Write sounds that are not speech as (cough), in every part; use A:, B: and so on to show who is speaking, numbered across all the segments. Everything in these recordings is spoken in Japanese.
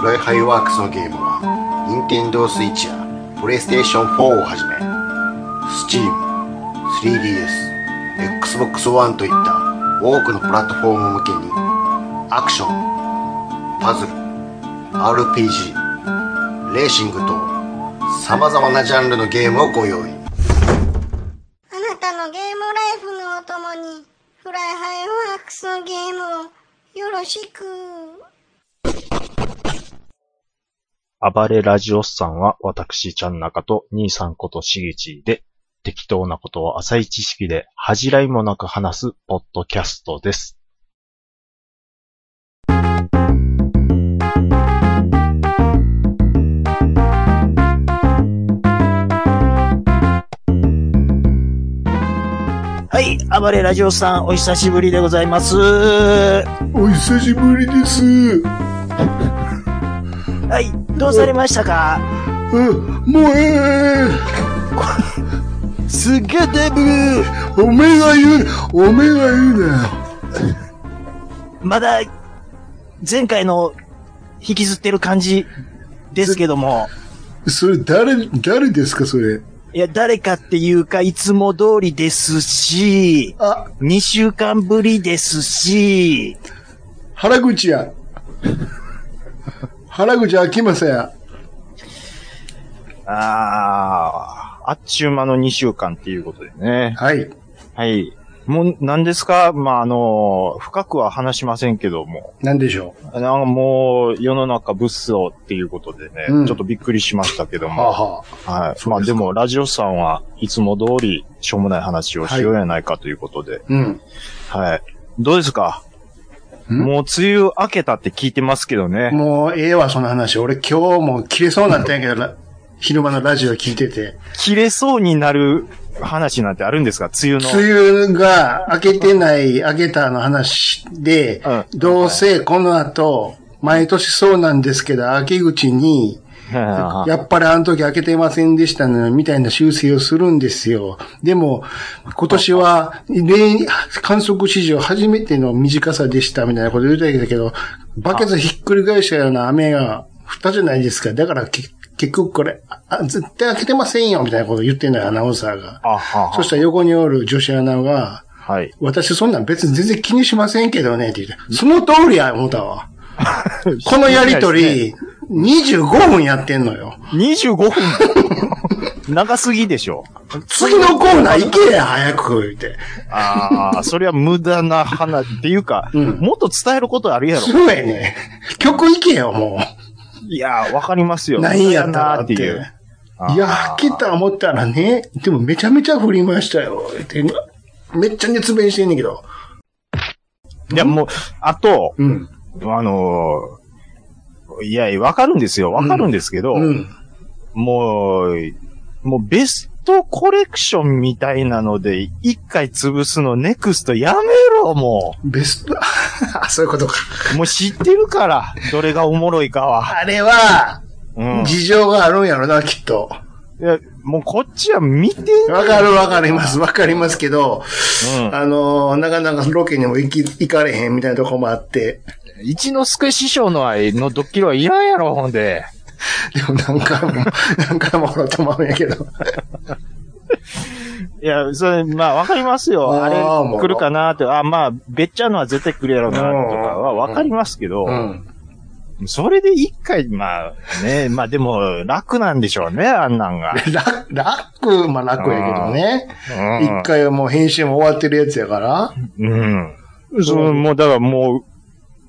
A: ブライハイワークスのゲームは、任天堂 Switch や PlayStation 4をはじめ、Steam、3DS、Xbox One といった多くのプラットフォーム向けに、アクション、パズル、RPG、レーシングと、様々なジャンルのゲームをご用意。
B: あなたのゲームライフのお供に、フライハイワークスのゲームをよろしく。
C: 暴れラジオスさんは、私、ちゃん中と、兄さんことしげちで、適当なことを浅い知識で、恥じらいもなく話す、ポッドキャストです。
D: はい、暴れラジオさん、お久しぶりでございます。
E: お久しぶりです。
D: はい、どうされましたか
E: あ、もうえ
D: すっげえデブ
E: えおめえが言う、おめえが言うなよ。
D: まだ、前回の引きずってる感じですけども、
E: それ誰、誰ですか、それ。
D: いや、誰かっていうか、いつも通りですし、
E: あ、
D: 2週間ぶりですし、
E: 原口や。 (laughs) 原口あきまさや。
C: あー、あっちゅう間の2週間っていうことでね。
E: はい。
C: はい。もう、何ですかまあ、あの、深くは話しませんけども、
E: なんでしょ
C: なんかもう、世の中物騒っていうことでね、
E: うん
C: ちょっとびっくりしましたけど
E: う。はあ
C: も、
E: は
C: はい。
E: そう
C: まあ
E: です
C: で
E: か
C: も、ラジオさんはいつも通り、しょうもない話をしようやないかということで、
E: あ。うん。
C: はい。どうですか
E: ん
C: もう梅雨明けたって聞いてますけどね。
E: もうええわ、その話。俺今日も切れそうになったんやけどな、昼間のラジオ聞いてて。
C: 切れそうになる話なんてあるんですか梅雨の。
E: 梅雨が明けてない、明けたの話で、
C: う
E: どうせこの後、毎年そうなんですけど、秋口に、
C: (laughs) はい
E: やっぱりあの時開けてませんでしたね、みたいな修正をするんですよ。でも、今年は、例観測史上初めての短さでした、みたいなこと言うてたけど、バケツひっくり返したような雨が降ったじゃないですか。だからけ結局これあ、絶対開けてませんよ、みたいなこと言ってんのよ、アナウンサーが。
C: あはは
E: そしたら横におる女子アナが、
C: はい。
E: 私そんなん別に全然気にしませんけどね、って言って。その通りや、思ったわ。 (laughs) このやりとり、25分やってんのよ。
C: 25分長すぎでしょ。
E: 次のコーナー行けや、早く、言って。
C: ああ、それは無駄な話っていうか、
E: うん
C: もっと伝えることあるやろ。
E: そうやね。曲行けよ、も
C: いやー、わかります
E: う。
C: よ。
E: 何やったら
C: なっていう。。
E: いや、来た思ったらね、でもめちゃめちゃ振りましたよ、言って。めっちゃ熱弁してんねんけど。
C: いや、もう、あと、
E: うん。
C: あのーいや、わかるんですよ。わかるんですけど、
E: うん。
C: もう、もうベストコレクションみたいなので、一回潰すのネクストやめろ、も
E: ベスト、 (laughs) あ、そういうことか。
C: う。もう知ってるから、どれがおもろいかは。
E: あれは、
C: うん。い
E: 事情があるんやろな、きっと。
C: や、もうこっちは見て、
E: わかるわかります、わかりますけど、
C: うん。
E: あのー、なかなかロケにも行き、行かれへんみたいなとこもあって、
C: 一之助師匠の愛のドッキリはいらんやろ、ほんで。
E: でも何回
C: (laughs)
E: も、何回もほら止まるんやけど。
C: いや、それ、まあ、わかりますよ。あ
E: あ
C: れ、
E: ーもう
C: 来るかなって、あ、まあ、べっちゃんのは絶対来るやろうな、とかはわかりますけど、
E: うん。
C: それで一回、まあ、ね、まあでも、楽なんでしょうね、あんなん
E: (laughs)
C: が。
E: 楽、楽、まあ楽やけどね。
C: うん
E: 一回はもう編集も終わってるやつやから。
C: うん。そう、もう、だからもう、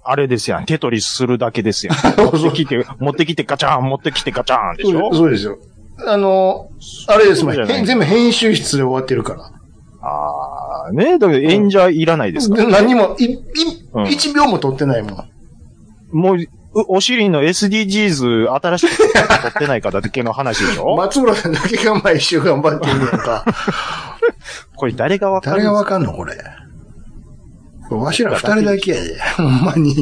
C: あれですやん。テトリスするだけです
E: (laughs)
C: やん。持ってきて、持ってきてガチャン、持ってきてガチャンでしょ
E: そうですよ。あの、あれですもん。
C: そうじゃない
E: へ全部編集室で終わってるから。
C: ああ、ねだけど演者いらないですか、
E: で何も、い、い
C: うん、
E: 一、秒も撮ってないもん。
C: もう、うお尻の SDGs 新しく撮ってないかだけの話でしょ、
E: 松村さんだけが毎週頑張ってるやんか。
C: これ誰がわか
E: 誰
C: る
E: がわかんのこれ。これわしら二人だけやで。ほんまに。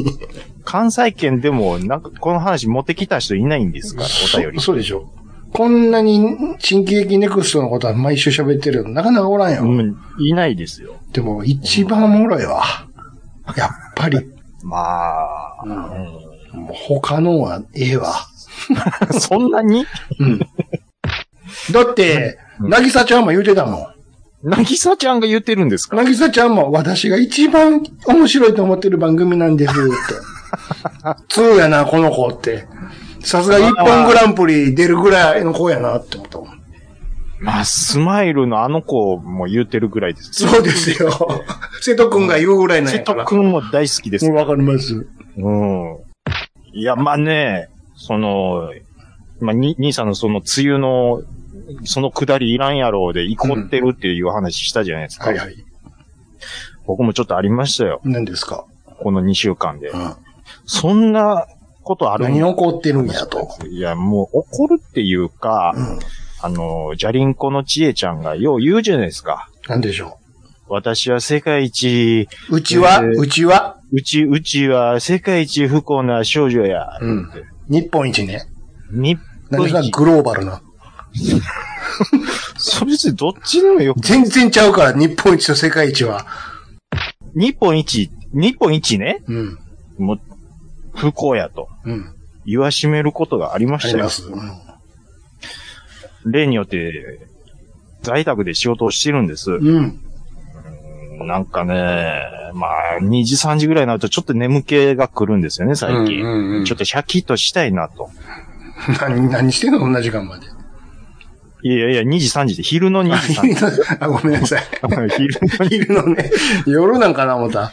C: 関西圏でも、なんか、この話持ってきた人いないんですから、お便り。
E: そうでしょ。こんなに、新喜劇ネクストのことは毎週喋ってるの、なかなかおらんよ。
C: うん、いないですよ。
E: でも、一番おもろいわ。やっぱり。
C: ま
E: (laughs)
C: あ、
E: もう他のはええわ。
C: そんなに
E: うん。だって、
F: うん
E: なぎさちゃんも言うてたも
C: なぎさちゃんが言ってるんです
E: ん。
C: か
E: なぎさちゃんも私が一番面白いと思ってる番組なんですって。通やな、この子って。さすが一本グランプリ出るぐらいの子やなって思ったもん。
C: まあ、スマイルのあの子も言ってるぐらいです。
E: そうですよ。 (laughs) 瀬戸くんが言うぐらいなん
C: 瀬
E: やから。
C: 戸くんも大好きです。
E: もうわかります。
C: うん。いや、まあね、その、まあ、に、兄さんのその、梅雨の、その下りいらんやろうで、怒ってるっていう話したじゃないですか。
E: はいはい。
C: 僕もちょっとありましたよ。
E: 何ですか、
C: この2週間で。
E: うん、
C: そんなことある
E: 何が起こってるんやと。
C: いや、もう怒るっていうか、
E: うん。
C: あの、ジャリンコのちえちゃんがよう言うじゃないですか。
E: 何でしょ
C: 私は世界一、
E: う。うちは、
C: えー
E: うちは、
C: うち、うちは世界一不幸な少女や。
E: うん日本一ね。
C: 日
E: 何
C: 本
E: です
C: 一
E: かグローバルな。
C: それ別にどっちでもよく
E: 全然ちゃうから、日本一と世界一は。
C: 日本一、日本一ね、
E: うん。
C: もう、不幸やと
E: うん。
C: 言わしめることがありま
E: あ
C: し
E: り
C: た
E: ま
C: よ。
E: す。うん。
C: 例によって、在宅で仕事をしてるんです。
E: うん。
C: なんかね、まあ、2時3時ぐらいになるとちょっと眠気が来るんですよね、最近。
E: うんうんうん
C: ちょっとシャキッとしたいなと。
E: 何、何してんのこんな時間
C: (laughs)
E: まで。
C: いやいや、2時3時で、昼の2時3時。
E: あ、ごめんなさい。
C: (laughs) 昼の
E: 昼のね、夜なんかな思った。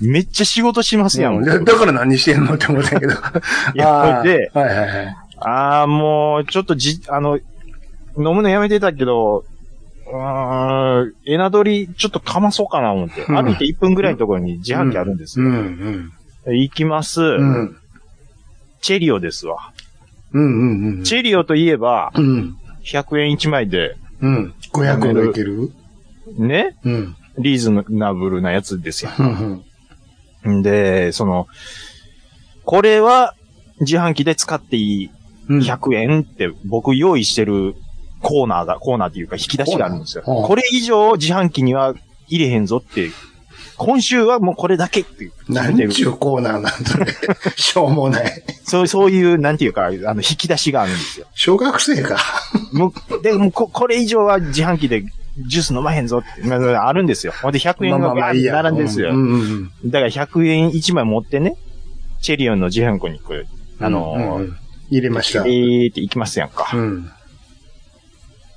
C: めっちゃ仕事しますやん。
E: だだから何してんのって思ったけど。
C: いや
E: あー
C: それで
E: はいはいはい。
C: ああ、もう、ちょっとじ、あの、飲むのやめてたけど、うーん、エナドリ、ちょっとかまそうかな思って。
E: うん
C: 歩いて1分ぐらいのところに自販機あるんです
E: う
C: よ。
E: ん
C: 行きます、
E: うん。うん。
C: チェリオですわ。
E: うんうんうん。
C: チェリオといえば、
E: うん。
C: 100円1枚で、
E: うん。500円でいける
C: ね、
E: うん。
C: リーズナブルなやつですよ。
E: うん。
C: んで、その、これは自販機で使っていい
E: うん。
C: 100円って僕用意してるコーナーが、コーナーっていうか引き出しがあるんですよ。
E: コーナーうん
C: これ以上自販機には入れへんぞって、今週はもうこれだけって決めて
E: 何
C: る。
E: ちゅうコーナーなんそれ。 (laughs) しょうもない。
C: そう、そういう、なんていうか、あの、引き出しがあるんですよ。
E: 小学生か。
C: もう、で、もうこ、これ以上は自販機でジュース飲まへんぞって、まああるんですよ。ほんで100円がバーって並んでるんですよ。
E: うんうんうん。
C: だから100円1枚持ってね、チェリオンの自販機にこう、あのー
E: うんうん入れました。
C: え
E: う
C: ーって行きますやんか。
E: ん。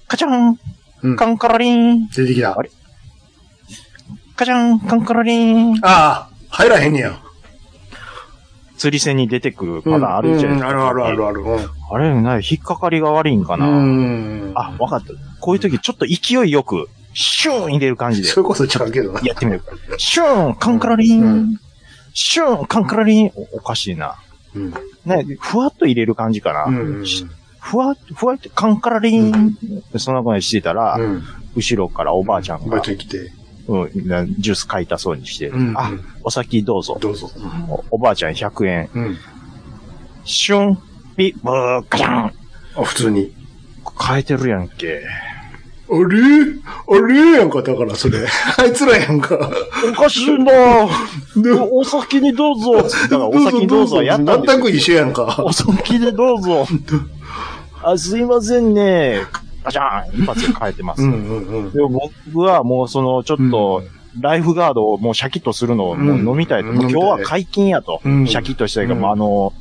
C: カチャン
E: うん
C: カンカラリン
E: 出てきた。
C: あ
E: あ
C: れカチャンカンカラリン
E: あ、入らへんねや。
C: 釣り線に出てくるパターンあるじゃないですか。
E: うんうんあるあるあるある。
C: あれな、引っかかりが悪いんか
E: う
C: な。
E: ん。うん。
C: あ、わかった。こういう時ちょっと勢いよく、シューン入れる感じで
E: それこそちゃうけどな。
C: やってみる。シューンカンカラリン、
E: うん
C: シューンカンカラリンおおかしいな。
E: うん。
C: ね、ふわっと入れる感じかな。
E: うん。
C: ふわっ、ふわっとカンカラリン、そんなことしてたら、
E: うん。
C: 後ろからおばあちゃん
E: おば
C: が
E: あ、ちゃん来て。
C: うんなジュース買いたそうにして、
E: うん
C: あ、お先どうぞ。
E: どうぞ。
C: おおばあちゃん100円。
E: うん。
C: シュン、ピッ、ブー、ガチャン
E: あ、普通に。
C: 変えてるやんけ。
E: あれあれやんか、だからそれ。 (laughs) あいつらやんか。
C: おかしいな
E: ど
C: お先にどうぞだからお先にどうぞやったんです
E: 全
C: よ
E: く一緒やんか
C: お。先にどうぞあ、すいませんね。ガチャン一発で変えてます。
E: うんうんうん。
C: でも僕はもうその、ちょっと、ライフガードをもうシャキッとするのをもう飲みたいと。
E: うん
C: もう今日は解禁やと。
E: うん
C: シャキッとしたいから、
E: うん
C: もうあの、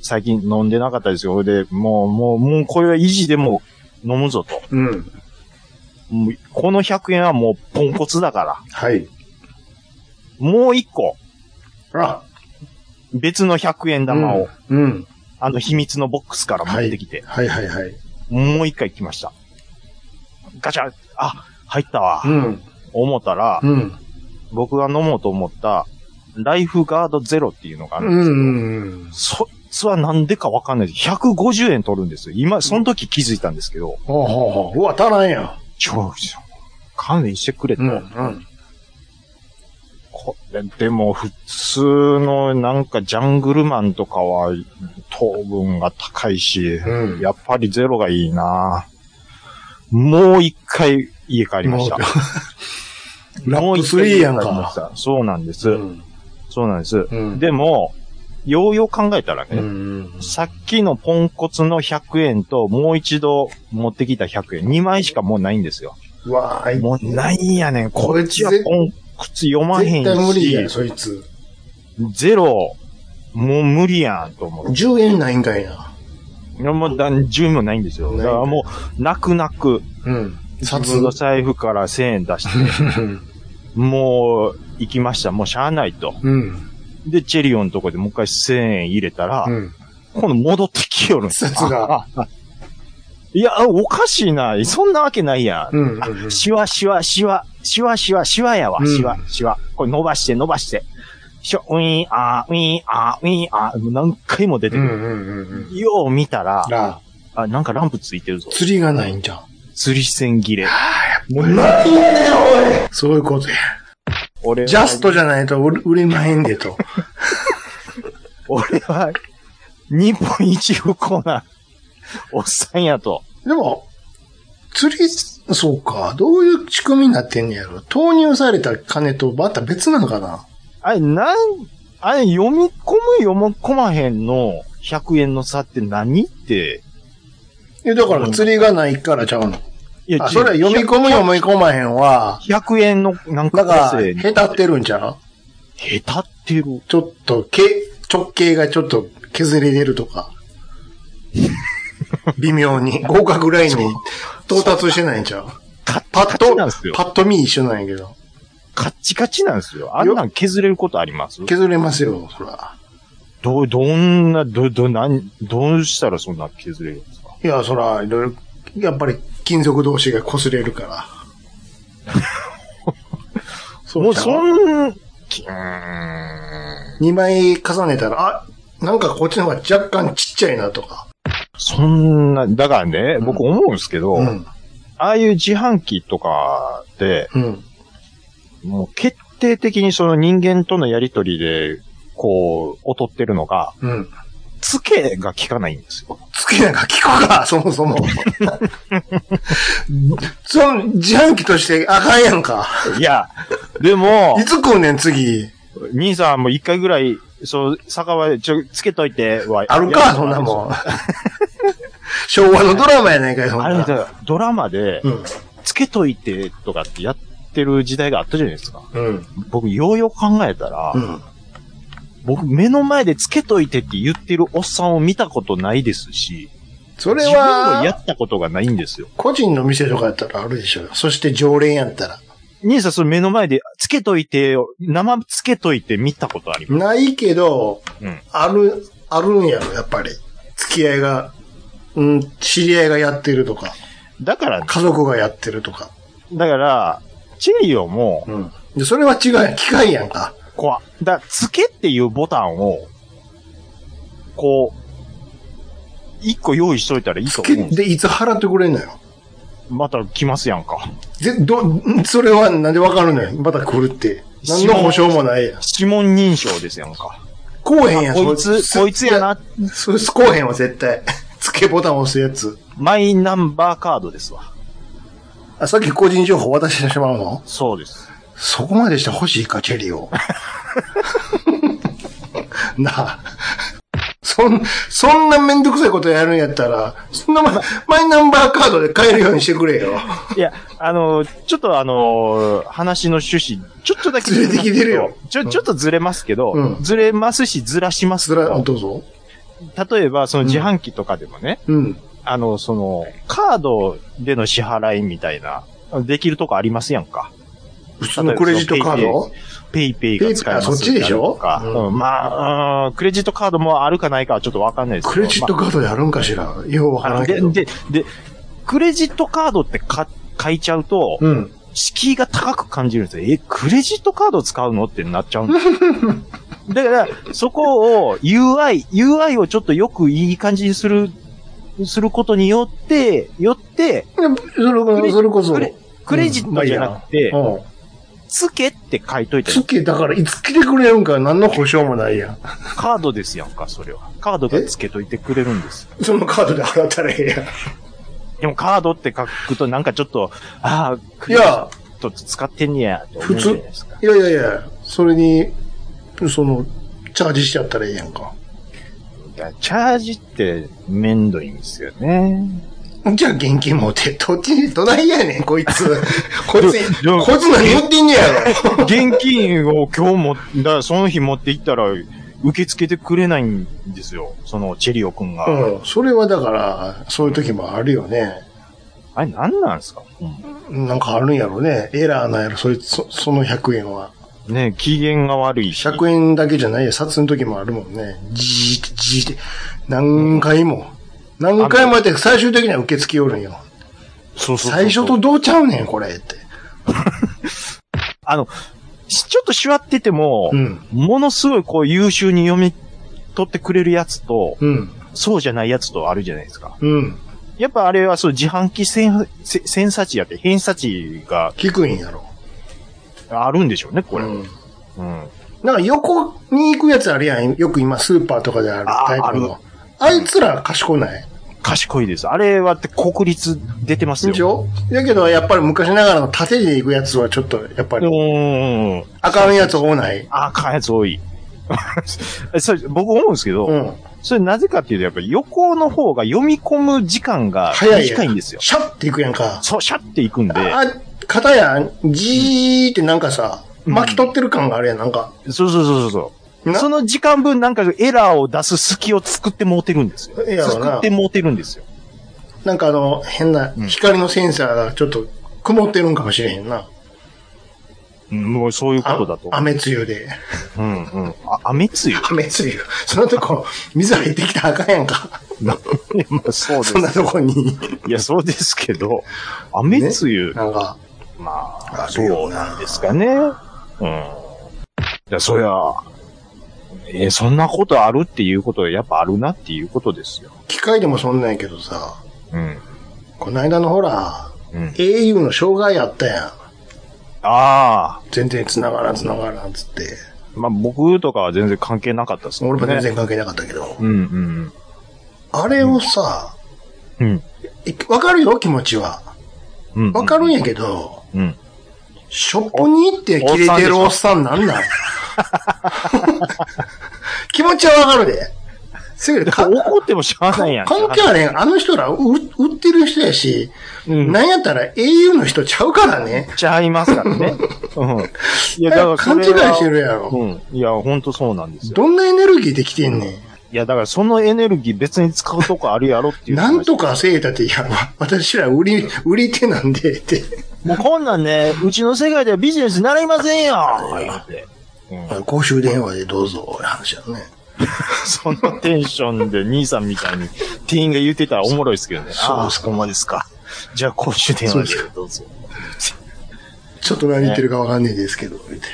C: 最近飲んでなかったですよ。で、もう、もう、もうこれは維持でも飲むぞと。
E: うん。
C: もうこの100円はもうポンコツだから。
E: はい。
C: もう一個、
E: あ、
C: 別の100円玉を、
E: うん。
C: あの秘密のボックスから持ってきて、
E: はいはいはい。
C: もう一回来ました。ガチャあ、入ったわ。
E: うん。
C: 思ったら、
E: うん。
C: 僕が飲もうと思った、ライフガードゼロっていうのがある
E: うん
C: ですけど、
E: んうん。
C: そいつはなんでかわかんないです。150円取るんですよ。今、その時気づいたんですけど、
E: ほうほうほう。うわ、足らんやん。
C: ちょ、勘弁してくれと。
E: うん。
C: これでも、普通のなんかジャングルマンとかは、糖分が高いし、
E: うん
C: やっぱりゼロが (laughs) いいなもう一回家帰りました
E: も。ラ
C: もう
E: ップ
C: 一回
E: 3やん
C: 言いまし
E: か。
C: た。そうなんです。
E: うん。
C: そうなんです。
E: うん
C: でも、ようよう考えたら
E: う
C: ね、
E: ん。
C: さっきのポンコツの100円と、もう一度持ってきた100円、2枚しかもうないんですよ。
E: うわあ、い
C: もうないんやねん。こっちは
E: これぜ
C: ポンコツ読まへ
E: 絶対
C: ん
E: 無理やん、
C: し、
E: そいつ。
C: ゼロ、もう無理やんと思う。
E: 10円ないんかいな。
C: いやもうだ10もないんですよ。だからもう、泣く泣く、
E: うん。
C: 自
E: 札
C: 分の財布から1000円出して、もう、行きました。もうしゃあないと。
E: うん。
C: で、チェリオンのとこでもう一回1000円入れたら、
E: うん。
C: 今度戻ってきよるんですよ
E: 札が。
C: (laughs) いや、おかしいな。そんなわけないや
E: うんうん
C: あ
E: うん
C: シワシワシワ、シワシワシワやわ、
E: うん
C: シワシワ。これ伸ばして伸ばして。しょ、ウィーン、あー、ウィーン、あー、ウィーン、あー、もう何回も出て
E: うん
C: く
E: う
C: る。
E: んうんうん。
C: よう見たら、
E: なあ、
C: あ、なんかランプついてるぞ。
E: 釣りがないんじゃん。
C: 釣り線切
E: (laughs)
C: れ。
E: もうないやねん、おいそういうことや。
C: 俺は
E: ジャストじゃないと売れ売れまへんでと。
C: 俺は、日本一不幸な、おっさんやと。
E: でも、釣り、そうか、どういう仕組みになってんねやろ。投入された金とまた別なのかな
C: あれ、なん、あれ、読み込む読み込まへんの、100円の差って何って。
E: え、だから釣りがないからちゃうの。
C: いや
E: あ、それは読み込む読み込まへんは、
C: 100円の、なんか
E: だか
C: 個性、
E: ら、下手ってるんちゃう
C: 下手ってる。
E: ちょっと、け、直径がちょっと削れてると (laughs) か。微妙に。合格ラインに到達してないんちゃう
C: カッ
E: パ
C: カ
E: ッ
C: チ
E: と
C: なんですよ、。
E: パッと見一緒なんやけど。
C: カッチカチなんですよ。あんなん削れることあります
E: 削れますよ、そら。
C: ど、どんな、ど、ど、なん、どうしたらそんな削れるんですか
E: いや、そら、いろいろ、やっぱり金属同士が擦れるから。 (laughs) そ
C: もう
E: ちゃ
C: そん、きうーん
E: 2枚重ねたら、あ、なんかこっちの方が若干ちっちゃいなとか。
C: そんな、だからね、僕思うんですけど、
E: うん。
C: ああいう自販機とかで、
E: うん。
C: もう決定的にその人間とのやりとりで、こう、劣ってるのが、
E: うん。
C: つけが効かないんですよ。
E: つけなんか聞くか、 (laughs) そもそも。その、自販機としてあかんやんか。
C: いや、でも
E: い、つ来んねん、次。
C: 兄さんも一回ぐらい、そう、酒場でちょ、つけといては、
E: あるか、そんなもん。 (laughs) 昭和のドラマやないかい、そん
C: あれ
E: な。
C: だ、ドラマで
E: う、ん。
C: つけといてとかってやってる時代があったじゃないですか。
E: うん。
C: 僕、ようよう考えたら、
E: うん。
C: 僕、目の前でつけといてって言ってるおっさんを見たことないですし、
E: それ
C: 自分もや
E: は、
C: ったことがないんですよ。
E: 個人の店とかやったらあるでしょ。そして常連やったら。
C: 兄さん、その目の前で、つけといてよ、生つけといて見たことありま
E: ないけど、
C: うん
E: ある、あるんやろ、やっぱり。付き合いが、うん、知り合いがやってるとか、
C: す。だから、
E: 家族がやってるとか。
C: だから、チェリオも、
E: うん。で、それは違う、機械やんか。
C: こう、だ、つけっていうボタンを、こう、一個用意しといたらいいと
E: 付
C: 思う
E: け
C: んです
E: で、いつ払ってくれんのよ。
C: また来ますやんか。
E: ぜ、ど、んそれはなんでわかるのよ。また来るって。何の保証もないやん。
C: 指紋認証ですやんか。
E: こうへんやん、
C: こいつ、
E: そ
C: こいつや。な。
E: そいつこうへんは絶対。付けボタン押すやつ。
C: マイナンバーカードですわ。
E: あ、さっき個人情報渡してしまうの
C: そうです。
E: そこまでして欲しいか、チェリーを。 (laughs) なあ。そん、そんなめんどくさいことやるんやったら、そんなま、マイナンバーカードで買えるようにしてくれよ。
C: いや、あの、ちょっとあの、話の趣旨、ちょっとだけ。
E: ずれてきてるよ。
C: ちょ、ちょっとずれますけど、
E: うん
C: ずれますし、ずらします
E: ず
C: け
E: ら、
C: ど。
E: どうぞ。
C: 例えば、その自販機とかでもね、
E: うん。
C: あの、その、カードでの支払いみたいな、できるとこありますやんか。
E: 普通のクレジットカード
C: ペイペイが使えます
E: ペイペイあそっちでしょ
C: とか、
E: うん
C: うんまあ、うんクレジットカードもあるかないかはちょっとわかんないですけど。
E: クレジットカードであるんかしらようわか
C: あ
E: ら
C: の
E: んけ
C: で、
E: ど。
C: で、で、クレジットカードってか書いちゃうと、
E: うん。
C: 敷居が高く感じるんですよ。え、クレジットカード使うのってなっちゃうん
E: (laughs)
C: ですよ。だから、そこを UI、UI をちょっとよくいい感じにする、することによって、よって、
E: いやそれこそ、それこそ。
C: クレクレジットじゃなくて
E: う、ん。
C: つけって書いといたら
E: つけ、だから、いつ来てくれるんか何の保証もないやん。
C: カードですやんか、それは。カードがつけといてくれるんです。
E: そのカードで払ったらええやん。
C: でもカードって書くとなんかちょっと、ああ、ク
E: い
C: レジ
E: や
C: ッ、人って使ってんねや、って思うじゃないですか。
E: いやいやいや、それに、その、チャージしちゃったらいいやんか。
C: いやチャージってめんどいんですよね。
E: じゃあ現金持って、 (laughs) どっちに、どないやねん、こいつ。 (laughs) こいつ、
C: いや
E: こいつ何言ってんねやろ。
C: 現金を今日も、だからその日持って行ったら、受け付けてくれないんですよ。その、チェリオくんが。
E: うん、それはだから、そういう時もあるよね。
C: あれ、なんなんですか、
E: なんかあるんやろね。エラーなんやろ、そいつ、そその100円は。
C: ね機嫌が悪いし。
E: 100円だけじゃないや、札の時もあるもんね。じーって、じーって、何回も。何回もやって、最終的には受け付けおるんよ。
C: そうそうそう
E: 最初とどうちゃうねん、これって。
C: あの、しちょっとしわってても、
E: うん。
C: ものすごいこう優秀に読み取ってくれるやつと、
E: うん。
C: そうじゃないやつとあるじゃないですか。
E: うん。
C: やっぱあれはそう自販機偏せ偏差値やって偏差値が
E: 聞くんやろ。
C: あるんでしょうね、これ。う。
E: うんん。なんか横に行くやつあるやん。よく今スーパーとかである
C: あ
E: タイプ
C: あ
E: の。あいつら賢ない。
C: 賢いです。あれはって国立出てます
E: でし
C: よ。
E: ょだけど、やっぱり昔ながらの縦で行くやつはちょっと、やっぱ
C: う
E: り、
C: ーん。
E: あかんやつ多ない。
C: あかんやつ多い。 (laughs) それ僕思うんですけど、
E: うん。
C: それなぜかっていうと、やっぱり横の方が読み込む時間が
E: 早いや
C: 短いんですよ。
E: シャッて行くやんか。
C: そう、シャッていくんで。
E: あ、片や、じーってなんかさ、
C: うん
E: 巻き取ってる感があるやん、なんか。
C: そうそうそうそう。
E: な
C: その時間分なんかエラーを出す隙を作って持てるんですよ。
E: やろな
C: 作って持てるんですよ。
E: なんかあの、変な、
C: うん
E: 光のセンサーがちょっと曇ってるんかもしれへんな。
C: うん、もうそういうこ
E: あ
C: とだと。
E: 雨梅雨で。 (laughs)
C: うんうん。あ、雨つゆ
E: 雨梅雨。そのとこ、水入ってきたらあかんやんか。
C: まあそうです
E: そん。なとこに。
C: いや、そうですけど、雨つゆ、
E: なんか、
C: まあ、
E: ある
C: そ
E: よ
C: う
E: な
C: なんですかね。うん。いや、そりゃ、えーそんなことあるっていうことはやっぱあるなっていうことですよ。
E: 機械でもそんなんやけどさ、
C: うん。
E: この間のほら、
C: うん。
E: au の障害あったやん。
C: ああ、
E: 全然繋がらん繋がらんっつって。
C: まあ僕とかは全然関係なかったですもんね。
E: 俺も全然関係なかったけど。
C: うんうん
E: あれをさ、
C: うん。うん。
E: いわかるよ、気持ちは。
C: うん。
E: わかるんやけど、
C: うん。
E: ショップに行って切れてるおっさんな
C: (laughs)
E: んなん気持ちはわかるで。せやけどか
C: 怒ってもしゃあないやん。
E: 関係あれん。あの人らう売ってる人やし、
C: うん
E: なんやったら au の人ちゃうからね。
C: ちゃいますからね。うん。いや、だからそ
E: 勘違い
C: れは
E: してるやろ。
C: うん。いや、ほんとそうなんですよ。
E: どんなエネルギーで来てんね
C: いや、だからそのエネルギー別に使うとこあるやろってい
E: ん。
C: う
E: な
C: 話。
E: んとかせえたって、いや、わ (laughs) 私ら売り、売り手なんでって。
C: もうこんなんね、うちの世界ではビジネスになりませんよ言うて。
E: 公衆電話でどうぞ、話だね。
C: そのテンションで兄さんみたいに店員が言ってたらおもろいですけどね。
E: そう
C: ああ、そこまでですか。じゃあ公衆電話でどうぞ。
E: ちょっと何言ってるかわかんないですけど、言うて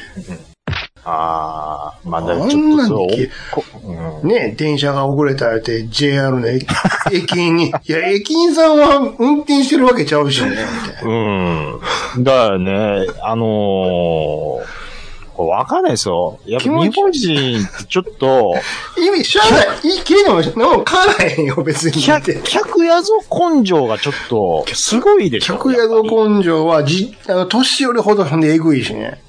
C: ああ、まあ、だから
E: あ
C: ち
E: ん
C: ょっ
E: な
C: と
E: ん
C: そう
E: で
C: こうん
E: ね、電車が遅れたって、JR の (laughs) 駅駅員に、いや、駅員さんは運転してるわけちゃうしね、みたいな。
C: うん。だからね、あのー、これわかんないですよ。やっぱ
E: 気持
C: 日
E: ち
C: 本人ってちょっと、
E: 意味、しゃあない、いい、切れても、なんも買わ (laughs) ないへんよ、別に。
C: 客、客やぞ根性がちょっと、すごいでしょ。
E: 客やぞ根性は、じ、あの、年寄りほどほんでえぐいしね。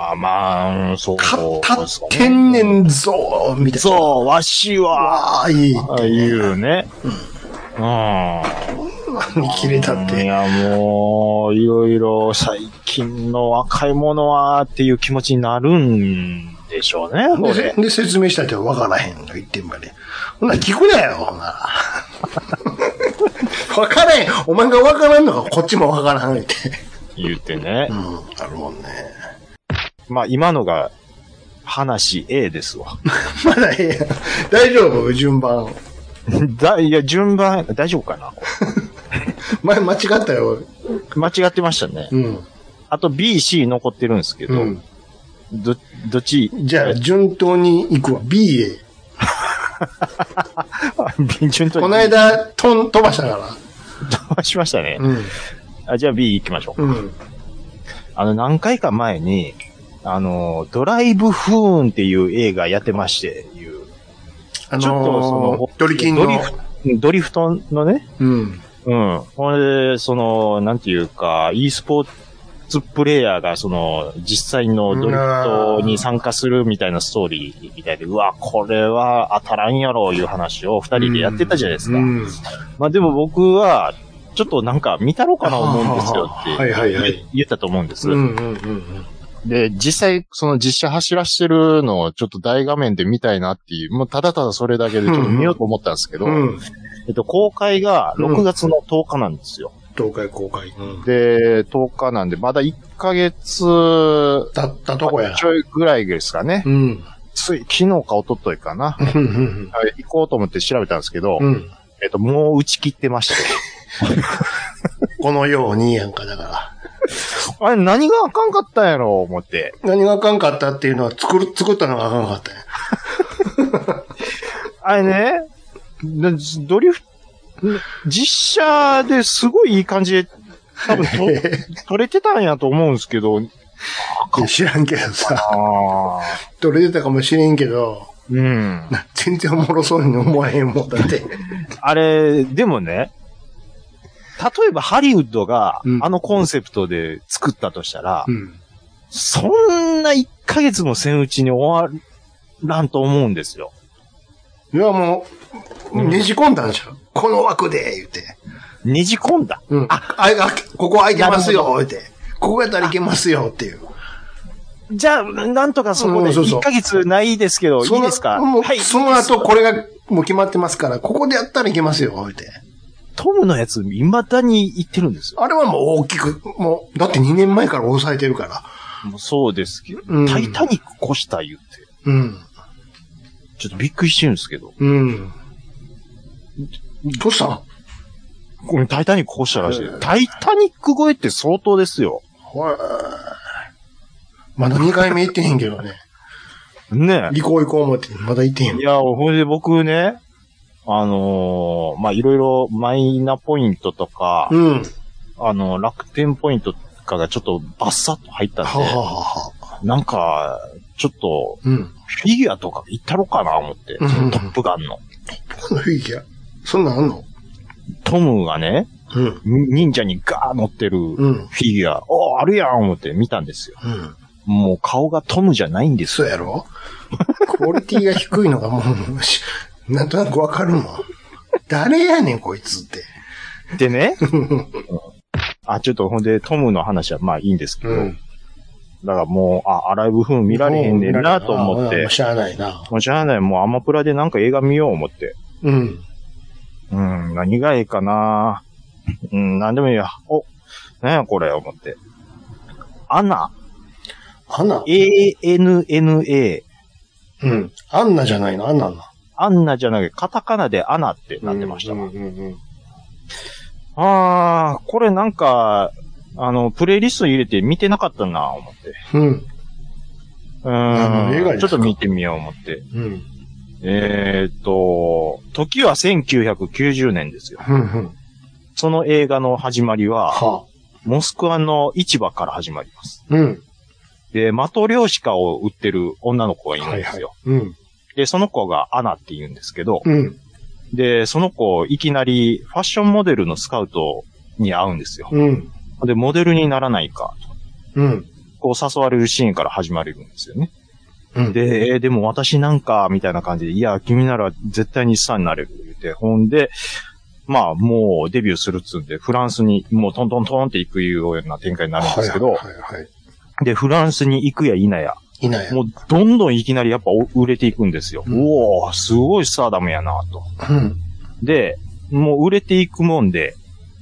C: あーまあ、うんそう。
E: 買った
C: そ
E: っ
C: う
E: てんねんぞ、みたいな。う。
C: そう、わしは、
E: わあ、いい。
C: あいうね。うん。
E: 何切れたっ
C: い
E: て。
C: や、もう、いろいろ最近の若い者はっていう気持ちになるんでしょうね、こ
E: で
C: れ。
E: で、説明したってわからへんの、言ってんまで。ほんなら聞くなよ、ほんな (laughs) ら。わからへん。お前がわからんのか、こっちもわからん、って。
C: 言ってね
E: う。ん、あるもんね。
C: まあ、今のが、話 A ですわ。 (laughs)
E: まだええやん。大丈夫順番。
C: だ、いや、順番、大丈夫かなこ
E: 前間違ったよ。
C: れ間違ってましたね。
E: うん。
C: あと B、C 残ってるんですけど、
E: うん。
C: ど、どっち、 (laughs)
E: じゃあ、順当に行くわ。B へ。
C: 便順と
E: この間、とん、飛ばしたか
C: 飛ばしましたね
E: ら。。うん。
C: あじゃあ B 行きましょう。
E: うん。
C: あの、何回か前に、あの、ドライブフーンっていう映画やってまして、いう。
E: あ
C: ちょっとその
E: のー、ドリキン
C: ドリ
E: の。
C: フドリフトのね、
E: うん。
C: うん。ほんで、その、なんていうか、e スポーツプレイヤーが、その、実際のドリフトに参加するみたいなストーリーみたいで、うわ、これは当たらんやろ、いう話を二人でやってたじゃないですか。
E: うん
C: まあでも僕は、ちょっとなんか見たろうかな思うんですよって
E: はいはいはい
C: 言言ったと思うんです。
E: うんうんうん
D: で、実際、その実写走らしてるのをちょっと大画面で見たいなっていう、もうただただそれだけでちょっと見ようと思ったんですけど、
E: うん。うん。
C: えっと、公開が6月の10日なんですよ。
E: 東海公開。うん。
D: で、10日なんで、まだ1ヶ月、
E: だったとこや。
D: ちょいぐらいですかね。
E: うん。
D: つい、昨日か一昨日かな。
E: うんうん
D: はい行こうと思って調べたんですけど、
E: うん。うん。
D: えっと、もう打ち切ってまして。
E: このようにやんか、だから。
D: (laughs) あれ、何があかんかったんやろ、思って。
E: 何があかんかったっていうのは、作る、作ったのがあかんかったんや。
D: あれね、なドリフ、実写ですごいいい感じで、多分と (laughs) 撮れてたんやと思うんですけど、
E: いや知らんけどさ、
D: ああ。
E: どれ出たかもしれんけど、
D: うん。
E: な全然おもろそうに思わへんもんだって。
C: あれ、でもね、例えばハリウッドが
E: う、ん
C: あのコンセプトで作ったとしたら、
E: うん。
C: そんな1ヶ月もせんうちに終わらんと思うんですよ。
E: いや、もう、ねじ込んだんでしょ。この枠で、言って。
C: ねじ込んだ。
E: うん。あ、あ、あここ空いてますよ、言って。ここやったらいけますよ、っていう。
C: じゃあ、なんとかそこ
E: う
C: で、
E: んそうそう
C: 1ヶ月ないですけど、い
E: そ
C: い
E: の
C: ですか
E: もう
C: はい。
E: その後、これが、もう決まってますから、ここでやったらいけますよ、言って。
C: トムのやつ、未だに言ってるんですよ。
E: あれはもう大きく、もう、だって2年前から抑えてるから。
C: もうそうですけど、
E: うん
C: タイタニック越した言って、
E: うん。
C: ちょっとびっくりしてるんですけど、
E: うん。どうしたん
C: これタイタニック越したらしい。タイタニック越えって相当ですよ。
E: ほらまだ2回目行ってへんけどね。
C: ね
E: 行こう行こう思って、まだ行ってへん
C: い。や、ほいで僕ね、あのーまあ、いろいろマイナポイントとか、
E: うん。
C: あの、楽天ポイントとかがちょっとバッサッと入ったんで、
E: はははは。
C: なんか、ちょっと、
E: うん。
C: フィギュアとか行ったろかな思って、
E: うん
C: そのトップガンの。
E: このフィギュア。そんなんあんの
C: トムがね、
E: うん。
C: に忍者にガー乗ってるフ
E: うん。
C: ィギュア、おーあるやん思って見たんですよ。
E: うん。
C: もう顔がトムじゃないんです
E: そう
C: よ。
E: やろクオリティが低いのがもう、しなんとなくわかるもん。誰やねん、こいつって。
C: でね、あ、ちょっとほんで、トムの話はまあいいんですけど、
E: うん
C: だからもう、あ、アライブフーン見られへんねんなと思っ
E: うん
C: て
E: もう、しゃあないな。
C: もうしゃあない、もうアマプラでなんか映画見よう思って。
E: うん。
C: うん、何がええかなうん、なんでもいいや。お、なんやこれ、思って。アナ、
E: アンナ
C: A-N-N-A、
E: うん。アンナじゃないの、アンナな。
C: アンナじゃなくて、カタカナでアナってなってました。
E: うんうんうん
C: あー、これなんか、あの、プレイリスト入れて見てなかったな、思って。
E: うん。
C: う
E: 何の映画
C: ー
E: で
C: ん、
E: す
C: ちょ
E: か
C: っと見てみよう思って。
E: うん。
C: えーっと、時は1990年ですよ。
E: うん。うん。
C: その映画の始まりは、
E: は
C: モスクワの市場から始まります。
E: うん。
C: で、マトリョーシカを売ってる女の子がいるん
E: はい
C: で
E: は
C: す
E: い
C: よ。。
E: うん。
C: で、その子がアナって言うんですけど、
E: うん。
C: で、その子、いきなりファッションモデルのスカウトに会うんですよ。
E: うん。
C: で、モデルにならないか、
E: うん。
C: こう誘われるシーンから始まるんですよね。
E: うん。
C: で、えーでも私なんか、みたいな感じで、いや、君なら絶対にスターになれる、言って、ほんで、まあ、もうデビューするっつうんで、フランスに、もうトントントンって行くような展開になるんですけど、
E: はいはいはいはい。
C: で、フランスに行くや否や、
E: いない。
C: もうどんどんいきなりやっぱお売れていくんですよ。
E: う
C: うんおーすごいスターダムやなと。
E: うん。
C: で、もう売れていくもんで、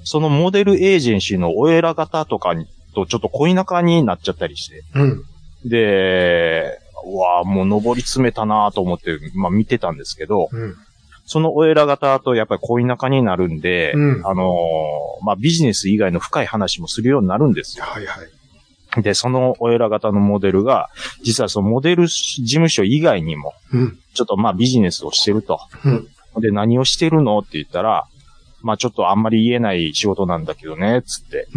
C: そのモデルエージェンシーのお偉方とかに、とちょっと恋仲になっちゃったりして。
E: うん。
C: で、うわあもう登り詰めたなと思って、まあ見てたんですけど、
E: うん。
C: そのお偉方とやっぱり恋仲になるんで、
E: うん
C: あのーまあビジネス以外の深い話もするようになるんですよ
E: はいはい。
C: で、そのお偉方のモデルが、実はそのモデル事務所以外にも、
E: うん。
C: ちょっとまあビジネスをしてると。
E: うん
C: で、何をしてるのって言ったら、まあちょっとあんまり言えない仕事なんだけどね、つって。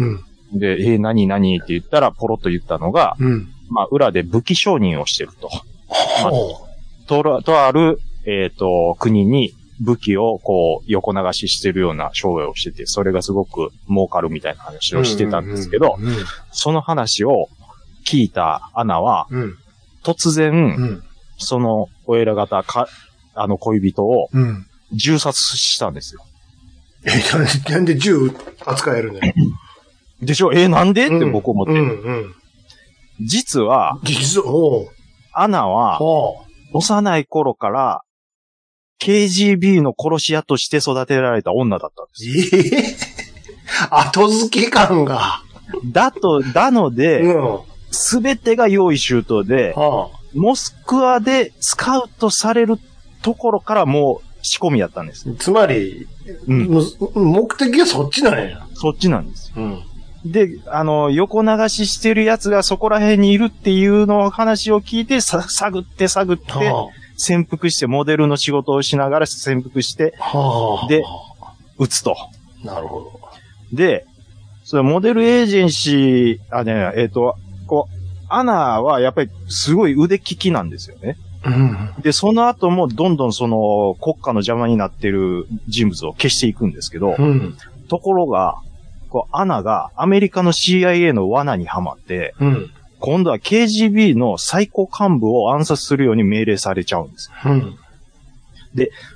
E: うん。
C: で、えー何何って言ったら、ポロッと言ったのが、
E: うん。
C: まあ裏で武器商人をしてると。
E: ほ
C: とらとある、えっ、と、国に武器をこう横流ししてるような商売をしてて、それがすごく儲かるみたいな話をしてたんですけど、
A: うんうん
C: その話を聞いたアナは、
A: うん。
C: 突然、
A: うん。
C: そのお偉方か、あの恋人を
A: うん。うん
C: 銃殺したんですよ。
E: え、なんでなんで銃扱えるのよ。
C: でしょえ、なんでって僕思って。
A: うん。うん。
C: 実は、
E: 実は、おう
C: アナは、
E: おう
C: 幼い頃から、KGB の殺し屋として育てられた女だったんで
E: ええ (laughs) 後付け感が。
C: す。だと、なの
E: う
C: で、
E: ん。は
C: すべてが用意周到で、
E: あ。
C: モスクワでスカウトされるところからもう仕込みやったんです。
E: つまり、
C: うん。
E: もう目的はそっちなんや。
C: そっちなんですよ。
E: うん。
C: で、あの、横流ししてる奴がそこら辺にいるっていうのを話を聞いて、さ探って探って、
E: は
C: 潜伏して、モデルの仕事をしながら潜伏して、
E: あ。はあ。
C: で撃つと。
E: なるほど。
C: で、それモデルエージェンシー、あ、ね、えっ、と、こう、アナはやっぱりすごい腕利きなんですよね。
E: うん。
C: で、その後もどんどんその国家の邪魔になってる人物を消していくんですけど、
E: うん。
C: ところが、こう、アナがアメリカの CIA の罠にはまって、
E: うん。
C: 今度は KGB の最高幹部を暗殺するように命令されちゃうんですよ。
E: うん。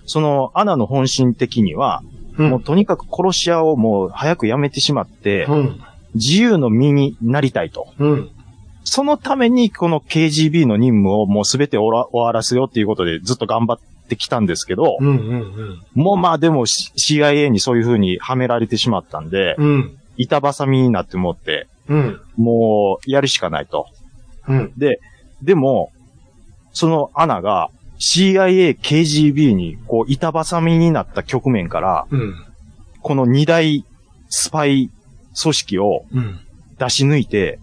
C: その、アナの本心的には、
E: うん
C: もうとにかく殺し屋をもう早くやめてしまって、
E: うん。
C: 自由の身になりたいと。
E: うん。
C: そのために、この KGB の任務をもうすべて終わら終わらせようっていうことでずっと頑張ってきたんですけど、
E: うん。うん。
C: もうまあでも C- CIA にそういう風にはめられてしまったんで、
E: うん。
C: 板挟みになってもって、
E: うん。
C: もうやるしかないと。
E: うん
C: で、でも、そのアナが CIA、KGB にこう板挟みになった局面から、
E: うん。
C: この二大スパイ組織を
E: うん。
C: 出し抜いて、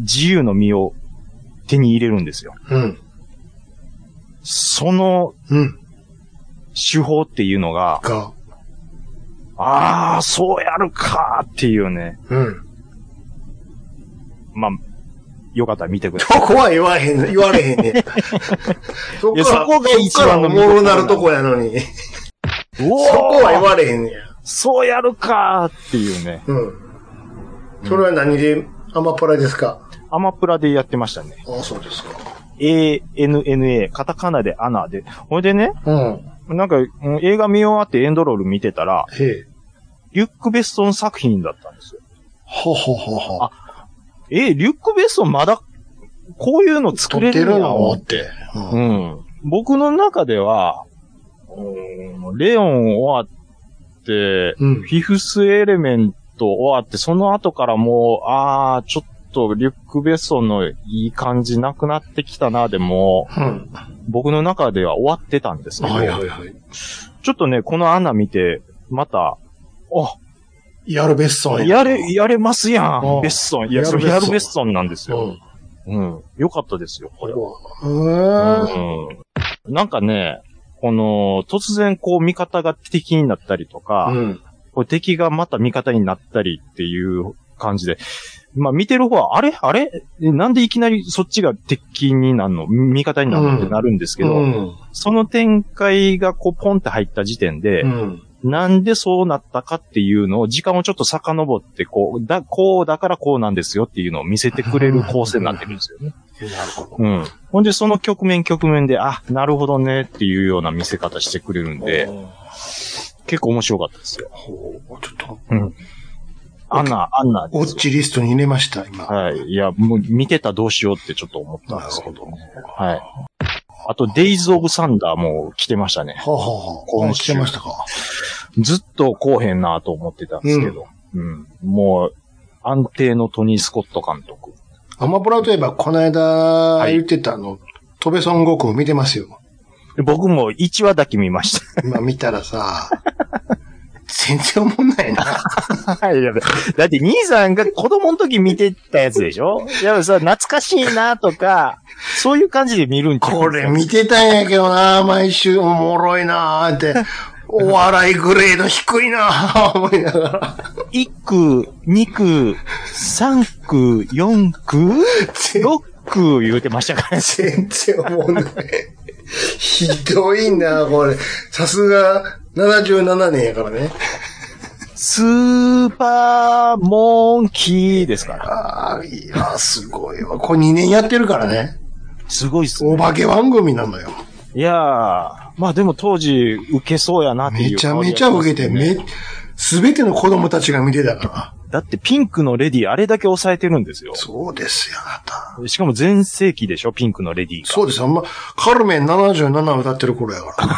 C: 自由の身を手に入れるんですよ。
E: うん。
C: その
E: うん。
C: 手法っていうのが、
E: が、
C: ああ、そうやるかーっていうね。
E: うん。
C: まあ、よかったら見てくださ
E: そこは言わへん、言われへんね。そこ
C: いやそこが一番の
E: そこからおもろなるとこやのに。そ (laughs)
C: い。お
E: こは言
C: ー
E: われへんねや。
C: そうやるかーっていうね。
E: うん。それは何で、アマプラですか
C: アマプラでやってましたね。
E: ああ、そうですか。
C: ANNA、カタカナでアナで。ほいでね、
E: うん。
C: なんか、うん映画見終わってエンドロール見てたら、
E: へえ。
C: リュック・ベストン作品だったんですよ。
E: ほうほうほうほう。
C: あえーリュック・ベストンまだ、こういうの作
E: 撮
C: れ
E: って
C: るん
E: る
C: や
E: のって。
C: うん。僕の中では、うんレオン終わって、
E: うん。
C: フィフスエレメント終わって、その後からもう、あー、ちょっとリュック・ベソンのいい感じなくなってきたな、でも、
E: うん。
C: 僕の中では終わってたんですけど、
E: はいはいはい。
C: ちょっとね、この穴見て、また、
E: やるべっそ
C: あ、
E: ん
C: やれ、やれますや
E: うん
C: ん、ベッソン。いや、
E: や
C: そ
E: る
C: れ
E: ベッソン
C: やるベッソンなんです
E: う
C: よ。
E: ん。
C: うん。よかったですよ、こ
E: こ
C: れ
E: れ
C: は。
E: は。う
C: うんなんかね、この、突然こう味方が敵になったりとか、
E: ーん。うん。
C: こう敵がまた味方になったりっていう感じで、まあ見てる方は、あれあれえなんでいきなりそっちが敵になるの味方になるのってなるんですけ
E: う
C: ど、
E: ん。
C: その展開がこうポンって入った時点で、
E: うん。
C: なんでそうなったかっていうのを、時間をちょっと遡って、こう、だ、こうだからこうなんですよっていうのを見せてくれる構成になってるんですよね。
E: なるほ
C: うん。ほんで、その局面局面で、あ、なるほどねっていうような見せ方してくれるん
E: ど。
C: で、
E: うん
C: 結構面白かったですよ。
E: ほう、ちょっと、
C: アンナ、アンナ
E: ウォ
C: で
E: ッ
C: す。
E: チリストに入れました、今。
C: はい。いや、もう見てたどうしようってちょっと思ったんですけど。はい。あと、デイズ・オブ・サンダーも来てましたね。
E: ほうほうほう。こう
C: 今
E: し
C: 週
E: てましたか。
C: ずっとこうへんなと思ってたんですけど。うん、もう、安定のトニー・スコット監督。
E: アマプラといえば、この間言ってたあの、トベソン悟空見てますよ。
C: 僕も1話だけ見まし
E: 今見たらさ、 (laughs) 全然おもんないな。
C: た。いやだって兄さんが子供の時見てたやつでしょいや、さ、懐かしいなとか、そういう感じで見るんちゃう
E: これ見てたんやけどな、毎週おもろいなーって。お笑いグレード低いなぁ、思いながら。
C: 1区、2区、3区、4区、
E: 全
C: 6区言うてましたからね。
E: 全然おもんない。ひどいな、これ。さすが、77年やからね。
C: スーパーモンキーですから。
E: ああ、いや、すごいわ。これ2年やってるからね。
C: すごいっす
E: お
C: ね。
E: 化け番組なのよ。
C: いやー、まあでも当時受けそうやなっていう、
E: めちゃめちゃ受けて、め、すべての子供たちが見てたから。
C: だってピンクのレディーあれだけ抑えてるんですよ。
E: そうですよ、あなた。
C: しかも全盛期でしょピンクのレディーが。
E: そうですよ、あんま、カルメン77歌ってる頃やから。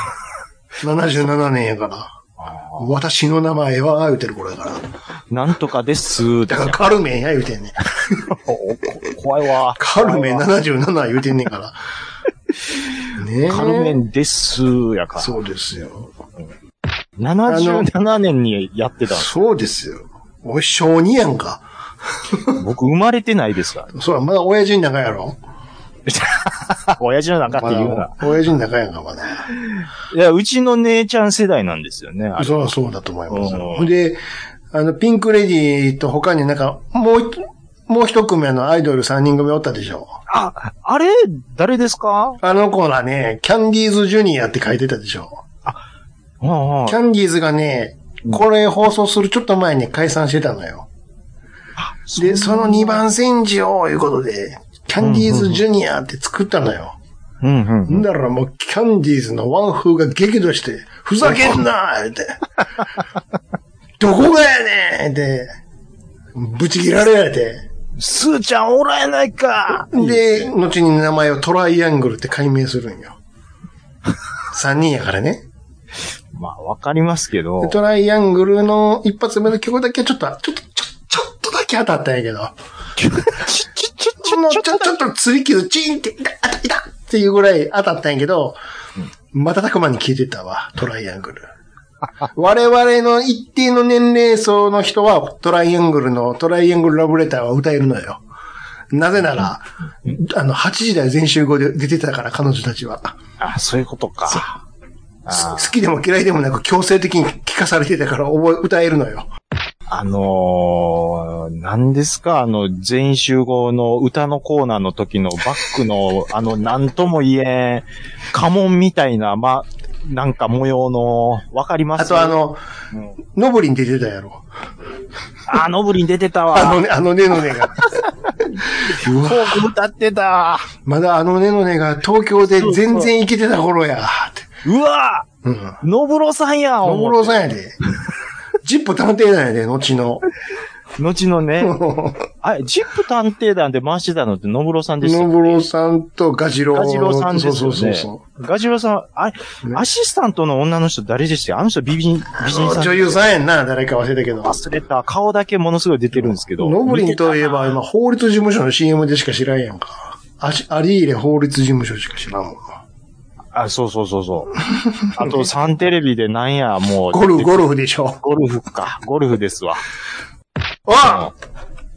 E: 77年やから。私の名前は、言うてる頃やから。
C: なんとかですーって
E: だからカルメンや言うてんねん。
C: 怖いわ。
E: カルメン77言うてんねん
C: (laughs)
E: から。ねえ。
C: カルメンですーやから。
E: そうですよ。
C: 77年にやってたんです
E: そうですよ。おい、小児やんか。
C: 僕生まれてないですから。
E: そうや、まだ親父の中やろ。
C: (laughs) 親父の中っていうの
E: ま
C: は。
E: だ親父の中やんか、まだ。
C: いや、うちの姉ちゃん世代なんですよね。あれ
E: そうそうだと思います
C: うん。
E: ほんで、あの、ピンクレディーと他になんか、もう一、もう一組あのアイドル3人組おったでしょ。
C: あ、あれ誰ですか
E: あの子らね、キャンディーズジュニアって書いてたでしょ。
C: うんうん
E: キャンディーズがね、これ放送するちょっと前に解散してたのよ。で、その2番煎じを、いうことで、キャンディーズジュニアって作ったのよ。
C: うんうん。
E: んだからもう、キャンディーズのワンフーが激怒して、ふざけんなーって。どこがやねんって、ぶち切られられて。
C: スーちゃんおらえないか
E: で、後に名前をトライアングルって解明する
C: (laughs)
E: んよ。3人やからね。
C: まあ、わかりますけど
E: で。トライアングルの一発目の曲だけちょっと、ちょっと、ちょ、ちょっとだけ当たったんやけど。
C: ちょ、ちょ、ち
E: もうちょ、ちょっと釣り傷チンって、痛いた、いたっていうぐらい当たったんやけど、瞬く間に消えてたわ、トライアングル。我々の一定の年齢層の人は、トライアングルの、トライアングルラブレターは歌えるのよ。なぜなら、あの、8時台全集合で出てたから、彼女たちは。
C: あ、そういうことか。
E: す好きでも嫌いでもなく強制的に聞かされてたから覚え、歌えるのよ。
C: あのー、何ですかあの、全員集合の歌のコーナーの時のバックの、あの、なんとも言えん、家紋みたいな、ま、なんか模様の、わかります
E: あとあ、の、
C: うん
E: ノブリン出てたやろ。
C: あ、ノブリン出てたわ。
E: あのね、あのねのね
C: (laughs)
E: が。
C: フ
E: うわ
C: ォーク歌ってた。
E: まだあのねのねが東京で全然生きてた頃や。って
C: うわ
E: うん。
C: ノブロさんや
E: 野
C: 思
E: 村
C: って
E: さん
C: (laughs)
E: やで。ジップ探偵団やで、後の。
C: 後の
E: (laughs)
C: ね、
E: 野
C: あ、ジップ探偵団で回してたのってノブロさんでしたよね
E: 村さんとガジロウ。
C: ガジロウさんですよね
E: そうそうそう
C: ガジロさん、あ、アシスタントの女の人誰でしたっけあの人美人、美人
E: そう。
C: さん。
E: 女優さんやんな、誰か忘れたけど。
C: 忘れた。顔だけものすごい出てるんですけど。
E: ノブリンといえば、今、法律事務所の CM でしか知らんやんか。あしアリーレ法律事務所しか知らんもんな。
C: あ、そうそうそう
E: (laughs)
C: そう。あと、サンテレビでなんや、もう。
E: ゴルフ、ゴルフでしょ。
C: ゴルフか。ゴルフですわ。
E: あ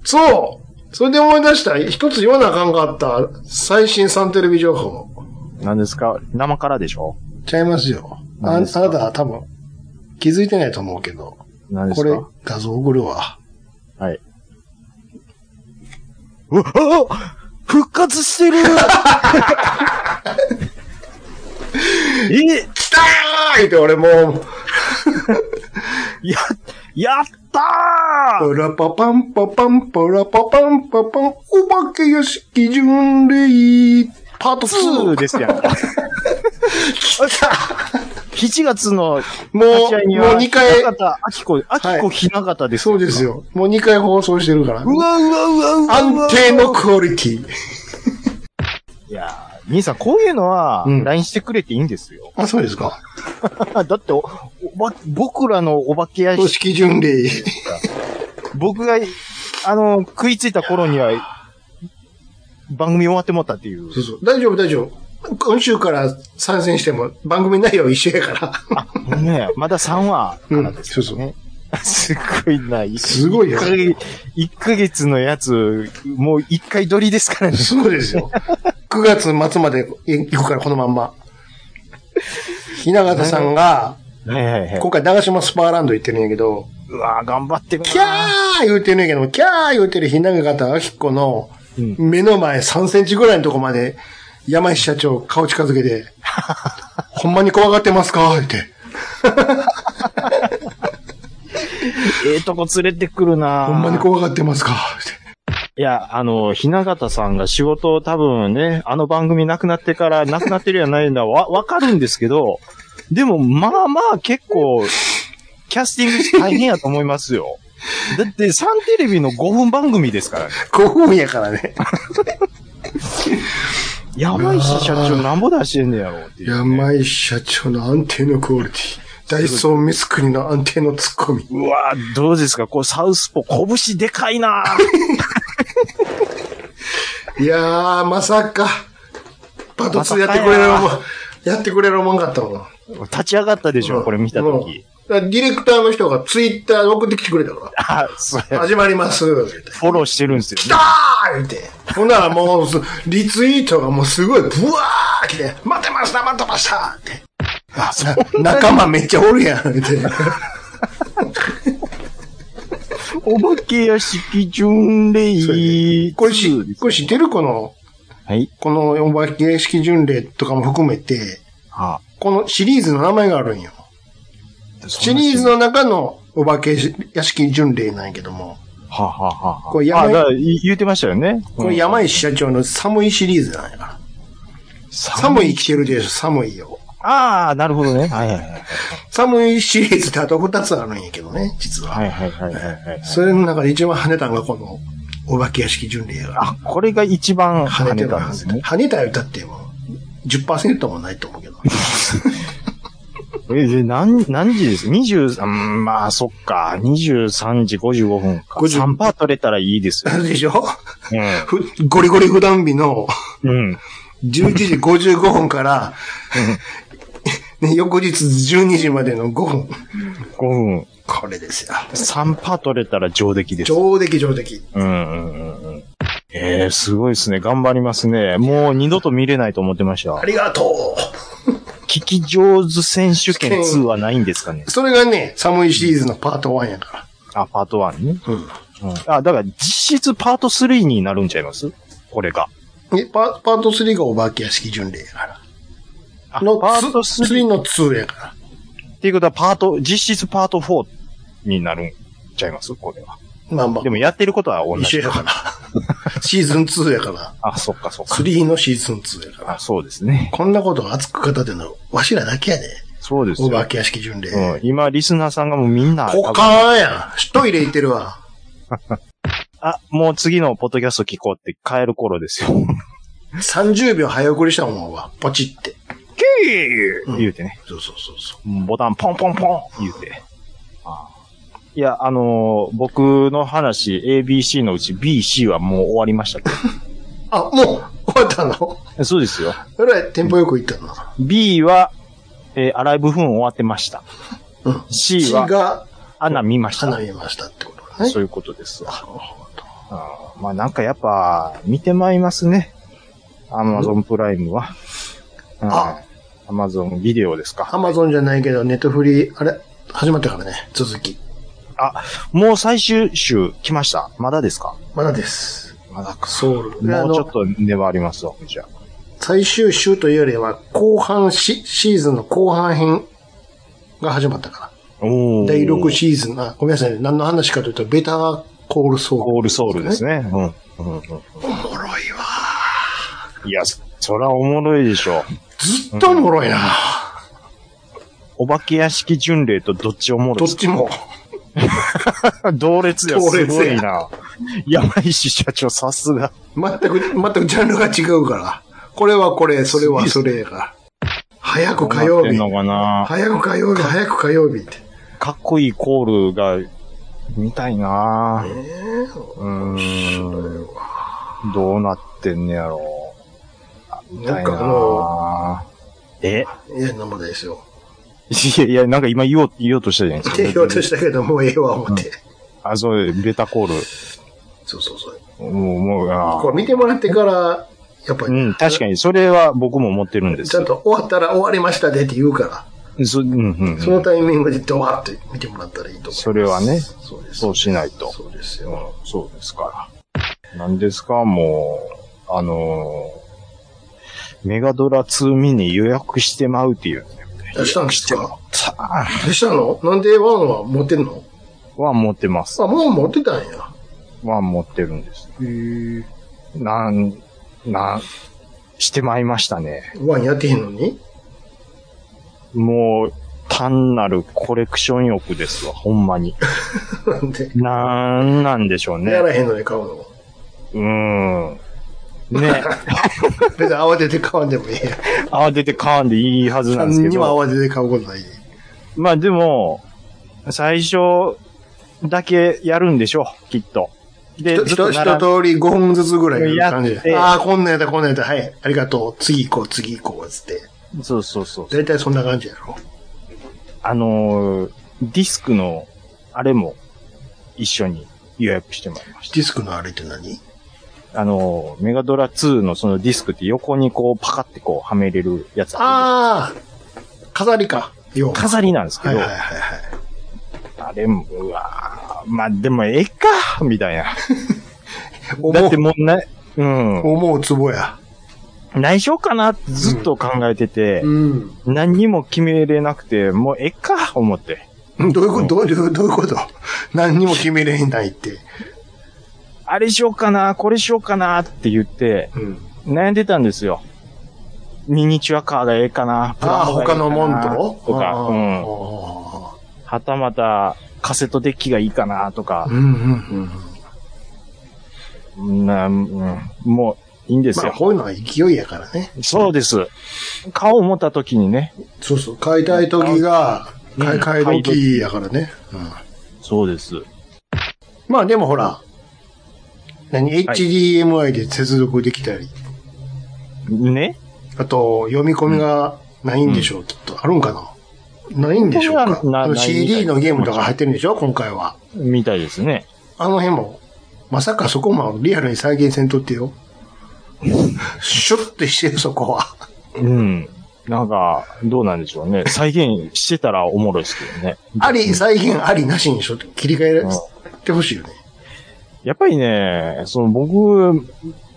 E: そうそれで思い出した。一つ言わなあかんかった。最新サンテレビ情報。
C: 何ですか生からでしょ
E: ちゃいますよ。ああ
C: 何で
E: な
C: すか
E: たは多分、気づいてないと思うけど、
C: 何で
E: こ
C: す
E: れ
C: か
E: 画像送るわ。
C: はい。うわあ復活してる (laughs) え
E: 来たーって俺も
C: や、やったー
E: う、ラパパンパパンパラパパンパパン、お化け屋敷巡礼、パート
C: 2
E: 2。
C: ですやんか。7月の
E: もう、もう
C: 立ち会いには、
E: 2回
C: ひ、ながた、あきこ、あきこひながたです。
E: そうです。よ。もう2回放送してるから。
C: うわうわうわうわうわ。
E: 安定のクオリティ。
C: いやー、兄さん、こういうのは、
E: うん
C: LINE してくれていいんですよ。 (laughs)
E: あ、そうですか。
C: だってお、おば、僕らのお化け屋
E: 屋
C: 敷、
E: 敷巡礼。
C: 僕が、あの、食いついた頃には、番組終わってもったっていう。
E: そうそう。大丈夫、大丈夫。今週から参戦しても番組内容一緒やから。
C: ねえまだ3話からです、ね。
E: うんそうそ
C: すごいな、
E: すごいよ
C: 1ヶ月一ヶ月のやつ、もう1回撮りですからね。
E: (laughs) そうですよ。9月末まで行くから、このまんま。雛形さんが、
C: はいはいはい。
E: 今回長島スパーランド行ってるんやけど、
C: うわー頑張ってるな
E: キャー言うてるんやけど、キャー言うてる雛形あきこの
C: うん
E: (laughs) 目の前3センチぐらいのとこまで、山石社長顔近づけて、ほんまに怖がってますかって。
C: ええとこ連れてくるな
E: ほんまに怖がってますか (laughs) って。
C: いや、あの、ひながたさんが仕事を多分ね、あの番組なくなってから、なくなってるやないんだ、わ、わかるんですけど、でも、まあまあ結構、キャスティングして大変やと思いますよ。だって、サンテレビの5分番組ですからね。
E: 5分やからね。
C: やばいし、社長なんぼ出してんねやろっていう、
E: やばい社長の安定のクオリティ。ダイソーミスクリの安定のツッコミ。
C: うわどうですかこう、サウスポ、拳でかい
E: (laughs)
C: ない
E: やー、まさか。バトツやってくれるもん、やってくれるもんかったもん。
C: 立ち上がったでしょこれ見たとき。
E: うん。だからディレクターの人がツイッターで送ってきてくれたか
C: あ、それ、
E: ら。始まります。って
C: フォローしてるんですよ
E: (laughs)
C: ね。
E: ダーンって。ほんならもう、すリツイートがもうすごい、ブワー来て、待ってました、待ってましたって。あ、な仲間めっちゃおるやん、って。
C: お化け屋敷巡礼。
E: これし、これ知ってるこの、
C: はい。
E: このお化け屋敷巡礼とかも含めて、
C: は
E: このシリーズの名前があるんよ。
C: あ、
E: シリーズの中のお化け屋敷巡礼なんやけども、
C: はあ、はあはあはあ、
E: これ山
C: あだからい言うてましたよね。
E: この山石社長の寒いシリーズなんやから。寒い来てるでしょ、寒いよ。
C: ああ、なるほどね。はいはいはい。
E: 寒いシリーズってあと2つあるんやけどね、実は。
C: はいはいはいはいはい。
E: それの中で一番跳ねたのがこの、お化け屋敷巡礼が。
C: あ、これが一番
E: 跳
C: 跳
E: ね
C: ね
E: て
C: たん
E: ま
C: です
E: す
C: ね
E: ね。。跳ねたよ、だってもう、10%もないと思うけ (laughs) ど。
C: え、で、何、何時です二十三まあ、そっか。23時55分か。
E: 50
C: 3パー取れたらいいですよ。
E: でしょ
C: (laughs) う
E: ふゴリゴリ普段日の
C: ん。うん。
E: 11時55分から、ね、翌日12時までの5分。
C: 5分。
E: これですよ。
C: 3パー取れたら上出来です。
E: 上出来上出来。
C: うんうんうんうん。えー、すごいですね。頑張りますね。もう二度と見れないと思ってました。
E: ありがと
C: 聞き上手選手権2はないんですかね
E: う。それがね、寒いシリーズのパート1やか
C: あ、パート1ね。
E: ら。
C: うん。あ、だから実質パート3になるんちゃいますこれが。
E: うん。えパパート3がお化け屋敷巡礼やか
C: あ
E: ら。の、
C: パート
E: つ3
C: 3
E: の2やから。
C: っていうことはパート、実質パート4になるんちゃいますこれは。
E: まあまあ
C: で。もやってることは同
E: 一緒
C: じ。
E: やから。 (laughs) シーズン2やから。
C: あ、そっかそっか。
E: 3のシーズン2やから。
C: あ、そうですね。
E: こんなことを熱く語ってんの、わしらだけやで。
C: そうです
E: お化
C: よ。
E: け屋敷巡礼。
C: うん、今、リスナーさんがもうみんな、
E: こっかーやん。トイレ行ってるわ。
C: あ、もう次のポッドキャスト聞こうって帰る頃ですよ。
E: 30秒早送りしたもんわ。ポチって。
C: キー言うてね。
E: そうそうそうそう。
C: ボタンポンポンポン言うて。あーいや、あのー僕の話、ABC のうち BC はもう終わりましたけ
E: あ、もう、終わったの (laughs)
C: ど。そうですよ。
E: それはテンポよく行ったの。
C: B は、えーアライブフーン終わってました。
E: うん。
C: C
E: 血
C: は、
E: が
C: アナ見ました。
E: 花見ましたってことね。
C: そういうことですわ。あーまあなんかやっぱ、見てまいりますね。アマゾンプライムは。
E: あ
C: アマゾンビデオです
E: ア
C: か。
E: マゾンじゃないけど、ネットフリー、あれ始まったからね。続き。
C: もう最終週来ました。まだですか
E: まだです。
C: まだ
E: ソウル。で
C: も
E: あ
C: う
E: の
C: ちょっと粘りますわ、じゃあ。
E: 最終週というよりは、後半シ、シーズンの後半編が始まったか
C: お
E: ら。第6シーズン、あ、ごめんなさいね。何の話かというと、ベターコールソウル。
C: オールソウルですね。うん。うんう
E: おもろいわ。
C: ん、いや、そらおもろいでしょ。
E: ずっとおもろいな。
C: お化け屋敷巡礼とどっちおもろ
E: ど
C: い
E: っちも。
C: 同列や、
E: 同列
C: す
E: や
C: ごいな。山石社長、さすが。
E: 全く、全くジャンルが違うから。これはこれ、それはそれが。早く火曜
C: どうなってん
E: 日。
C: のかな
E: 早く火曜日、早く火曜日って。
C: かっこいいコールが、見たいな
E: え
C: うーん。どうなってんねやろう。見たい
E: なんかあ
C: なえ
E: えいや、なんもないですよ。
C: いやいや、なんか今言おう、言おうとしたじゃないですか。
E: 提供としたけど、もうええわ、思って。
C: あ、そう、ベタコール。
E: そうそうそう。
C: もう、もう、あー
E: これ見てもらってから、やっぱり、
C: うん、確かに、それは僕も持ってるんです
E: ちゃんと終わったら終わりましたでって言うから、
C: そ,、うんうんうん
E: そのタイミングでドワーって見てもらったらいいと思います。
C: それはね
E: そうです。
C: そうしないと
E: そうです
C: う
E: よ。
C: んそうですから。なんですか、もう、あのーメガドラ2ミニ予約してまうっていう。
E: 出したんですか
C: さあ、
E: 出したのなんでワンは持ってんの
C: ワン持ってます。
E: あ、もう持ってたんや。
C: ワン持ってるんです。
E: へー
C: なん、なん、してまいましたね。
E: ワンやってへんのに
C: もう、単なるコレクション欲ですわ、ほんまに。
E: なんで、
C: なんなんでしょうね
E: や。らへんのに買うの
C: うーん。ね、
E: 別に慌てて買わんでもいいや。
C: 慌てて買わんでいいはずなんです
E: 何
C: け
E: にも
C: ど。
E: 慌てて買うことないで。
C: まあでも、最初だけやるんでしょう、きっと。で、
E: ひ
C: ずっと
E: と一
C: 並ん
E: 通り5分ずつぐらいの感じ
C: やって
E: で。ああ、こんなんやった、こんなんやった、はい、ありがとう、次行こう、次行こう、つって。
C: そうそうそう。
E: だいたいそんな感じやろ。
C: あのーディスクの、あれも一緒に予約してまいりまし
E: ディスクのあれって何
C: た。あのーメガドラ2のそのディスクって横にこうパカってこうはめれるやつある
E: ああ、飾りか。よう。
C: じゃん飾りなんですけ
E: はい
C: ど、
E: はいはいはい。
C: あれも、うわーまあでもええかみたいな。
E: 思う
C: だってもうな、うん。
E: 思うツボや。
C: 内緒かなってずっと考えてて、
E: うん。
C: 何にも決めれなくて、もうええか思って。
E: どういうこと、どういうどういうこと何にも決めれないって。
C: あれしようかな、これしようかなって言って、
E: うん。
C: 悩んでたんですよ。ミニチュアカーがええかな。プ
E: ああ、
C: ラモがええか
E: 他
C: な
E: のもんと
C: とか、
E: う
C: うん。
E: ん。
C: はたまた、カセットデッキがいいかなとか、
E: うんうんうん。
C: なうん、もういいんです
E: まあ、
C: よ。
E: こういうのは勢いやからね。
C: そうです。顔を持った時にね。
E: そうそう、買いたい時が、
C: うん
E: 買い買い時やからね。うん。
C: そうです。
E: まあでもほら、何、
C: はい
E: HDMI で接続できたり、
C: ね
E: あと、読み込みがないんでしょう、きっと。あるんかなないんでしょう
C: 読み込みはな
E: かあの
C: ないみたい
E: ?CD のゲームとか入ってるんでしょ今回は。
C: みたいですね。
E: あの辺も、まさかそこもリアルに再現せんとってよ。シュッてしてる、そこは。
C: うん。なんか、どうなんでしょうね。再現してたらおもろいですけどね。
E: あり、再現ありなしにしょ切り替え
C: うん
E: てほしいよね。
C: やっぱりね、その僕、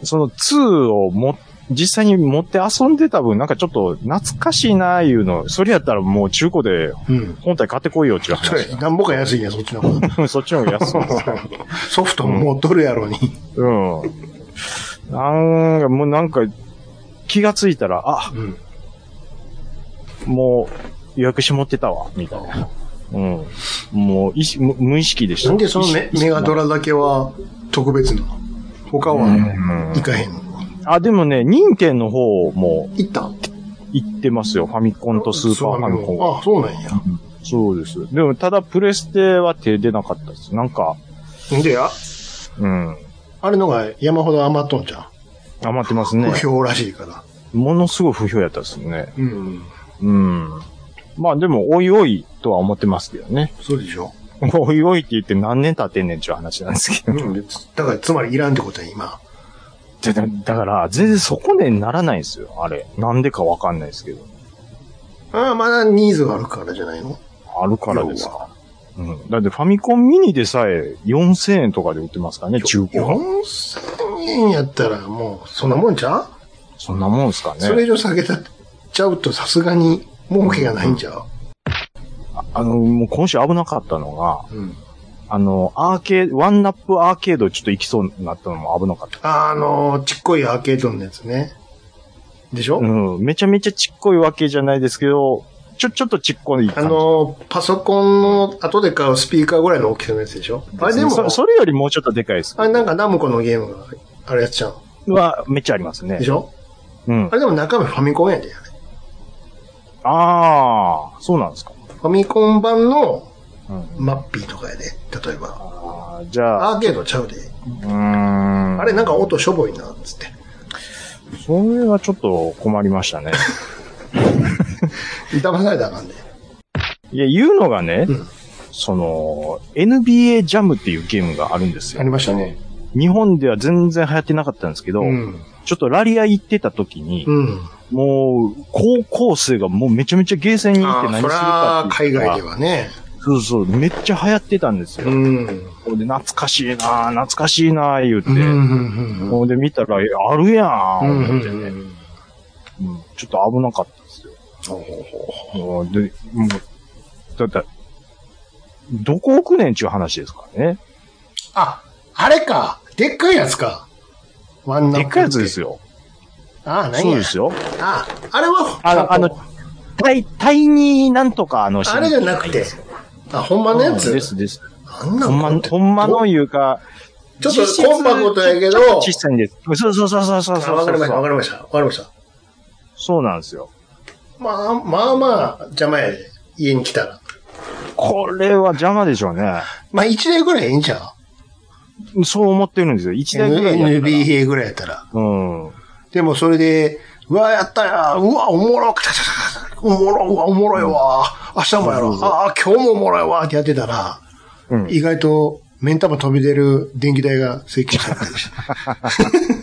C: その2をも、実際に持って遊んでた分、なんかちょっと懐かしいなあいうの、それやったらもう中古で
E: うん。
C: 本体買ってこいよっていう
E: (laughs) それ
C: 話、。
E: なんぼか安いね、そっち
C: (laughs)
E: の方が。
C: そっちの方が安いです。
E: ソフトも持っとるやろに。
C: うん。なんか、もうなんか、気がついたら、あ、
E: うん。
C: もう予約し持ってたわ、みたいな。うん。もう意識無、無意識でした。
E: なんでそのメメガド
C: ラ
E: ラだけは特別なの他は行かへんの
C: あ、でもね、任天の方も
E: 行った
C: 行ってますよ。ファミコンとスーパーファミコンが。
E: あ、そうなんや。
C: そうです。でも、ただプレステは手出なかったです。なんか、
E: んでや、
C: うん。
E: あれのが山ほど余っとんじゃん。
C: 余ってますね
E: 不。評らしいから。
C: ものすごい不評やったですね。
E: うん。
C: うん。まあでも、おいおいとは思ってますけどね。 (laughs)
E: そうでしょ。
C: おいおいって言って何年経ってんねんっていう話なんですけど。 (laughs)
E: うん。だから、つまりいらんってことや、今。
C: でだだから、全然そこでならないんですよ、あれ。なんでかわかんないですけど。
E: ああ、まだニーズがあるからじゃないの
C: あるからですか。うん。だってファミコンミニでさえ4000円とかで売ってますからね、中古。
E: 4000円やったらもう、そんなもんちゃう、
C: そんなもんですか
E: それ
C: ね。
E: 以上下げたちゃうとさすがに儲けがないんちゃ
C: あの、もう今週危なかったのが、
E: ううん。
C: あの、アーケード、ワンナップアーケードちょっと行きそうになったのも危なかった。
E: あの、ちっこいアーケードのやつね。でしょ、
C: うん。めちゃめちゃちっこいわけじゃないですけど、ちょ、ちょっとちっこい
E: あ
C: 感じ。
E: の、パソコンの後で買うスピーカーぐらいの大きさのやつでしょあれでも、
C: そ、それよりもうちょっとでかいですけど。
E: あれなんかナムコのゲームがあれやっちゃう
C: は、めっちゃありますね
E: で。しょ
C: うん
E: あ。れでも中身ファミコンやで。あれ
C: ああ、そうなんですか。
E: ファミコン版の
C: うん、
E: マッピーとかやで。例えば。
C: あーじゃあ、
E: アーケードちゃうで。
C: うーん。
E: あれなんか音しょぼいな、つって。
C: それはちょっと困りました
E: (laughs)
C: ね。
E: 騙されたらあかんで。
C: いや、言うのがね、
E: うん
C: その、NBA ジャムっていうゲームがあるんです
E: あ
C: よ。
E: りましたね。
C: 日本では全然流行ってなかったんですけど、
E: うん。
C: ちょっとラリア行ってた時に、
E: うん。
C: もう、高校生がもうめちゃめちゃゲーセンに行って
E: ああ、
C: 何す
E: そ
C: る
E: り
C: か
E: ゃ、
C: ってい
E: 海
C: うのが
E: 外ではね。
C: そうそう、めっちゃ流行ってたんですよ。
E: うん。
C: で、懐かしいなぁ、懐かしいなぁ、言うて。
E: うんうんうんうん
C: ほんで見たら、あるやん、
E: うんうん
C: 思ってね。
E: うん
C: うん、ちょっと危なかったですよ。うんで、もう、だって、どこ置くねんちゅう話ですからね。
E: あ、あれか。でっかいやつか。ワンナ
C: でっかいやつですよ。
E: あ、何
C: そう
E: や
C: で。すよ。
E: あ、あれは、
C: あの、あの、タイ、タイになんとかあの、
E: あれじゃなくて。あ、ほんまのやつ
C: で。すです。
E: あんな
C: ほ
E: の
C: んま、ほんまのいうか、
E: ちょっとコンパクトやけど
C: ちょっと小さいんです。そうそうそうそうそう
E: あ
C: そう。
E: わかりました、わかりました、わかりました。
C: そうなんですよ。
E: まあ、まあまあ、邪魔やで。家に来たら。
C: これは邪魔でしょうね。
E: まあ、1台ぐらいいいんちゃ
C: そう思ってるんですよ。一
E: う
C: 台ぐらいやったら。
E: ?NBA ぐらいやったら。
C: うん。
E: でもそれで、うわ、やったや、うわ、おもろ、カチャカチャカチャおもろ、うわ、おもろいわ、明日もやろ、ああ、今日もおもろいわ、ってやってたら、
C: うん
E: 意外と、目ん玉飛び出る電気代が請求されたりして。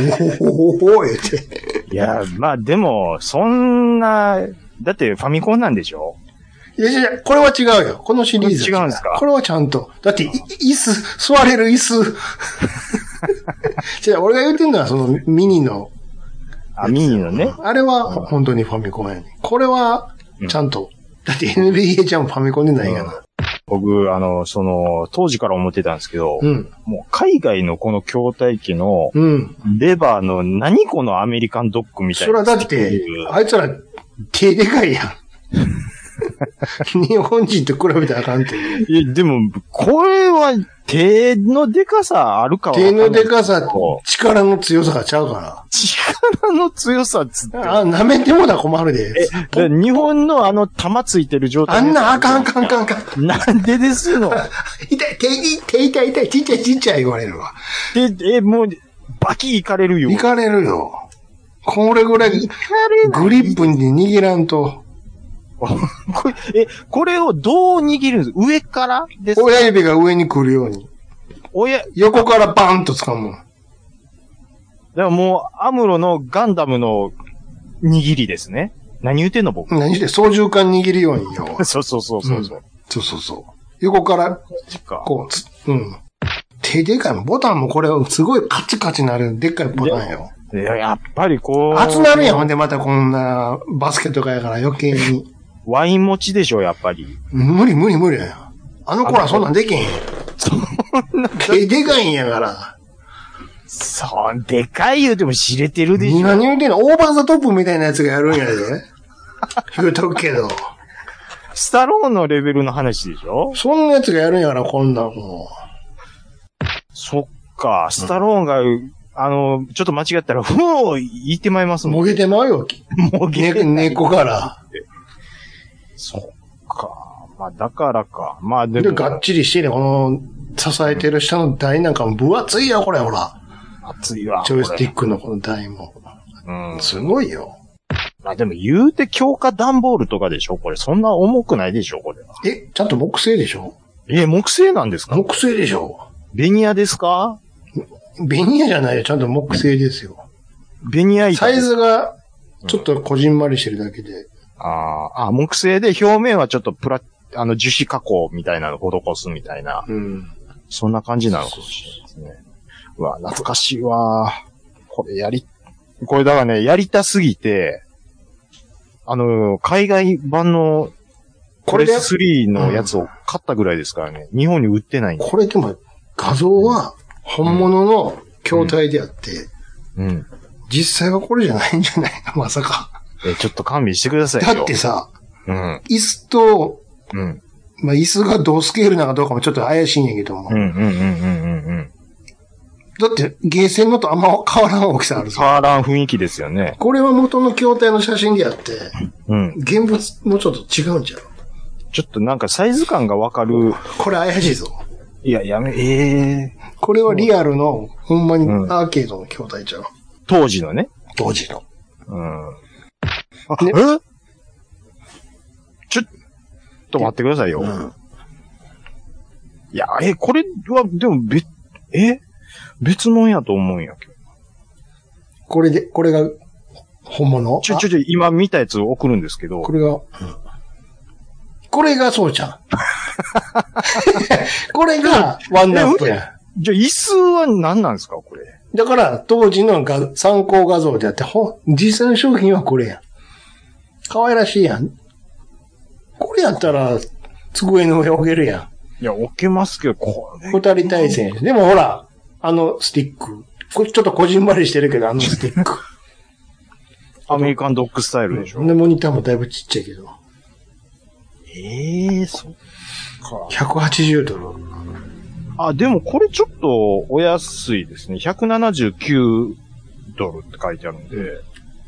E: おほほほほ、言って。
C: いや、まあでも、そんな、だってファミコンなんでしょ
E: いやいやいや、これは違うよ。このシリーズは。
C: 違うんですか
E: これはちゃんと。だって、い椅子、座れる椅子。じゃ俺が言ってんのは、そのミニの、
C: あ、ミニのね。
E: あれは本当にファミコンやねこれは、ちゃんと。だって NBA ちゃんもファミコンでないやな。
C: 僕、あの、その、当時から思ってたんですけど、
E: うん。
C: もう海外のこの筐体機の
E: うん。
C: レバーの何このアメリカンドッグみたい
E: それ
C: な。
E: はだって、あいつら手でかい (laughs) やん。日本人と比べたらあかんっていう。
C: いやでも、これは手のでかさあるかはわか
E: 手
C: んない
E: のでかさ、力の強さがちゃうか
C: 力の強さっつって。
E: ら。あ、舐めてもだ困るで。
C: で日本のあの玉ついてる状態。
E: あんなあかんあかんあかんあかん。
C: なんでですの
E: 痛い、手に、手痛い痛い、ちっちゃいちっちゃい言われるわ。
C: で、え、もう、バキいかれるよ。
E: 行かれるよ。これぐらい、グリップに握らんと、
C: これ、え、これをどう握るんです上からですか
E: 親指が上に来るように、
C: 親、だか
E: 横からバンと掴むの。
C: らもう、アムロのガンダムの握りですね。何言うてんの僕。
E: 何して、操縦桿握るようによ。
C: (laughs) そうそうそうそうそう。
E: そうそうそう。横から、
C: そっか
E: こう、つうん。手でかいの。ボタンもこれ、すごいカチカチなる、でっかいボタンよ。
C: いや、やっぱりこう。
E: 熱なるやん。ほんで、またこんな、バスケとかやから余計に。
C: ワイン持ちでしょ、やっぱり。
E: 無理無理無理やん。あの子らそんなんできへん。手でかいんやから。
C: そん、でかい言うても知れてるでしょ。
E: 何言うてんのオーバーザトップみたいなやつがやるんやで。言うとくけど。
C: スタローンのレベルの話でしょ
E: そんなやつがやるんやから、こんなんも
C: そっか、スタローンが、あの、ちょっと間違ったら、ふう言ってまいります
E: う。
C: もん。
E: もげてまうよ。
C: もう
E: ね、 (laughs) 猫から。
C: そっか。まあ、だからか。まあ、で
E: で、
C: も、
E: がっちりしてね、この、支えてる下の台なんかも分厚いよ、これ、ほら。
C: 熱いわ。
E: ジョイスティ
C: ッ
E: ックのこの台も。
C: ク。うん。
E: すごいよ。
C: まあ、でも言うて強化段ボールとかでしょこれ、そんな重くないでしょこれは。
E: え、ちゃんと木製でしょ
C: え、木製なんですか
E: 木製でしょ
C: ベニヤですか
E: ベニヤじゃないよ、ちゃんと木製ですよ。
C: ベニヤ板。
E: サイズが、ちょっとこじんまりしてるだけで。
C: あーあ、木製で表面はちょっとプラ、あの、樹脂加工みたいなの施すみたいな。
E: うん。
C: そんな感じなのかもしれないですね。うわ、懐かしいわ。これやり、これだからね、やりたすぎて、あの、海外版の
E: こ
C: こ
E: れ
C: れ
E: で
C: で3のやつを買ったぐらいですからね。日本に売ってないんで。
E: これでも、画像は、本物の筐体であって、
C: うん。
E: 実際はこれじゃないんじゃない (laughs) のまさか。
C: え、ちょっと勘弁してくださいよ。
E: だって、さ、
C: うん。
E: 椅子と、
C: うん。
E: まあ、椅子が同スケールなのかどうかもちょっと怪しいんやけども。
C: うん、うん、うん、うん、うん。うん
E: だって、ゲーセンのとあんま変わらん大きさあるぞ。
C: 変わらん雰囲気ですよね。
E: これは元の筐体の写真であって、
C: うん。
E: 現物もちょっと違うんちゃう
C: ちょっとなんかサイズ感がわかる。
E: これ怪しいぞ。
C: いや、やめ、ええ
E: これはリアルの、ほんまに
C: うん
E: アーケードの筐体ちゃう。
C: 当時のね。
E: 当時の。
C: うん。あ、
E: ね
C: えちょっと待ってくださいよ。いや、え、これは、でも、べ、え別物やと思うんやけど。
E: これで、これが、本物
C: ちょ、ちょ、ちょ、今見たやつ送るんですけど
E: あこ。れが、これがそうち
C: (laughs)
E: ゃん。これが、ワンナップや。
C: じゃあ、椅子は何なんですかこれ。
E: だから、当時のが参考画像であって、ほ、実際の商品はこれやん。可愛らしいやん。これやったら、机の上置けるや
C: いや、置けますけど、これ
E: ん。。二人対戦。でもほら、あのスティック。こちょっとこじんまりしてるけど、あのスティック。
C: アメリカンドッグスタイルでしょ。
E: で、モニターもだいぶちっちゃいけど。
C: ええそっか。
E: 180ドル。
C: あ、でもこれちょっとお安いですね。179ドルって書いてあるんで。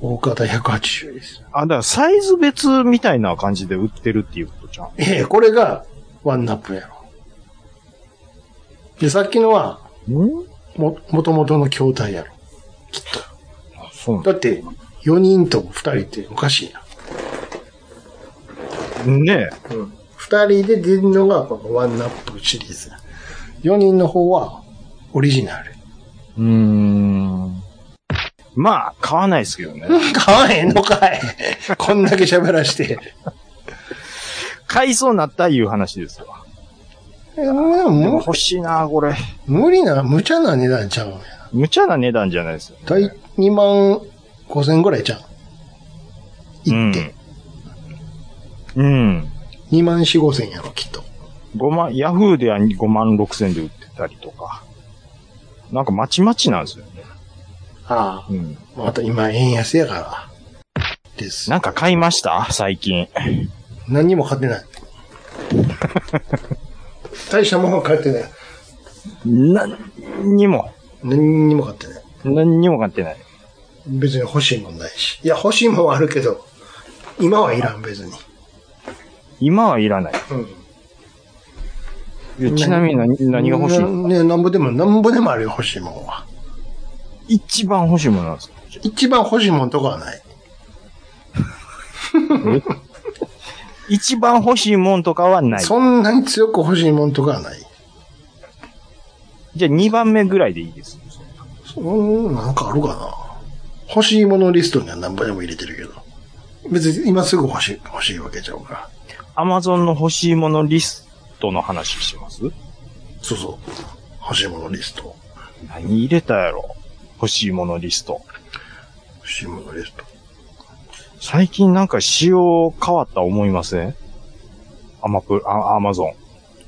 E: 大方180です。
C: あ、だからサイズ別みたいな感じで売ってるっていうことじゃん。
E: ええ、これが、ワンナップやろ。で、さっきのは、
C: ん
E: も、元々の筐体やろ。
C: あ、そうなんだ
E: だって、4人と2人っておかしいな。
C: ね
E: 2人で出るのがこのワンナップシリーズ。4人の方はオリジナル。
C: え。うーん。まあ、買わないですけどね。 (laughs)
E: 買わへんのかいこんだけ喋らして。
C: 買いそうになったいう話ですわ。
E: えも
C: 欲しいなこれ。
E: う無理な、無茶な値段ちゃうのや。
C: 無茶な値段じゃないですよ、ね。
E: だい2万5千ぐらいちゃう。行って。
C: うん。うん。
E: 2万4、5千やろ、きっと。
C: 5万、ヤフーでは5万6千で売ってたりとか。なんかまちまちなんですよね。
E: あ
C: うん。
E: あ。また今円安やから。です。
C: なんか買いました最近。
E: 何にも買ってない。大したものは買ってない。
C: 何にも。
E: 何にも買ってない。
C: 何にも買ってない。
E: 別に欲しいもんないし。いや、欲しいもんはあるけど、今はいらん、別に。
C: 今はいらない。いやちなみに何何が欲しい
E: なね、なんぼでも、なんぼでもあるよ、欲しいもんは。
C: 一番欲しいものなんですか
E: 一番欲しいもんとかはない。
C: 一番欲しいもんとかはない。
E: そんなに強く欲しいもんとかはない。
C: じゃあ2番目ぐらいでいいです。
E: そんなんかあるかな。欲しいものリストには何ぼでも入れてるけど。別に今すぐ欲しい、欲しいわけちゃうから。
C: アマゾンの欲しいものリストの話します
E: そうそう。欲しいものリスト。
C: 何入れたやろ欲しいものリスト。
E: 欲しいものリスト。
C: 最近なんか仕様変わった思いませんアマプ、あアマゾン。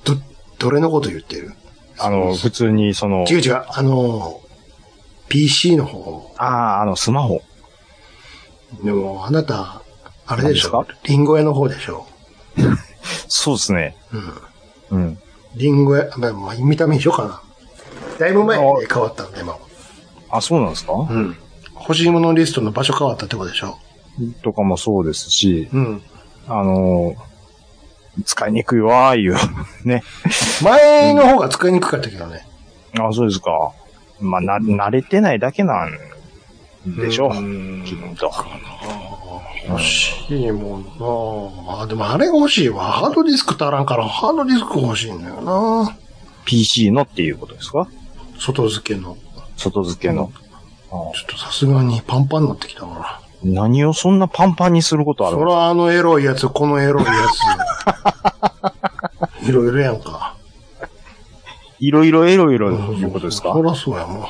E: ど、どれのこと言ってる
C: あの、普通にその
E: 違う、違う、あの、PC の方。
C: ああ、あの、スマホ。
E: でも、あなた、あれでしょ
C: 何で
E: リンゴ屋の方でしょ
C: そうですね。
E: う
C: う
E: ん。
C: ん。
E: リンゴ屋、まあ、まあ、見た目一緒かな。だいぶ前に変わったんで、今は。
C: あ、そうなんですか
E: うん。欲しいものリストの場所変わったってことでしょ
C: とかもそうですし、
E: うん。
C: あのー使いにくいわーいう。ね。
E: 前の方が使いにくかったけどね。
C: あ、そうですか。まあ、な、慣れてないだけなんでしょう。きっと。
E: 欲しいもんなあでもあれが欲しいわ。ハードディスク足らんから、ハードディスク欲しいんだよな
C: PC のっていうことですか
E: 外付けの。
C: 外付けの。
E: ちょっとさすがにパンパンになってきたから。
C: 何をそんなパンパンにすることあ
E: そ
C: る
E: らあのエロいやつ、このエロいや (laughs) つ。いろいろやんか。
C: いろいろエロいろいうことですか
E: そらそうやもん。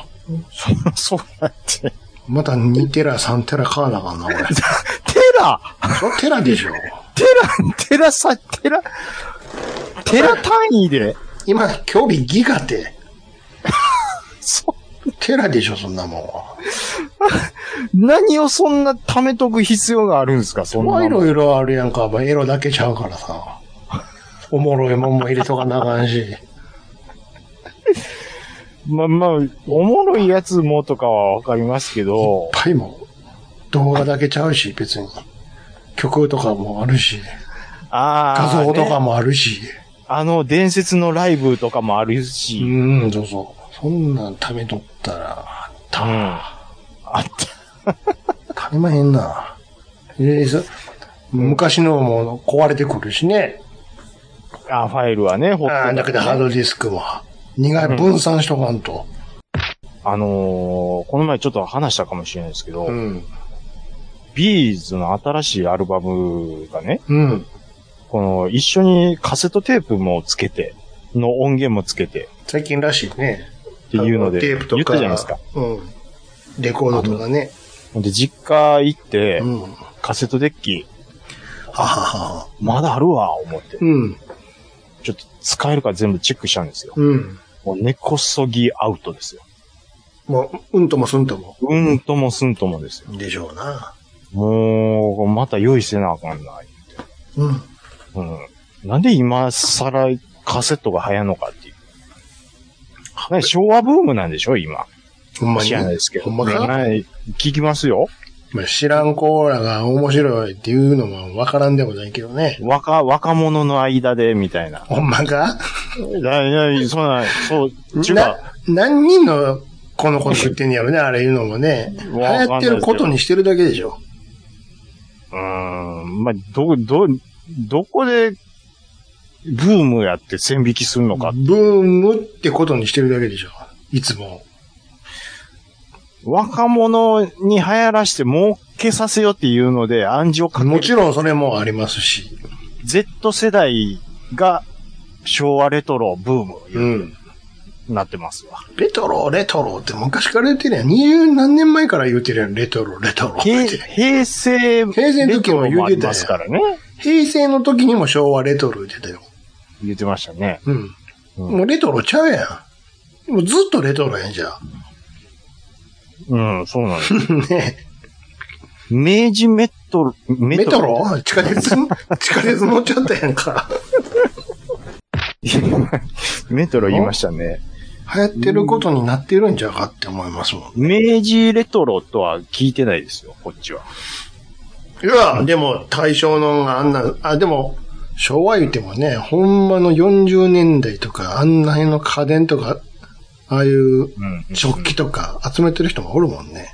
C: そらそうだって。
E: また2テラ、3テラ買わなあかんな、俺。
C: テラ
E: そらテラでしょ。
C: テラテラさ、テラ、テラ単位で
E: 今、興味ギガって。
C: (laughs) そ
E: テラでしょ、そんなもんは。
C: 何をそんな貯めとく必要があるんですかそんなもん。
E: いろいろあるやんか。まあエロだけちゃうからさ。おもろいもんも入れとかなあかんし。
C: まあまあ、おもろいやつもとかはわかりますけど、
E: パイも動画だけちゃうし、別に。曲とかもあるし、画
C: ああ、
E: 像と
C: ね
E: かもあるし。
C: あの伝説のライブとかもある
E: う
C: し、
E: ーん、そうそう。そんなん食べとったら、
C: うん。
E: た、
C: あった。
E: 食べまへんな。ええそ昔のも壊れてくるしね。
C: あファイルはね、ほっとく
E: ああ、だけどハードディスクは。苦い、分散しとかんと。
C: あのーこの前ちょっと話したかもしれないですけど、
E: ん。
C: ビーズの新しいアルバムがね、
E: うん。
C: この一緒にカセットテープもつけて、の音源もつけて、
E: 最近らしいね。
C: っていうので、
E: テ
C: 言
E: ー
C: っ
E: プ
C: た
E: と
C: じ
E: か
C: ゃないですか。
E: うん。レコードとかね。
C: ほんで、実家行って
E: う、ん。は
C: カセットデッキ、
E: ははは。
C: まだあるわ、思って。
E: うん。
C: ちょっと使えるか全部チェックしたんですよ。
E: うん。
C: もう根こそぎアウトですよ。
E: もう、うんともすんとも。
C: うんともすんともですよ。
E: でしょうな。
C: もう、また用意せなあかんない。
E: うん。
C: うん。なんで今更カセットが流行んのかっていう。ね昭和ブームなんでしょ今。
E: ほんま
C: 知
E: に。
C: らないですけど。
E: ほんまか
C: はい聞きますよ。
E: まあ知らん子らが面白いっていうのもわからんでもないけどね。
C: 若、若者の間で、みたいな。
E: ほんまか
C: いやいやいやそんな、そう、ちゅう
E: な
C: か、、
E: 何人のこのこと言ってんねやろね、あれいうのもね。流
C: わかん
E: 行
C: な
E: っ
C: いですけ
E: て
C: ど
E: ることにしてるだけでしょ。
C: うーん、まあ、ど、ど、どこで、ブームやって線引きするの
E: ブ
C: か。
E: ームってことにしてるだけでしょ。いつも。
C: 若者に流行らして儲けさせようっていうので暗示をかけ
E: も
C: る
E: ちろんそれもありますし。
C: Z 世代が昭和レトロブーム
E: うん。
C: になってますわ。
E: レトロ、レトロって昔から言ってるやん。二十何年前から言ってるやん。レトロ、レトロっ
C: 平
E: て。
C: 平成
E: 平成の時も
C: レトロ
E: 言
C: あ
E: う
C: り
E: てたや
C: ま
E: ん
C: すからね。
E: 平成の時にも昭和レトロ言ってたよ。
C: 言ってましたね。
E: うん。
C: うん
E: もうレトロちゃうやん。もうずっとレトロやんじゃん。
C: うん、そうなんです。
E: (laughs) ね
C: 明治メトロ、
E: え
C: メ
E: メトロ地下鉄地下鉄乗っちゃったやんか。
C: (laughs) メトロ言いましたね。
E: 流行ってることになってるんじゃうかって思いますもん。
C: 明治レトロとは聞いてないですよ、こっちは。
E: いや、でも大正のがあんな、あ、でも、昭和言ってもね、ほんまの40年代とか、あんな辺の家電とか、ああいう
C: うん。
E: 食器とか集めてる人もおるもんね。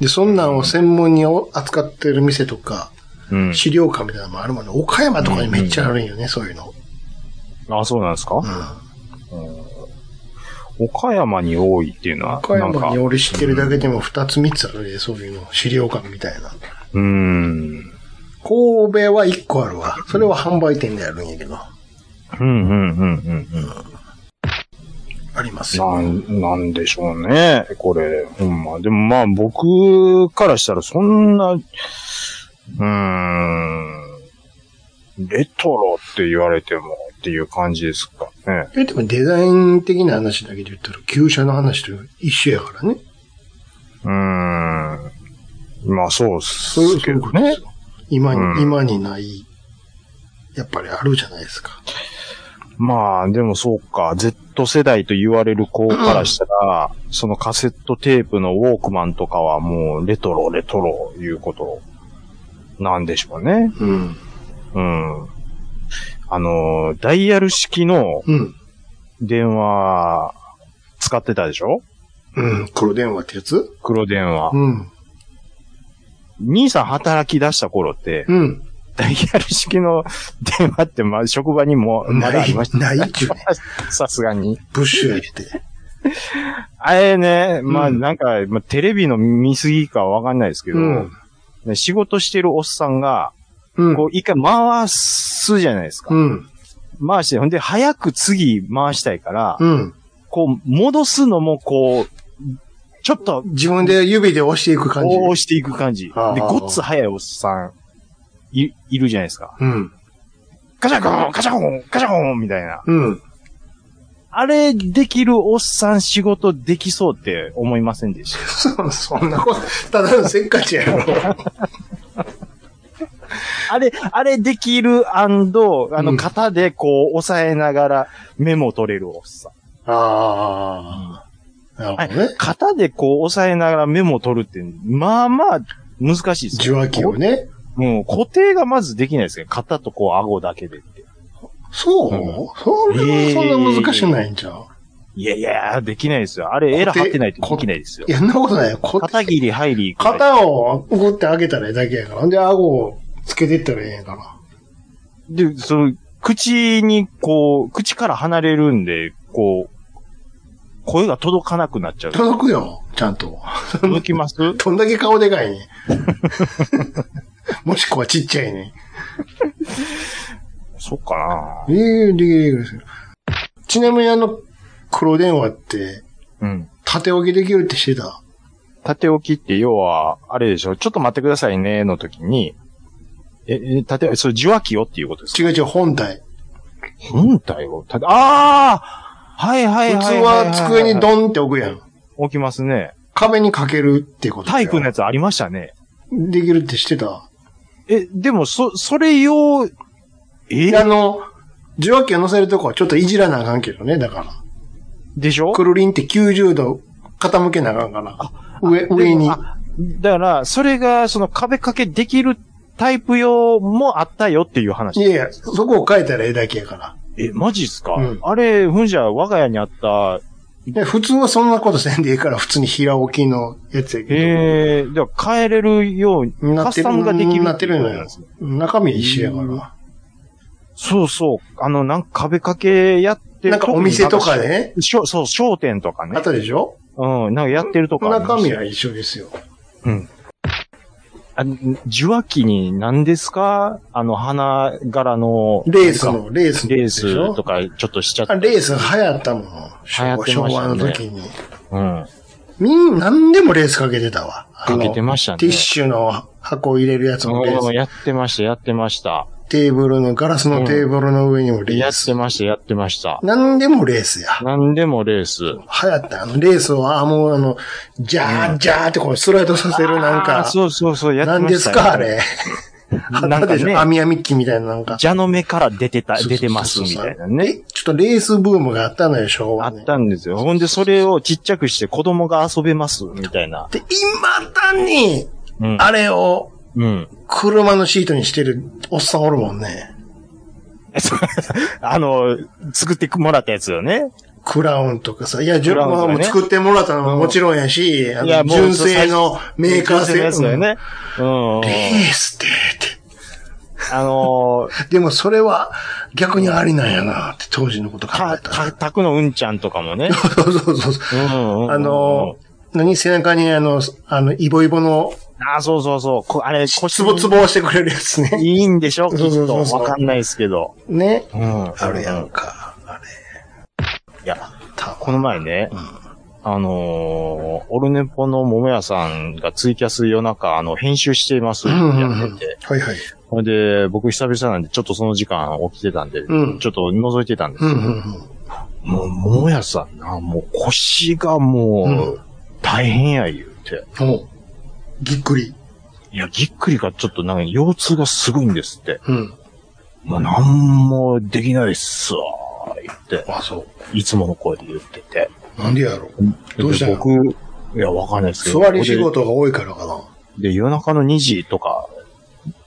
E: で、そんなんを専門にお扱ってる店とか、
C: うん。
E: 資料館みたいなのもあるもんね。岡山とかにめっちゃあるんよね、そういうの。
C: あ、そうなんですか、
E: うん。
C: 岡山に多いっていうのは、
E: 岡
C: なん
E: 山
C: か
E: に、俺知ってるだけでも2つ3つあるで、そういうの。資料館みたいな。
C: うーん。
E: 神戸は1個あるわ。それは販売店であるんやけど。
C: うん、うん、うん、うん、うん。
E: あります
C: な
E: よ。
C: ん、なんでしょうね、これ。ほんま。でもまあ僕からしたらそんな、うーん、レトロって言われてもっていう感じですかね。
E: 言ってもデザイン的な話だけで言ったら、旧車の話と一緒やからね。
C: うーん。まあそうっす
E: そういうそう
C: け
E: いう
C: ど
E: ことで
C: ね
E: す。よ。今に、
C: うん
E: 今にない、やっぱりあるじゃないですか。
C: まあでもそうか、Z 世代と言われる子からしたら、そのカセットテープのウォークマンとかはもうレトロ、レトロいうことなんでしょうね。
E: うん。
C: うん。あの、ダイヤル式の
E: うん。
C: 電話、使ってたでしょ
E: うん。黒電話ってやつ
C: 黒電話
E: う。ん。
C: 兄さん働き出した頃って、
E: うん。
C: ダイヤル式の電話って、ま、職場にも、まだありました。
E: ないないっちゅうね
C: (laughs) さすがに。
E: ブッシュやって。
C: あれね、まあ、
E: うん
C: なんか、まあ、テレビの見過ぎかわかんないですけど、
E: うん。
C: ね仕事してるおっさんが、
E: うん。
C: こう、一回回すじゃないですか。
E: うん。
C: 回して、ほんで、早く次回したいから、
E: うん。
C: こう、戻すのも、こう、ちょっと、
E: 自分で指で押していく感じ。
C: こうしていく感じ。で、
E: ああ
C: ごっつ早いおっさん、い、いるじゃないですか。
E: うん。
C: ガチャコンガチャコンガチャコンみたいな。
E: うん。 (laughs)
C: あれ、できるおっさん仕事できそうって思いませんで
E: (laughs)
C: した。
E: そ、そんなこと、ただのせっかちや
C: (laughs)
E: ろ。
C: あれ、あれできるあ
E: う
C: の、
E: ん
C: 型でこう、押さえながらメモ取れるおっさん。
E: ああ。な
C: は
E: るほど
C: い
E: ね。。
C: 型でこう、押さえながらメモ取るって、まあまあ、難しいです
E: 受
C: よ。
E: 話器をね。
C: うん、固定がまずできないですね。型とこう、顎だけでって。
E: そう、
C: うん
E: それはそんな難しないんじゃん。
C: いやいや、できないですよ。あれ、エラ張ってないとできないですよ
E: い。や、そんなことないよ。こ
C: 片切り入り。
E: 肩を怒ってあげたらええだけやから。ほんで、顎をつけてったらええんやから。
C: で、その、口に、こう、口から離れるんで、こう、声が届かなくなっちゃ
E: (laughs)
C: う。
E: 届くよ、ちゃんと。
C: 届きます
E: どんだけ顔でかいねん。 (laughs) もしくはちっちゃいね
C: そっか
E: ん。ええできるできるですよ。ちなみにあの、黒電話って、
C: うん。
E: 縦置きできるってしてた。
C: 縦置きって要は、あれでしょ、ちょっと待ってくださいね、の時に、え、え、縦置き、それ受話器よっていうことですか
E: 違う違う、本体。
C: 本体を縦、ああはいはい
E: 普
C: は
E: 通
C: いいい
E: は机にドンって置くやん。
C: 置きますね。
E: 壁にかけるってこと。
C: 体育のやつありましたね。
E: できるってしてた。
C: え、でも、そ、それ用、え
E: あの、受話器を乗せるとこはちょっといじらなあかんけどね、だから。
C: でしょ
E: くるりんって90度傾けなあかんかな。上、上に。
C: あだから、それが、その壁掛けできるタイプ用もあったよっていう話
E: い。やいや、そこを変えたらええだけやから。
C: え、マジっすか、
E: うん
C: あれ、ふんじゃ、我が家にあった、
E: で普通はそんなことせんでいいから、普通に平置きのやつやけ
C: ええー、では変えれるように、
E: ど。な
C: カ
E: って
C: ス
E: る
C: タムができる
E: なってるのよ。中身は一緒やか
C: そうそう。あの、なんか壁掛けやってる
E: ら。なんかお店とかで。ね、
C: しょそう、商店とか
E: あ
C: ね。
E: ったでしょ
C: うん、なんかやってるとかありま
E: 中
C: した
E: 身
C: よ。
E: は一緒ですよ。
C: あ受話器に何ですかあの、花柄の。
E: レースの、レースの
C: レー
E: やつでしょ。
C: スとかちょっとしちゃっ
E: あ
C: た。
E: レース流行ったもん。
C: 流行ってましたね
E: 昭和の時に。
C: うん。
E: みん、なんでもレースかけてたわ。あ
C: か
E: の
C: けてましたね。
E: ティッシュの箱入れるやつもレ
C: うん
E: ース。
C: やってました、やってました。
E: テーブルの、ガラスのテーブルの上にもレ
C: や
E: ー
C: っ
E: ス。
C: てました、やってました。
E: なんでもレースや。
C: 何でもレース。
E: 流行った。あの、レースを、あ、もうあの、ジャー、ジャーってこう、スライドさせるなん
C: あー
E: か。
C: そうそうそう、やってま
E: な
C: した。
E: んですか、あ。れ。あ
C: (laughs) な
E: っ
C: ん
E: た
C: か
E: でし
C: ね
E: ょ、網やみっきみたいななんか。
C: 蛇の目から出てた、
E: そうそうそうそ
C: 出
E: う
C: てます、みたいなね。
E: えちょっとレースブームがあったのよ、昭
C: あ
E: 和、ね。
C: ったんですよ。ほんで、それをちっちゃくして子供が遊べます、みたいな。
E: で、未だに、
C: うん。
E: あれを、
C: うん。 (laughs)
E: 車のシートにしてるおっさんおるもんね。
C: あの、作ってもらったやつよね。
E: クラウンとかさ。いや、
C: クラウンとかね
E: まあもう作ってもらったのももちろんやし、あ
C: いや
E: の
C: もう
E: 純正のメーカー
C: 製のやつだ
E: 製
C: よね。うん。
E: レースって、っ
C: あのー、
E: て。でもそれは逆にありなんやなって当時のこと考
C: た、
E: えた
C: た、
E: ら。
C: たくのうんちゃんとかもね。
E: そうそうそうそう。
C: うんうんうん
E: あの、何背中にあの、あの、イボイボの
C: ああ、そうそうそう。こあれ、腰
E: ツボツボをしてくれるやつね。
C: いいんでしょきっ
E: そうそう
C: と。
E: そうそう
C: わかんないですけど。
E: ね。
C: うん。
E: あるやんか。あれ。
C: いや、
E: た
C: この前ね、あのー、オルネポの桃屋さんがツイキャス夜中、あの、編集しています、
E: うんうんうん
C: やってて。
E: はいはい。
C: ほんで、僕久々なんで、ちょっとその時間起きてたんで、
E: うん
C: ちょっと覗いてたんです
E: うん
C: よ。
E: うん
C: もう、桃屋さんな、もう腰がもう、
E: うん
C: 大変や言うて。
E: うん。もう、ぎっくり。
C: いや、ぎっくりがちょっとなんか腰痛がすごいんですって。
E: うん。
C: もうなんもできないっすわ、言って。
E: あ、そう。
C: いつもの声で言ってて。
E: なんでやろどうした
C: で
E: の
C: 僕、いや、わかんないですけど。
E: 座り仕
C: ここ
E: 事が多いからかな。
C: で。で、夜中の2時とか、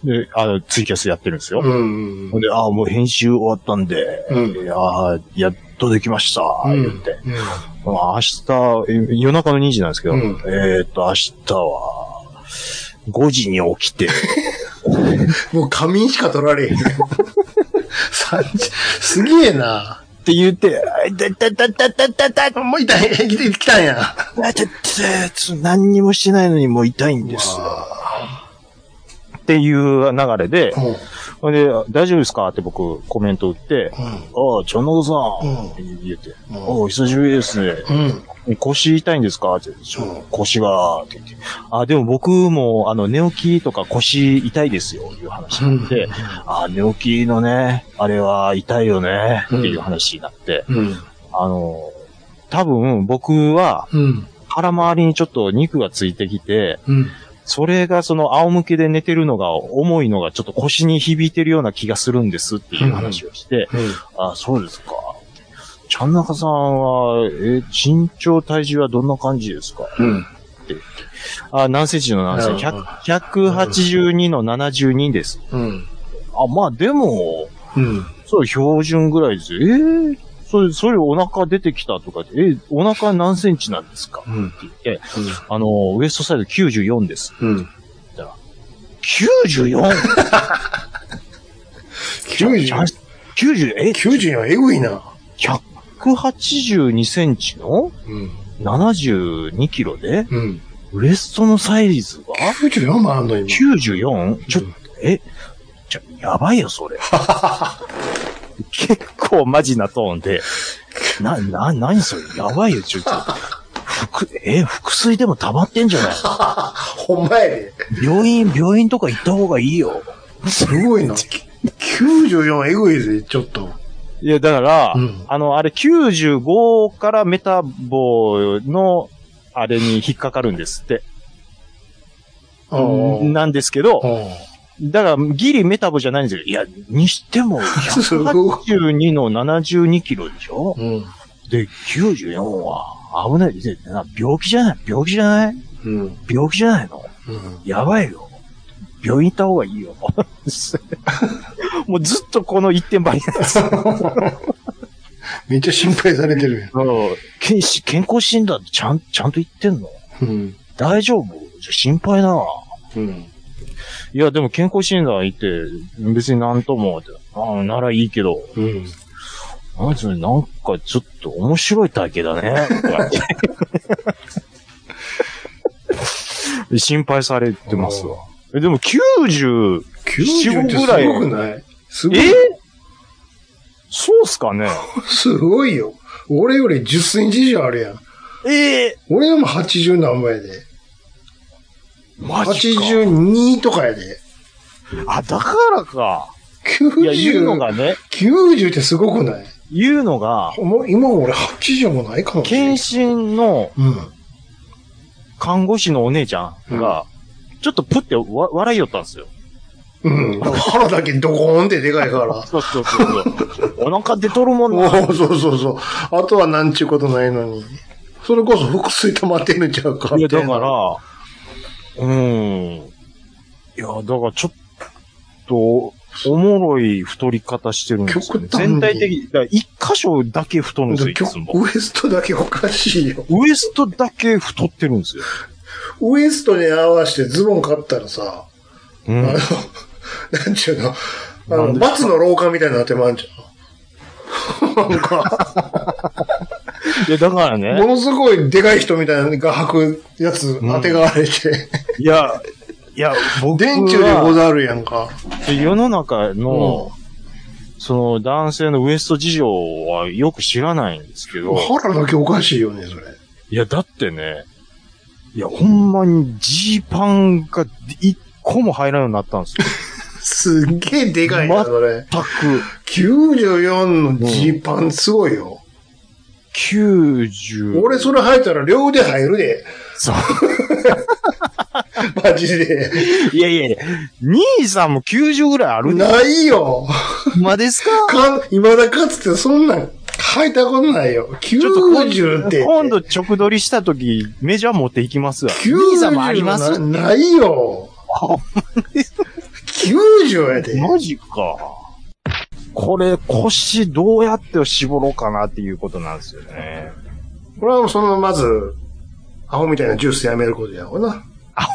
C: で、あの、ツイキャスやってるんですよ。
E: うん
C: ほんで、ああ、もう編集終わったんで、
E: うん
C: いやーやっとできました、
E: うん
C: 言って。明日、え夜中の2時なんですけど、
E: うん
C: えーっと、明日は、5時に起きて、
E: もう仮眠しか取られへん。 (laughs) 三時すげえな。
C: って言って、あいたたたたたたたた
E: もう痛い、来て来たんや。
C: あちょちょ何にもしてないのにもう痛いんです。っていう流れで、
E: うん。うん。
C: ほんで、大丈夫ですかって僕コメント打って、ああ、ちょんのこさん、
E: うん
C: って言って、
E: うん
C: おお、久しぶりですね。
E: うん。
C: 腰痛いんですかって、ちょ腰が、って言って。あ、でも僕も、あの、寝起きとか腰痛いですよ、いう話になって、あ、寝起きのね、あれは痛いよね、っていう話になって、
E: うん。
C: あの、多分僕は
E: うん。
C: 腹周りにちょっと肉がついてきて、
E: うん。
C: それがその仰向けで寝てるのが重いのがちょっと腰に響いてるような気がするんですっていう話をして、あ、そうですか。ちゃんなかさんは、え、身長、体重はどんな感じですか
E: うん。
C: あ、何センチの何センチ
E: なるほ
C: ?100 182の72です。
E: うん。
C: あ、まあでも、
E: うん。
C: そう標準ぐらいですよ。えーそれ、それお腹出てきたとかって、えお腹何センチなんですかって
E: うん。
C: 言って、あの、ウエストサイド94です。
E: うん。
C: 94!
E: 90、
C: 90、え、
E: 90はエグいな。
C: 182センチの
E: うん。
C: 72キロで、
E: うん。
C: ウエストのサイズが
E: 94もあんの、今。
C: 94? ちょっと、え、ちょ、やばい
G: (laughs)
C: よ、それ。結構マジなトーンで、な、な、何それ、やばいよ、ちょ、ちょ、腹、え、腹水でも溜まってんじゃない
E: ほんまやで。
C: 病院、病院とか行った方がいいよ。
E: すごいな。94エグいぜ、ちょっと。
G: いや、だから、
E: うん
G: あの、あれ95からメタボの、あれに引っかかるんですって。
E: あー
G: なんですけど、
E: あ
G: だから、ギリメタボじゃないんですよ。いや、にして
C: (laughs)
G: も、
E: ー。すごい。
G: 82の72キロでしょ
E: うん。
C: で、94は危ないでな病気じゃない病気じゃない
E: うん。
C: 病気じゃないの
E: うん。
C: やばいよ。病院行った方がいい (laughs) よ。
G: もうずっとこの一点
C: (laughs)
G: 張りなんですよ。
E: めっちゃ心配されてるやん。
C: 健し健康診断ちゃん、ちゃんと言ってんの
E: うん。
C: 大丈夫じゃ心配だな。
E: うん。
C: いや、でも健康診断行って、別になんとも、ああ、ならいいけど、
E: うん。
C: なんつうのなんかちょっと面白い体型だね。 (laughs) 心配されてますわ。えでも90、
E: 90ってすごくないすごい
C: え。そうっすかね
E: すごいよ。俺より10センチ以上あるやん。
C: ええ
E: 俺のも80何倍やで。
C: マジか。
E: 82とかやで。
C: あ、だからか。いや、言うの
E: 90、
C: がね、
E: 90ってすごくない
C: 言うのが、
E: もう今俺80もないかもしれな
C: 検。
E: い
C: 診の
E: うん。
C: 看護師のお姉ちゃんが、ちょっとプってわ笑いよったんですよ。
E: うん。腹だけドコーンってでかいから。
C: そうそうそう (laughs) そう。 (laughs) お腹出とるもんな。
E: おおそうそうそう。あとはなんちゅうことないのに。それこそ腹水溜まってんのちゃうか。
C: いや、だか。ら、うん。いや、だからちょっと、おもろい太り方してるんですよ、ね。
E: 極端に
C: 全体的に。だから一箇所だけ太るんですよ、いつも。
E: ウエストだけおかしいよ。
C: ウエストだけ太ってるんですよ。
E: ウエストに合わせてズボン買ったらさ、
C: うん
E: あの、 (laughs) なんちゅうの、あ
C: なん
E: の、
C: ですか
E: 罰の廊下みたいになってまうんじゃん。なんか、
C: いや、だからね。
E: ものすごいでかい人みたいなのが履くやつ、当てがわれて、
C: いや、いや、僕
E: 電柱でご
C: は、
E: ざるやんか。
C: 世の中の、その男性のウエスト事情はよく知らないんですけど、
E: 腹だけおかしいよね、それ。
C: いや、だってね、いや、ほんまにジーパンが一個も入らんようになったん (laughs) ですよ。
E: すっげえでかいな、
C: ま
E: それ。
C: 全く、
E: 94のジーパンすごいよ。
C: 90。
E: 俺それ履いたら両腕入るで。
C: そう。
E: マジで。
C: いやいやいや、兄さんも90ぐらいあるん
E: ないよ。
C: まですか
E: か、未だかつてそんなん履いたことないよ。
C: ちょっと
E: 90って。
C: 今度直撮りした時、メジャー持っていきますわ。兄さん
E: 90
C: もあります
E: なないよ。90やで。
C: マジか。これ、腰どうやって絞ろうかなっていうことなんですよね。
E: これはもうその、まず、アホみたいなジュースやめることやろうな。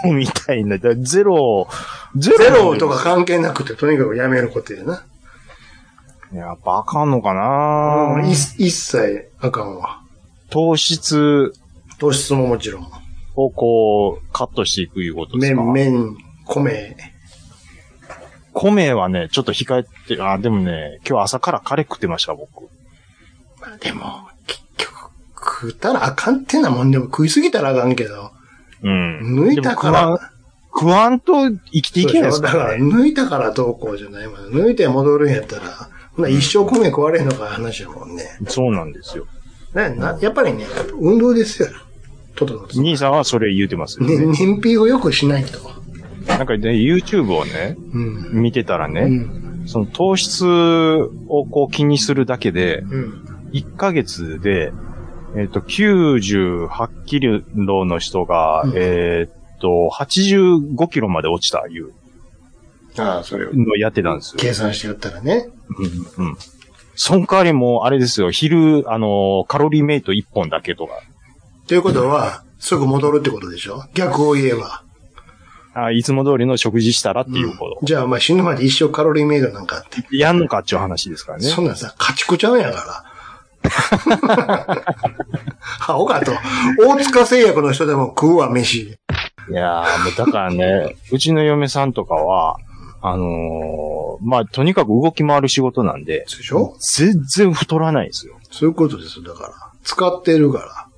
C: 青みたいな、だゼロ、ゼロ
E: ゼロとか関係なくて、とにかくやめることやな。
C: いや、バカんのかな
E: うんい一切あかんわ。
C: 糖質
E: 糖質ももちろん。
C: をこう、カットしていくいうことですか
E: 麺、麺、米。
C: 米はね、ちょっと控えて、あ、でもね、今日朝からカレー食ってました、僕。
E: でも、結局、食ったらあかんってなもんでも食いすぎたらあかんけど、
C: うん。
E: 抜いたから、
C: 食わんと生きていけないで
E: そ
C: す
E: うで
C: か
E: しょだから
C: らね。
E: 抜いたからどうこうじゃないもん。抜いて戻るんやったら、ほな一生米食われへんのか話やもんね。
C: そうなんですよ。
E: ねなやっぱりね、運動ですよ。ととのつ。ね、
C: 兄さんはそれ言うてますよね。
E: 燃費を良くしないと。
C: なんかね、YouTube をね、
E: うん。
C: 見てたらね、
E: うん。
C: その糖質をこう気にするだけで、
E: うん。
C: 1ヶ月で、えっ、と、98キロの人が、
E: うん
C: えっと、85キロまで落ちたいう
E: ああ、それを
C: のをやってたんですよ。
E: 計算してやったらね。
C: うんうん。その代わりもう、あれですよ、昼、あのー、カロリーメイト1本だけとか。
E: ということは、すぐ戻るってことでしょ逆を言えば。
C: あいつも通りの食事したらっていうこと。
E: じゃあ、お前死ぬまで一生カロリーメイドなんかって。
C: やんのかっていう話ですからね。
E: そんなんさ、家畜ちゃうんやから。 (laughs) はおかと。大塚製薬の人でも食うわ、飯。
C: いやー、もうだからね、 (laughs) うちの嫁さんとかは、あのーまあ、とにかく動き回る仕事なんで、
E: でしょ
C: 全然太らないんですよ。
E: そういうことです、だから。使ってるか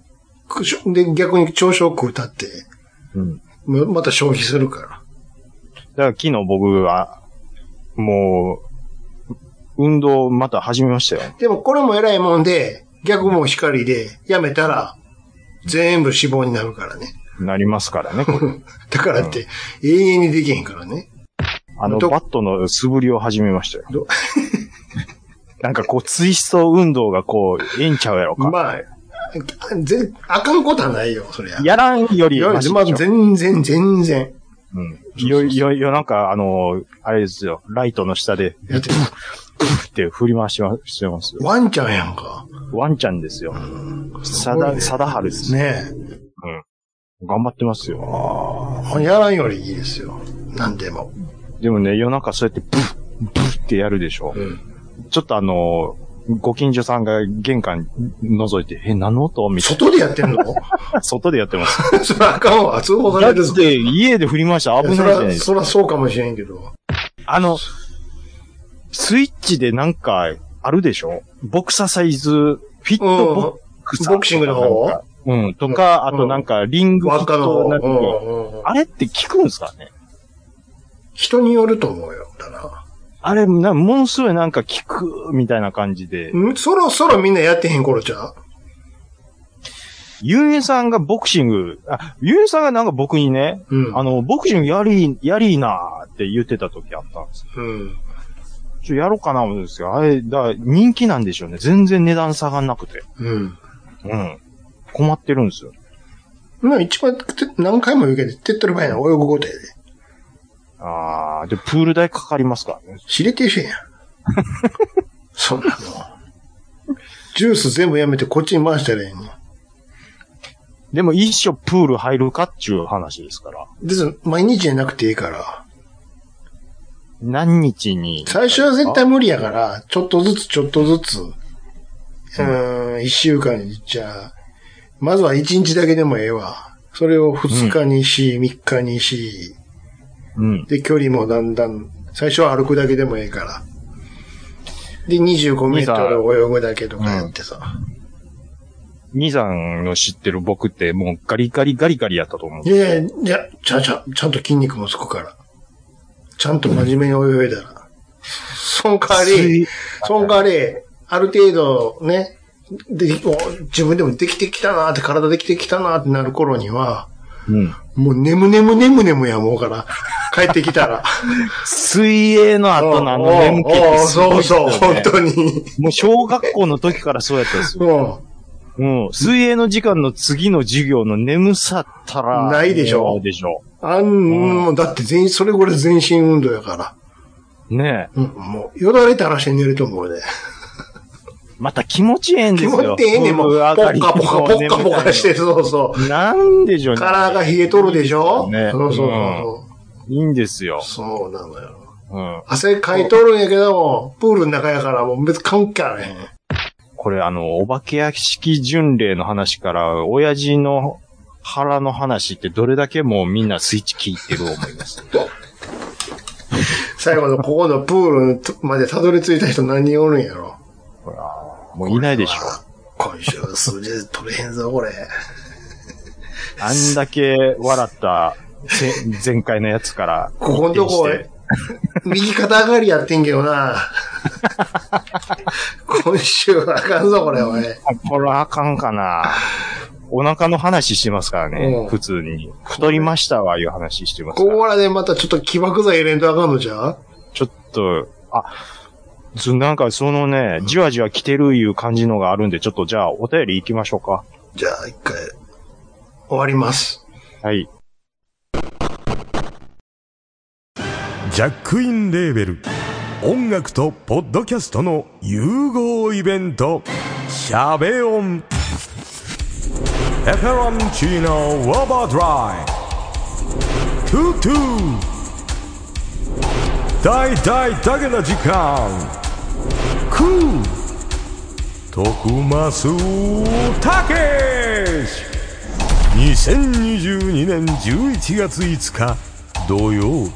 E: ら。しょで、逆に朝食歌って、
C: うん。
E: ままた消費するか
C: だから昨日僕は、もう、運動また始めましたよ。
E: ら。でもこれも偉いもんで、逆も光で、やめたら、全部脂肪になるからね。
C: なりますからね、こ
E: (laughs)
C: れ。
E: だからって、永遠にできへんからね。
C: あの、
E: ど
C: バットの素振りを始めましたよ
E: ど。 (laughs)
C: なんかこう、ツイスト運動がこう、ええんちゃうやろか。
E: まあ、ぜ、あかんことはないよ、そりゃ。
C: やらんよ
E: い
C: り
E: や、
C: マシでしょ、
E: まあ、全然、全然。
C: うん。よ、よ、よ、なんかあの、あれですよ、ライトの下で、
E: やって
C: って振り回しましてますよ。
E: ワンちゃんやんか。
C: ワンちゃんですよ。さ
E: ごい
C: だ、
E: ね
C: さだはるですね。
E: ねえ。
C: 頑張ってますよ。
E: あやらんよりいいですよ。なんでも。
C: でもね、夜中そうやってブッ、ブッってやるでしょ。ちょっとあのー、ご近所さんが玄関覗いて、え、何の音みたい
E: 外でやってんの (laughs)
C: な。外でやってます。
E: そらあかんわ。通報さ
C: だ
E: れるぞ
C: っ。て、家で振りましたら危ないじ
E: そ
C: ゃないで
E: ら、
C: すか。
E: そらそうかもしれんけど。
C: あの、スイッチでなんか、あるでしょボクササイズ、フィットボクサー
E: ボクシングの方
C: なんかうん、とか、あとなんか、リングフィ
E: 輪
C: ッ
E: っかの
C: ト
E: 方
C: なん
E: うん
C: か、
E: うんうん
C: あれって効くんですかね
E: 人によると思うよ。だな。
C: あれ、なものすごいなんか効く、みたいな感じで。
E: んそろそろみんなやってへん頃じゃう
C: ゆうえさんがボクシング、あ、ゆうえさんがなんか僕にね、
E: うん。
C: あの、ボクシングやり、やりーなーって言ってた時あったんですよ。
E: うん。
C: ちょ、やろうかな思うんですけど、あれ、だ人気なんでしょうね。全然値段下がんなくて。
E: うん。
C: うん。困ってるんですよ。
E: まあ一番て何回も言うけど、手っ取り早いのは泳ぐことやで。
C: あー、で、プール代かかりますからね。
E: 知れてる (laughs) やん。そんなの。ジュース全部やめてこっちに回したらええの。
C: でも一緒プール入るかっちゅう話ですから。
E: 別に毎日じゃなくていいから。
C: 何日に。
E: 最初は絶対
C: あ。
E: 無理やから、ちょっとずつちょっとずつ。うーん、一週間に、じゃあ、まずは一日だけでもええわ。それを二日にし、三日にし、
C: うん。
E: で、距離もだんだん、最初は歩くだけでもええから。で、25メートルを泳ぐだけとかやってさ。
C: 兄さんの知ってる僕ってもうガリガリガリガリやったと思う
E: い。やいや、じゃ、ちゃちゃ、ちゃんと筋肉もつくから。ちゃんと真面目に泳いだら。その代わり、その代わり、ある程度ね、で、お自分でもできてきたなって、体できてきたなってなる頃には、
C: うん。
E: もう眠眠眠眠やもうから、帰ってきた
C: (laughs)
E: ら。
C: 水泳の後のあの眠気っ
E: おう
C: て
E: おうおう
C: すごいで
E: (laughs) そう
C: すよ
E: そう、
C: ね
E: 本当に。
C: もう小学校の時から (laughs) そうやったんですよ。
E: も
C: うん。水泳の時間の次の授業の眠さったら。
E: ないでしょ
C: ないでしょ。
E: う、あん、もうだって全員、それぐらい全身運動やから。
C: ねえ。
E: うん、もう、よだれ垂らして寝ると思うね。
C: また気持ちええんで
E: 気
C: すよ。
E: 持ちええねん、もう。
C: プ
E: ポ
C: ール上
E: ッ
C: がり
E: カポカ、ポッカポカして、。そうそう。
C: なんでしょうね。
E: 体が冷えとるでしょ
C: ね
E: そうそう
C: いいんですよ。
E: そう。そうなのよ。
C: うん。
E: 汗かいとるんやけども、プールの中やからもう別に関係あれへん。
C: これあの、お化け屋敷巡礼の話から、親父の腹の話ってどれだけもうみんなスイッチ聞いてる思います。
E: 最後のここのプールまでたどり着いた人何人おるんやろ。
C: もういないでしょ。
E: 今週数字取れへんぞ、これ。
C: あんだけ笑ったせ前回のやつから。
E: ここのとこ
C: 一転して、
E: 右肩上がりやってんけどな。 (laughs) 今週はあかんぞ、これ、おい。
C: これあかんかな。お腹の話してますから
E: う
C: ね
E: ん、
C: 普通に。太りましたわ、いう話してます
E: こ
C: から。
E: こらでまたちょっと起爆剤入れんとあかんのじゃう
C: ちょっと、あ、ずなんかそのね、じわじわ来てるいう感じのがあるんで、ちょっとじゃあお便り行きましょうか。
E: じゃあ、一回、終わります。
C: はい。
H: ジャックインレーベル音楽とポッドキャストの融合イベント「シャベオン」「エフェロンチーノウォーバードライ」「トゥトゥ」「大大だけな時間」「クー」「徳マスたけし」2022年11月5日土曜日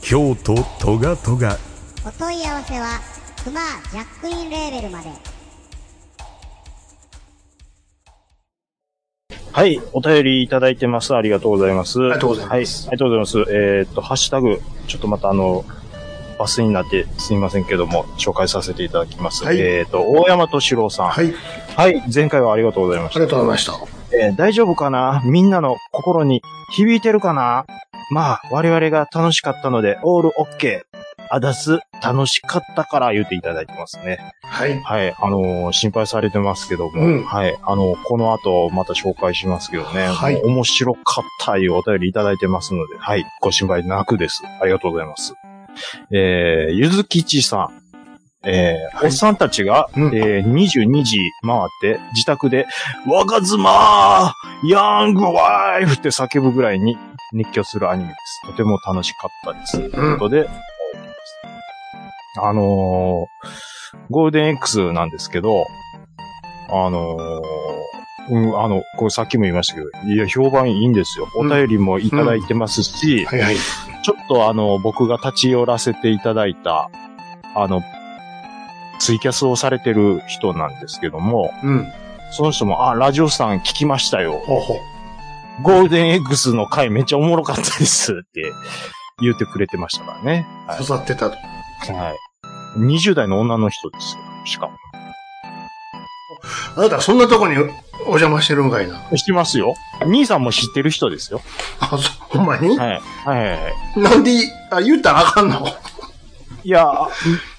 H: 京都トガトガ
B: お問い合わせはクマジャックインレーベルまで
C: はい、お便りいただいてます。ありがとうございます。あ。
E: りがとうございます
C: はい、ありがとうございます。えーっと、ハッシュタグ、ちょっとまたあの、バスになってすみませんけども、紹介させていただきます。
E: はい
C: えーっと、大山敏郎さん。
E: はい。
C: はい、前回はありがとうございまし
E: あ
C: た
E: り。がとうございました。
C: えー大丈夫かなみんなの心に響いてるかなまあ、我々が楽しかったので、オールオッケー。あだす、楽しかったから言っていただいてますね。
E: はい。
C: はい。あのー心配されてますけども、
E: うん
C: はい。あのーこの後、また紹介しますけどね。
E: はい
C: 面白かったいうお便りいただいてますので、はい。ご心配なくです。ありがとうございます。えー、ゆずきちさん。えーおっさんたちが、
E: うん
C: えー22時回って、自宅で、若妻ヤングワイフって叫ぶぐらいに熱狂するアニメです。とても楽しかったです。ということで、あのー、ゴールデン X なんですけど、あのー、うん、あの、これさっきも言いましたけど、いや、評判いいんですよ。お便りもいただいてますし、
E: はいはい。
C: ちょっとあの、僕が立ち寄らせていただいた、あの、ツイキャスをされてる人なんですけども、
E: うん。
C: その人も、あ、ラジオさん聞きましたよ。
E: ほうほう。
C: ゴールデン X の回めっちゃおもろかったですって言ってくれてましたからね。はい
E: 刺さってたと。
C: はい。20代の女の人ですよ。しかも。
E: あなた、そんなとこにお邪魔してるんかいな。
C: 知ってますよ。兄さんも知ってる人ですよ。
E: あ、そ、ほんまに
C: はい。はいはいはい。
E: なんで、あ、言ったらあかんのあ、
C: いや、あ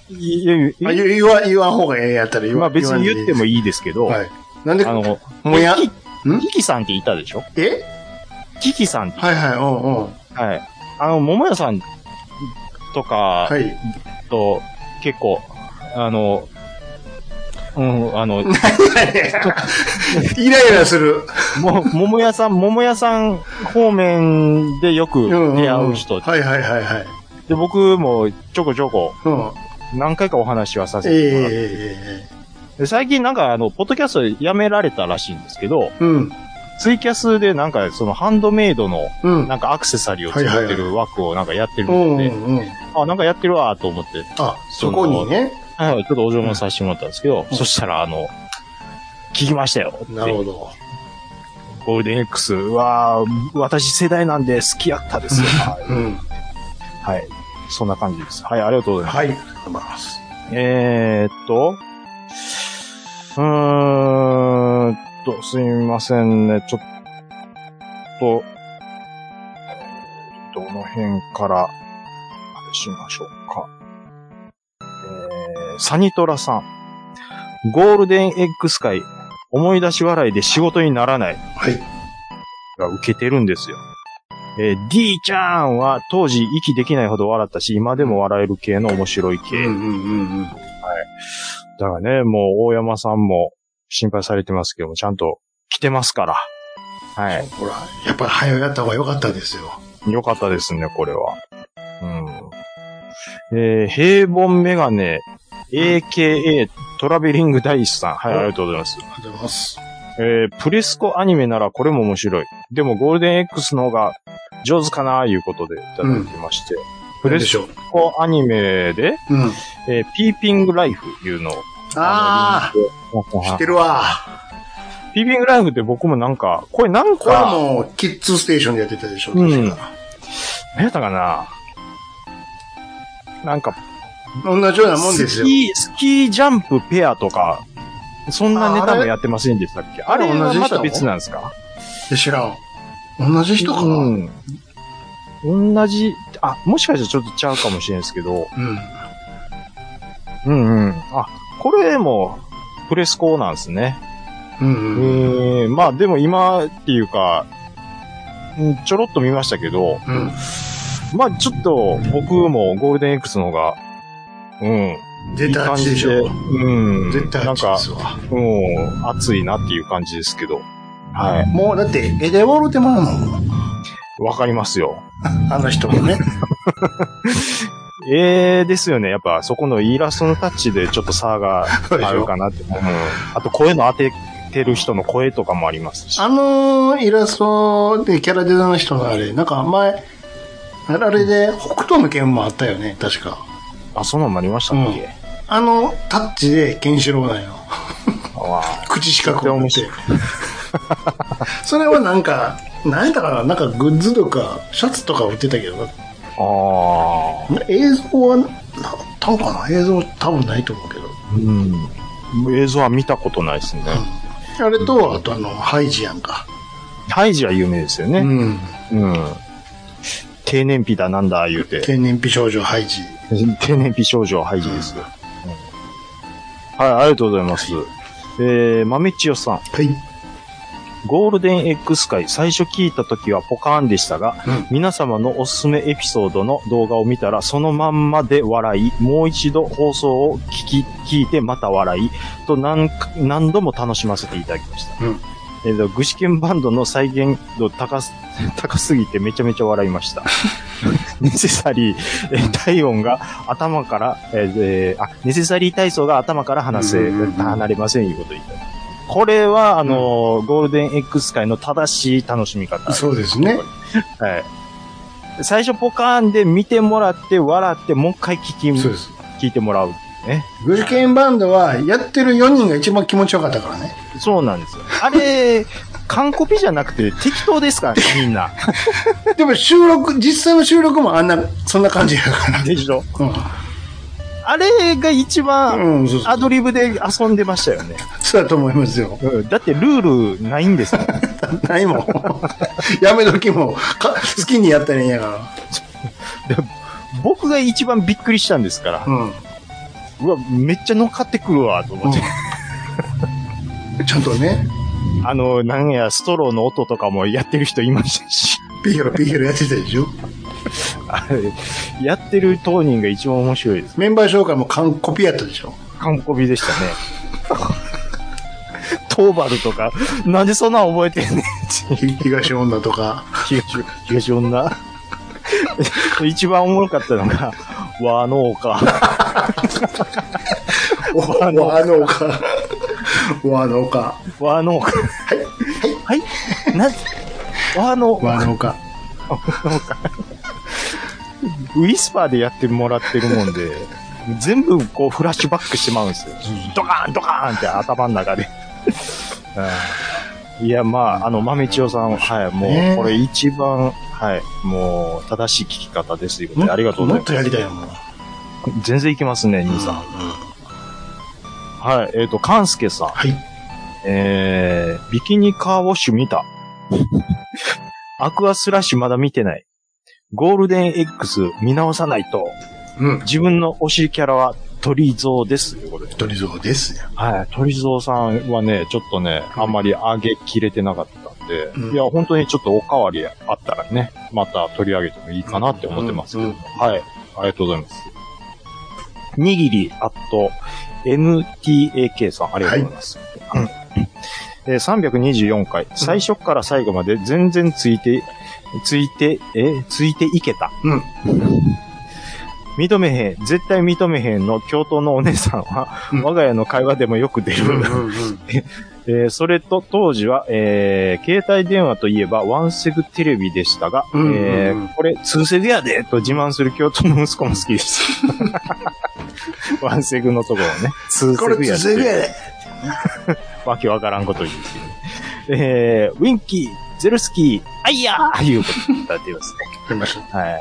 C: いいやいや
E: 言言わ、言わん方がええやったら言わ
C: まあ別に言っても
E: い
C: いいですけど、
E: はい。なんで
C: あ、の、
E: (laughs) もや、
C: キ
E: ん
C: キキさんっていたでしょ
E: え
C: キキさんって、
E: はいはい、うんうん。
C: はい。あの、桃屋さんとか
E: はい。
C: と結構、あの、うん、あ
E: (laughs)
C: の、
E: イライラする。
C: も、桃屋さん、桃屋さん方面でよく
E: んんん
C: 出会う人。
E: はいはいはいはい。
C: で、僕もちょこちょこ
E: うん。
C: 何回かお話はさせ
E: ええ
C: てもらって、
E: え
C: で最近なんかあの、ポッドキャストやめられたらしいんですけど、
E: えうん。
C: ツイキャスでなんかそのハンドメイドの
E: うん。
C: なんかアクセサリーを作ってる枠をなんかやってる
E: う
C: の
E: んう
C: で、
E: んうん。
C: あ、なんかやってるわと思って、
E: あ、そこにね。
C: はいはい、ちょっとお邪魔させてもらったんですけど、そしたら、あの、聞きましたよって。
E: なるほど。
C: ゴールデン X は、私世代なんで好きやった
E: (laughs)
C: ですよ。はい
E: うん。
C: はい。そんな感じです。はい、ありがとうございます。
E: はい。ありがとうございます。
C: えーっと、うーんと、すみませんね、ちょっと、どの辺から、あれしましょうか。えー、サニトラさん。ゴールデン X 会、思い出し笑いで仕事にならない。
E: はい。
C: が受けてるんですよ。えー D ちゃんは当時息できないほど笑ったし、今でも笑える系の面白い系。
E: うんうんうんうん。
C: だからね、もう大山さんも心配されてますけども、ちゃんと来てますから。はい。
E: ほら、やっぱり早うやった方が良かったですよ。
C: よかったですね、これは。うん。えー平凡メガネ、AKA トラベリングダイスさん。はい、ありがとうございます。
E: ありがとうございます。
C: えープレスコアニメならこれも面白い。でもゴールデン X の方が上手かな、いうことでいただきまして。プ
E: なん
C: レ
E: で
C: ス
E: しょう。
C: コアニメで、
E: うん。
C: えーピーピングライフいうのを。
E: あ
C: の
E: あ、知ってるわ。
C: ピーピングライフって僕もなんか、これなん
E: これ
C: か、
E: も、キッズステーションでやってたでしょ。
C: うん
E: 確か
C: 何やったかななんか、
E: 同じようなもんです
C: ス
E: よ。
C: キー、スキージャンプペアとか、そんなネタもやってませんでしたっけあ
E: あれ
C: れはまた
E: 同じ人
C: 別なんですか
E: いや知らん。同じ人かな。うん。
C: うん。同じ、あ、もしかしたらちょっとちゃうかもしれないですけど、うんうん。あ、これも、プレスコなんですね。
E: うんうん。
C: えー、まあでも今っていうか、うんちょろっと見ましたけど、
E: うん。
C: まあちょっと僕もゴールデン X の方が、うん、
E: 絶対あっちでし
C: いい
E: ょ。
C: 感じでうん。
E: 絶対あ
C: な
E: っ
C: ん
E: ちで
C: か、
E: すわ。
C: うん、熱いなっていう感じですけど。はい。
E: もうだって、エデワルテマーもん
C: わかりますよ。
E: あの人もね。
C: ええですよね。やっぱそこのイラストのタッチでちょっと差が
E: そうでし
C: ある
E: ょ。
C: かなって。うん。あと声の当ててる人の声とかもありますし。
E: あのイラストでキャラデザの人のあれ、なんか前、あれで北斗の剣もあったよね、確か。
C: あ、そんなんもありましたっけ、
E: うんあのタッチでケンシロウなんよ。 (laughs)
C: あわあ
E: 口四角を持って。それはなんか、なんやったかななんかグッズとか、シャツとか売ってたけどな。
C: ああ。
E: 映像は、なったんかな映像多分ないと思うけど。
C: うん。映像は見たことないですね。
E: あれと、あとあの、ハイジやんか。
C: ハイジは有名ですよ
E: う
C: ね。
E: ん。
C: うん。低燃費だなんだ言うて。
E: 天然美少女ハイジ。
C: (laughs) 低燃費症状ハイジですよ、うんはい、ありがとうございます。えー、豆千代さん。
E: はい。
C: ゴールデン X 回最初聞いた時はポカーンでしたが、
E: うん
C: 皆様のおすすめエピソードの動画を見たらそのまんまで笑い、もう一度放送を聞き、聞いてまた笑い、と何か何度も楽しませていただきました。
E: うん
C: えーと、具志堅バンドの再現度高す、 (laughs) 高すぎてめちゃめちゃ笑いま
E: (laughs)
C: した。ネセサリー、えー体温が頭から、えーえーあ、ネセサリー体操が頭から離せ、
E: うんうんうん
C: 離れません、いうこと言った。これは、あのーゴールデン X 界の正しい楽しみ方。
E: そうですね。
C: はい。最初ポカーンで見てもらって、笑って、もう一回聞き、
E: そうです。
C: 聞いてもらう。
E: グリケンバンドは、やってる4人が一番気持ちよかったからね。
C: そうなんですよ。あれ、 (laughs) 完コピじゃなくて適当ですからね、みんな。
E: でも収録、実際の収録もあんな、そんな感じや
C: (laughs)
E: から。
C: でしょ
E: うん
C: あれが一番、
E: うん、そうそう
C: アドリブで遊んでましたよね。
E: そうだと思いますよ。
C: うんだってルールないんですもん。
E: ないもん。 (laughs) やめときも、か好きにやったらいいんやか
C: 僕が一番びっくりしたんですから
E: ら。。うん。
C: うわ、めっちゃ乗っかってくるわ、と思って。
E: ちゃんとね、
C: あの、なんや、ストローの音とかもやってる人いましたし。
E: ピーヒロピーヒロやってたでしょ。
C: あれやってる当人が一番面白いです。
E: メンバー紹介も完コピやったでしょ。
C: 完コピでしたね。トーバルとか、なんでそんなん覚えてんねんっていう
E: ひ東女とか。
C: 東、東女。一番おもろかったのが、和の丘。
E: お
C: わの
E: わのか。わのか。
C: 和の丘。はい。はい。な、和の、
E: わのか。
C: ウィスパーでやってもらってるもん
E: (laughs)
C: で、全部こうフラッシュバックしてまうんですよ。ドカーンドカーンって頭の中
E: (laughs)
C: で。うんいや、まあ、あの、豆千代さん、はい、も
E: ねえ
C: う、これ一番、はい、もう、正しい聞き方ですよ、ね。ありがとうござい
E: もっ
C: ます
E: とやりたいよ、もう。。
C: 全然いけますね、兄さん。はい、えっ、と、かんすけさん。
E: はい。
C: えー、ビキニカーウォッシュ
E: (laughs)
C: 見た。アクアスラッシュまだ見てない。ゴールデン X 見直さないと。
E: うん。
C: 自分の推しキャラは鳥蔵です。ということで。
E: 鳥蔵ですよ。
C: はい。鳥蔵さんはね、ちょっとね、あんまり上げきれてなかったんで、
E: うん
C: いや、本当にちょっとおかわりあったらね、また取り上げてもいいかなって思ってますけど、
E: うんうん
C: はい。ありがとうございます。にぎり、あと、MTAK さん、ありがとうございます。うんえー324回、最初から最後まで全然ついて、ついて、え、ついていけた。
E: うん
C: 認めへん、絶対認めへんの教頭のお姉さんは、
E: うん
C: 我が家の会話でもよく出る。えーそれと当時は、えー携帯電話といえばワンセグテレビでしたが、
E: うんうんうん
C: えーこれツーセグやでと自慢する京都の息子も好きです。 (laughs) ワンセグのところをね、ツー
E: こ
C: セグ
E: れ、
C: や
E: つせぐ
C: で。
E: やで。
C: わけわからんこと言うっていうね、えーウィンキー、ゼルスキー、あいやーいうことになっていますね。
E: ありました。
C: はい。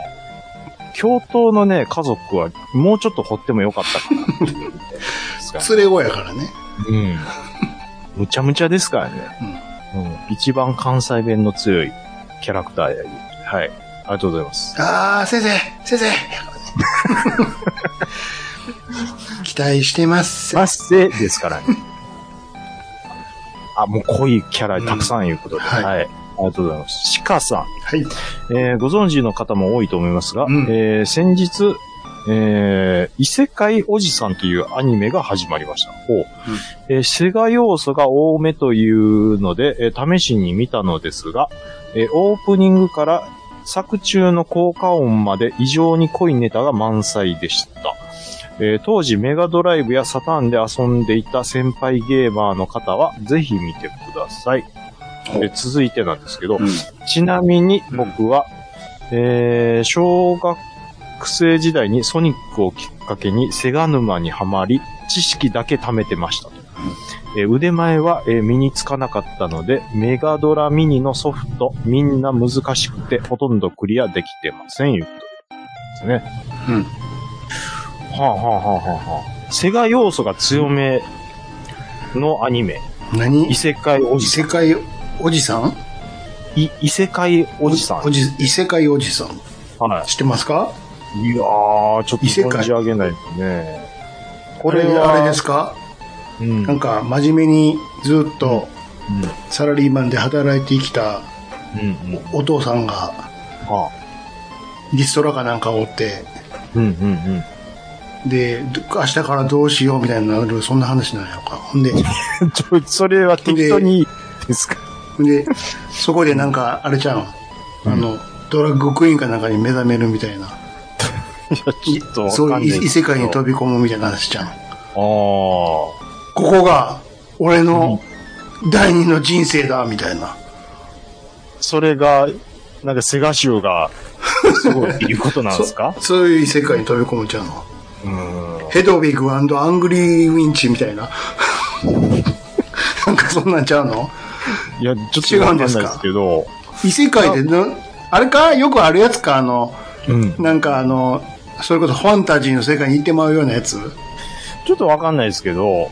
C: 教頭のね、家族はもうちょっと掘ってもよかったか (laughs) なっていうね
E: 連れ子やからね。
C: うん。むちゃむちゃですからね。うん。一番関西弁の強いキャラクターやり。はい。ありがとうございます。
E: あー、先生、先生。やからね期待してます。
C: マッセです (laughs) からね。あ、もう濃いキャラたくさんいうことで。
E: うんはい
C: はい。ありがとうございます。鹿さん。
E: はい。
C: えーご存知の方も多いと思いますが、
E: うん
C: えー先日、えー異世界おじさんというアニメが始まりました。ほうえーセガ要素が多めというので、えー試しに見たのですが、えーオープニングから作中の効果音まで異常に濃いネタが満載でした。えー当時メガドライブやサターンで遊んでいた先輩ゲーマーの方は、ぜひ見てください。えー続いてなんですけど、ちなみに僕は、えー小学生時代にソニックをきっかけにセガ沼にはまり、知識だけ貯めてましたと。えー腕前は、えー身につかなかったので、メガドラミニのソフト、みんな難しくて、ほとんどクリアできてません、いうことですね。
I: うん
C: はあはあはあはあはあ。セガ要素が強めのアニメ。
E: 何
C: 異世界お
E: 異
C: じさ
E: 世界おじさん
C: ん。い異世界おじさん。
E: おじ異世界おじさん。
C: は
E: 知ってますか
C: い。いやー、ちょっと
E: 異世界
C: 存じ上げないですね。
E: これ
C: は
E: あれですか
C: うん
E: なんか真面目にずっとサラリーマンで働いてきた
C: うんうん。
E: お父さんが
C: は
E: リストラかなんかおって、
C: あ、うんうんうん。
E: で、ど明日からどうしようみたいになる、そんな話なんやろか。ほんで、
C: (laughs) ちょ、それは適当にですか。
E: ほんで、そこでなんか、あれちゃん、あの、ドラッグクイーンかなんかに目覚めるみたいな。
C: ちょっとわか
E: そ
C: んな
E: う
C: い
E: い
C: です
E: う異世界に飛び込むみたいな話ちゃん。
C: ああ。
E: ここが、俺の第二の人生だ、みたいな。
C: それが、なんかセガ州が、すごいっていうことなんですか
E: (laughs) そういう異世界に飛び込むちゃんの。
C: うーん。
E: ヘドウィグアングリーウィンチみたいな。 (laughs) なんかそんなんちゃうの
C: いや、ちょっとわかんないですけど、
E: 異世界でな、あれかよくあるやつか、あの、
C: うん。
E: なんかあの、それこそファンタジーの世界に行ってまうようなやつ。
C: ちょっとわかんないですけど、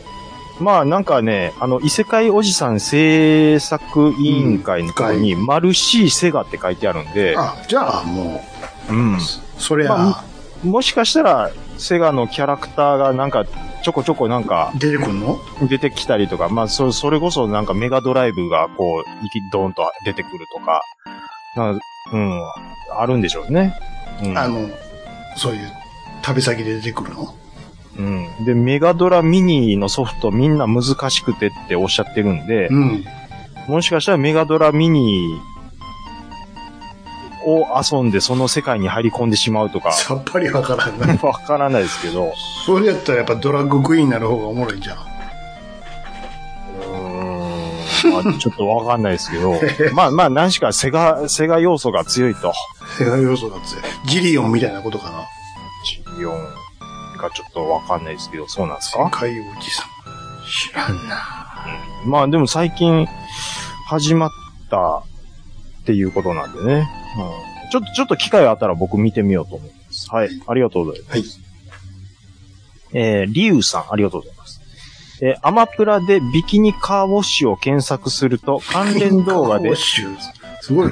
C: まあなんかね、あの、異世界おじさん制作委員会のとこに、マルシーセガって書いてあるんで、
E: あ、じゃあも
C: うん。
E: う、それ
C: ま
E: は
C: もしかしたら、セガのキャラクターがなんか、ちょこちょこなんか
E: 出てくんの
C: 出てきたりとか、まあそ、それこそなんかメガドライブがこう、息ドーンと出てくるとか、なんかうん、あるんでしょうね。うん。
E: あの、そういう旅先で出てくるの
C: うん。で、メガドラミニのソフトみんな難しくてっておっしゃってるんで、
E: うん。
C: もしかしたらメガドラミニを遊んでその世界に入り込んでしまうとか、
E: さっぱりわからんな。
C: (laughs)
E: (laughs)
C: わからないですけど、
E: それやったらやっぱドラッグクイーンになる方がおもろいじゃん。
C: うーん、まあ、ちょっとわかんないですけど、まあまあ、何しかセガ、セガ要素が強いと。
E: 世界要素が強い。ジリオンみたいなことかな。
C: ジリオンがちょっとわかんないですけど、そうなんです
E: 世
C: か
E: 界おじさん。知らんな。
C: まあでも最近始まったっていうことなんでね。うん、ちょっと、ちょっと機会があったら僕見てみようと思います。はい。ありがとうございます。
E: はい。
C: えー、リュウさん、ありがとうございます。えーアマプラでビキニカーウォッシュを検索すると関連動画で
E: す
C: (laughs)
E: ごいね。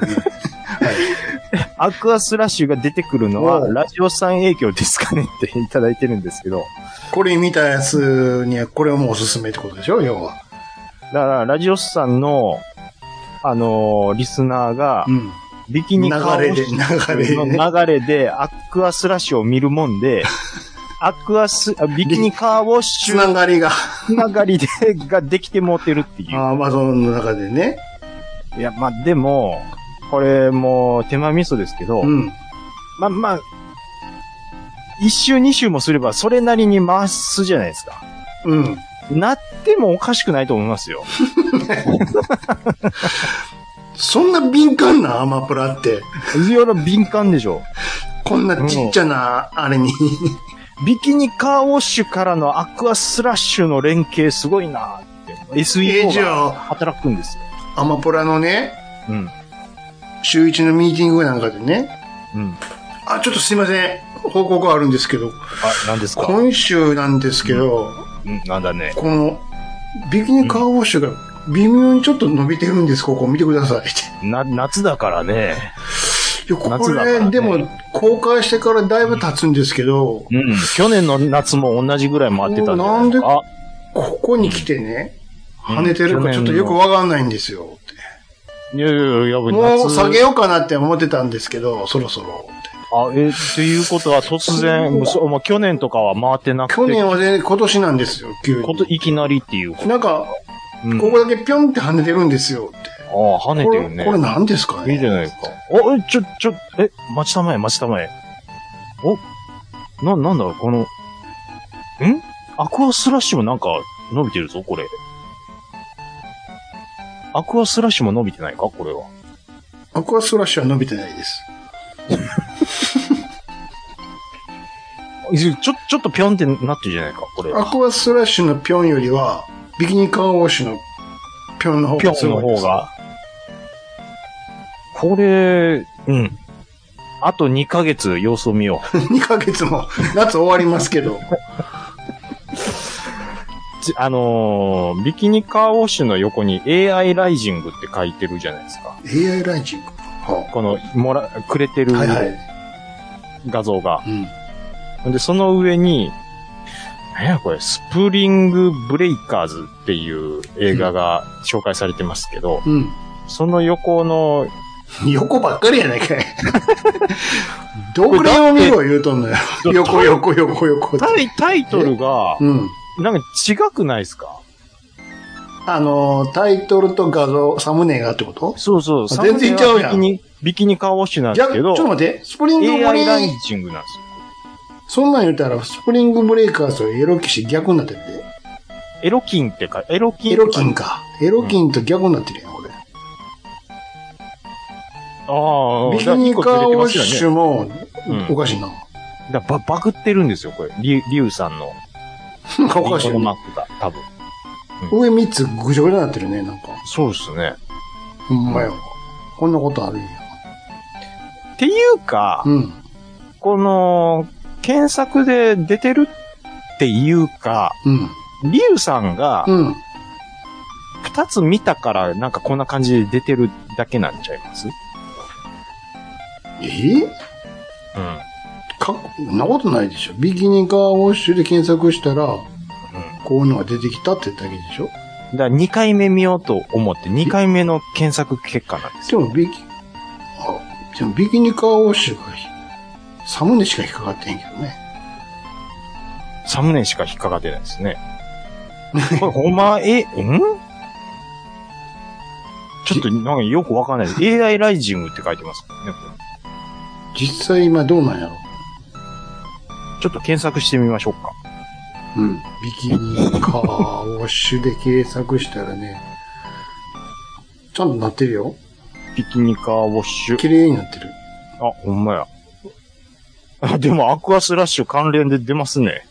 C: アクアスラッシュが出てくるのはラジオさん影響ですかねって (laughs) いただいてるんですけど、
E: これ見たやつには、これはもうおすすめってことでしょ要は。
C: だからラジオさんの、あのーリスナーが
E: うん。
C: ビキニカーウォッ
E: 流
C: シュ
E: れで、流れで、ね。
C: の流れで、アクアスラッシュを見るもん
E: (laughs)
C: で、アクアス、あビキニカーウォッシ
E: つ
C: ュ
E: ながりが、
C: つなが
E: (laughs)
C: りで、ができてもうてるっていう。
E: アマゾンの中でね。
C: いや、まあ、でも、これもう手間ミスですけど、
E: うん。
C: まあまあ、一周二周もすればそれなりに回すじゃないですか。
E: うん。
C: なってもおかしくないと思いますよ。
E: そんな敏感なアマプラって、
C: いろいろ敏感でしょ。
E: こんなちっちゃな、あれに。
C: ビキニカーウォッシュからのアクアスラッシュの連携すごいなって。
E: (laughs) え、
C: SEO
E: じ
C: が
E: ゃあ、
C: 働くんですよ。
E: アマプラのね、
C: うん。
E: 週一のミーティングなんかでね、
C: うん。
E: あ、ちょっとすいません。報告あるんですけど、
C: あ、なんですか
E: 今週なんですけど、
C: うん、なんだね。
E: この、ビキニカーウォッシュが微妙にちょっと伸びてるんです、ここ見てくださいって。
C: な、夏だからね。
E: いや、こ
C: 夏だから
E: れ、
C: ね
E: でも、公開してからだいぶ経つんですけど、
C: うん。去年の夏も同じぐらい回ってたんじゃないですか。
E: ここに来てね、
C: うん
E: 跳ねてるかちょっとよくわかんないんですよって。
C: いやいやいや、
E: もう下げ
C: よ
E: ようかなって思ってたんですけど、そろそろって。
C: あ、え、っていうことは突然、もうそうもう去年とかは回ってなくて。
E: 去年はね、今年なんですよ、急
C: こと、
E: に。
C: いきなりっていう。
E: なんか、
C: うん
E: ここだけぴょんって跳ねてるんですよって。
C: ああ、跳ね
E: こ
C: て
E: れ、
C: るね。
E: これ何ですか
C: いいじ
E: ね
C: ゃないですか。お、え、ちょ、ちょ、え、待ちたまえ、待ちたまえ。お、な、なんだ、この、んアクアスラッシュもなんか伸びてるぞ、これ。アクアスラッシュも伸びてないか、これは。
E: アクアスラッシュは伸びてないです。
C: いやちょ、ちょっとぴょんってなってるじゃないか、これ。
E: アクアスラッシュのぴょんよりは、ビキニカーウォッシュのピョンの方
C: ピョ
E: がす
C: ンの
E: ごいで
C: 方
E: す。
C: が。これ、うん。あと2ヶ月様子を見よう。
E: 2ヶ月も、夏終わりますけど。
C: ち (laughs) あのービキニカーウォッシュの横に AI ライジングって書いてるじゃないですか。
E: AI ライジング。は
C: この、もら、くれてる
E: あはいはい。
C: 画像が。
E: うん。
C: で、その上に、何やこれ、スプリングブレイカーズっていう映画が紹介されてますけど、
E: う
C: その横の、
E: ん。横ばっかりやないか
C: (laughs)
E: い。どこでを見ろ言うとんのよ。横横横横って
C: タイタイトルが、
E: うん。
C: なんか違くないですか
E: あのー、タイトルと画像、サムネがってこと
C: そうそう、
E: あ全然ちゃうやん
C: サムネはビキニ、ビキニカーウォッシュなん
E: じ
C: で
E: ゃあ、
C: す
E: ち
C: け
E: ょ
C: ど
E: っ、と待って、スプリング
C: AI
E: ブレ
C: ライ
E: イ
C: ジングなんですよ。
E: そんなん言うたら、スプリングブレイカーズとエロ騎士逆になってるで。
C: エロキンってか、エロキン
E: エ
C: って書い
E: ロ
C: て
E: キンか。エロキンと逆になってるやん、これ。
C: ああ、
E: ビキニカーウォッシ
C: ュ。
E: ュも
C: うん、
E: おかしいな。
C: だからばバグってるんですよ、これ。リュリュウさんの。
E: なんかおかしい
C: この
E: な。
C: マークが、多分。
E: 上3つぐちゃぐちゃになってるね、なんか。
C: そうですね。
E: ほんまやわ。こんなことあるんや。
C: っていうか、
E: うん。
C: この、検索で出てるっていうか、
E: うん。
C: リュウさんが
E: うん。
C: 二つ見たからなんかこんな感じで出てるだけなんちゃいます
E: え
C: う
E: ー
C: ん。
E: か、そんなことないでしょ。ビキニカーウォッシュで検索したら、こういうのが出てきたってだけでしょ。
C: だから二回目見ようと思って二回目の検索結果なんです
E: でもビキ、あ、でもビキニカーウォッシュが、サムネしか引っかかってへんけどね。
C: サムネしか引っかかってないです (laughs) ね。これほんま、え、んちょっとなんかよくわかんない (laughs) です。AI ライジングって書いてますもんね。これ
E: 実際今どうなんやろ
C: ちょっと検索してみましょうか。
E: う。うん。ビキニカーウォッシュで検索したらね、ちゃんとなってるよ。
C: ビキニカーウォッシュ。
E: 綺麗になってる。
C: あ、ほんまや。あ、でもアクアスラッシュ関連で出ますね。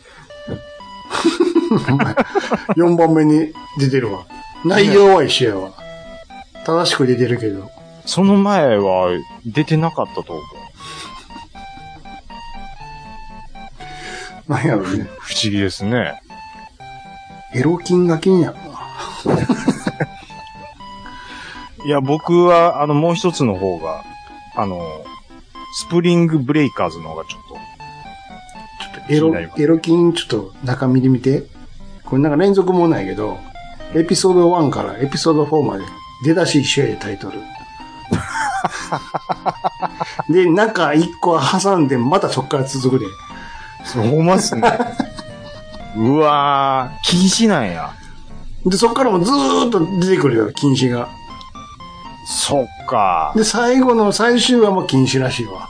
E: 4番目に出てるわ。内容は一緒やわ。正しく出てるけど。
C: その前は出てなかったと思う。
E: なんやろね。
C: 不思議ですね。
E: エロ菌が気になるな。
C: いや、僕は、あの、もう一つの方が、あの、スプリングブレイカーズの方がちょっと。
E: エ
C: 気に
E: ロ
C: なりま、す
E: エロ菌ちょっと中身で見て。これなんか連続もんないけど、エピソード1からエピソード4まで出だし一緒やでタ
C: (laughs)
E: イトル。で、中1個挟んでまたそっから続くで。
C: そう思いますね。 (laughs) うわー、禁止なんや。
E: で、そっからもずーっと出てくるよ、禁止が。
C: そっか。
E: で、最後の最終話も禁止らしいわ。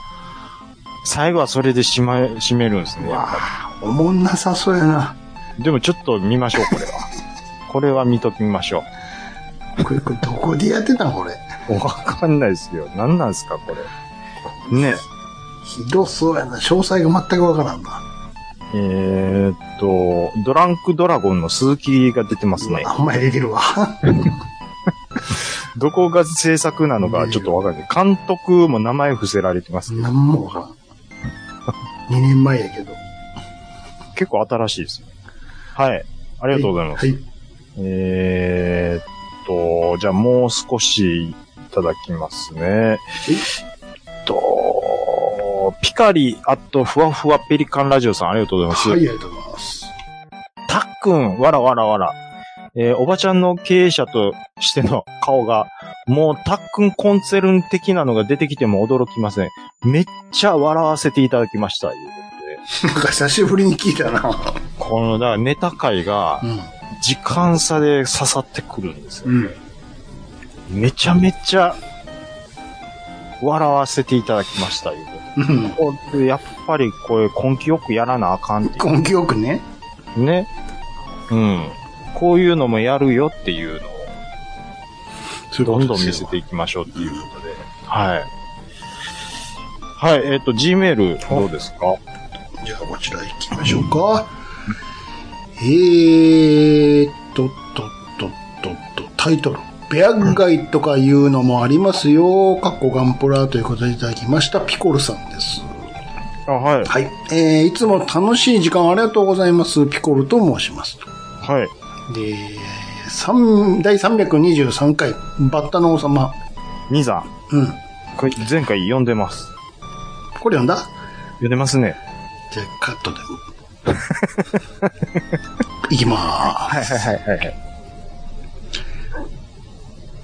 C: 最後はそれでしま、締めるんですね。やっぱ
E: おもんなさそうやな。
C: りでもちょっと見ましょう、これは。これは見ときましょう。
E: これ、これどこでやってたんこれ。
C: わかんないですよ。何なんですか、これ。ね。
E: ひどそうやな。詳細が全くわからんな。
C: えー、っと、ドランクドラゴンの鈴木が出てますね。
E: あんまり出てるわ。
C: どこが制作なのかちょっとわかんない。監督も名前伏せられてますけど、
E: なんもわからん。2年前やけど。
C: 結構新しいですよ。はい。ありがとうございます。
E: はい。
C: えー、っと、じゃあもう少しいただきますね。えっと、ピカリアットふわふわペリカンラジオさんありがとうございます。
E: はい、ありがとうございます。
C: たっくん、わらわらわら。えーおばちゃんの経営者としての顔が、もうたっくんコンツェルン的なのが出てきても驚きません。めっちゃ笑わせていただきました。いうことで
E: なんか久しぶりに聞いたな。
C: この、だからネタ会が
E: う、ん。
C: 時間差で刺さってくるんですよ。
E: うん。
C: めちゃめちゃ、笑わせていただきました。いう
E: うん。
C: ことでやっぱりこれ根気よくやらなあかんっていう
E: 根気よくね。
C: ね。うん。こういうのもやるよっていうのを、
E: そういう
C: ど
E: こ
C: ん
E: と
C: ど
E: で
C: ん見
E: す
C: せ
E: よ
C: ていきましょうっていうことで。はい。はい、えっ、と、Gmail どうですか
E: じゃあ、こちら行きましょうか。えーっとっとっとっとっと、タイトル。ペア街とかいうのもありますよ。かっこガンプラということでいただきました。ピコルさんです。
C: あ、はい。
E: はい。えー、いつも楽しい時間ありがとうございます。ピコルと申します。
C: はい。
E: で、三第323回、バッタの王様。
C: 兄さん。
E: うん。
C: これ前回読んでます。
E: これ読んだ
C: 読んでますね。
E: じゃあカットで。 (laughs) いきまーす。
C: はいはいはい。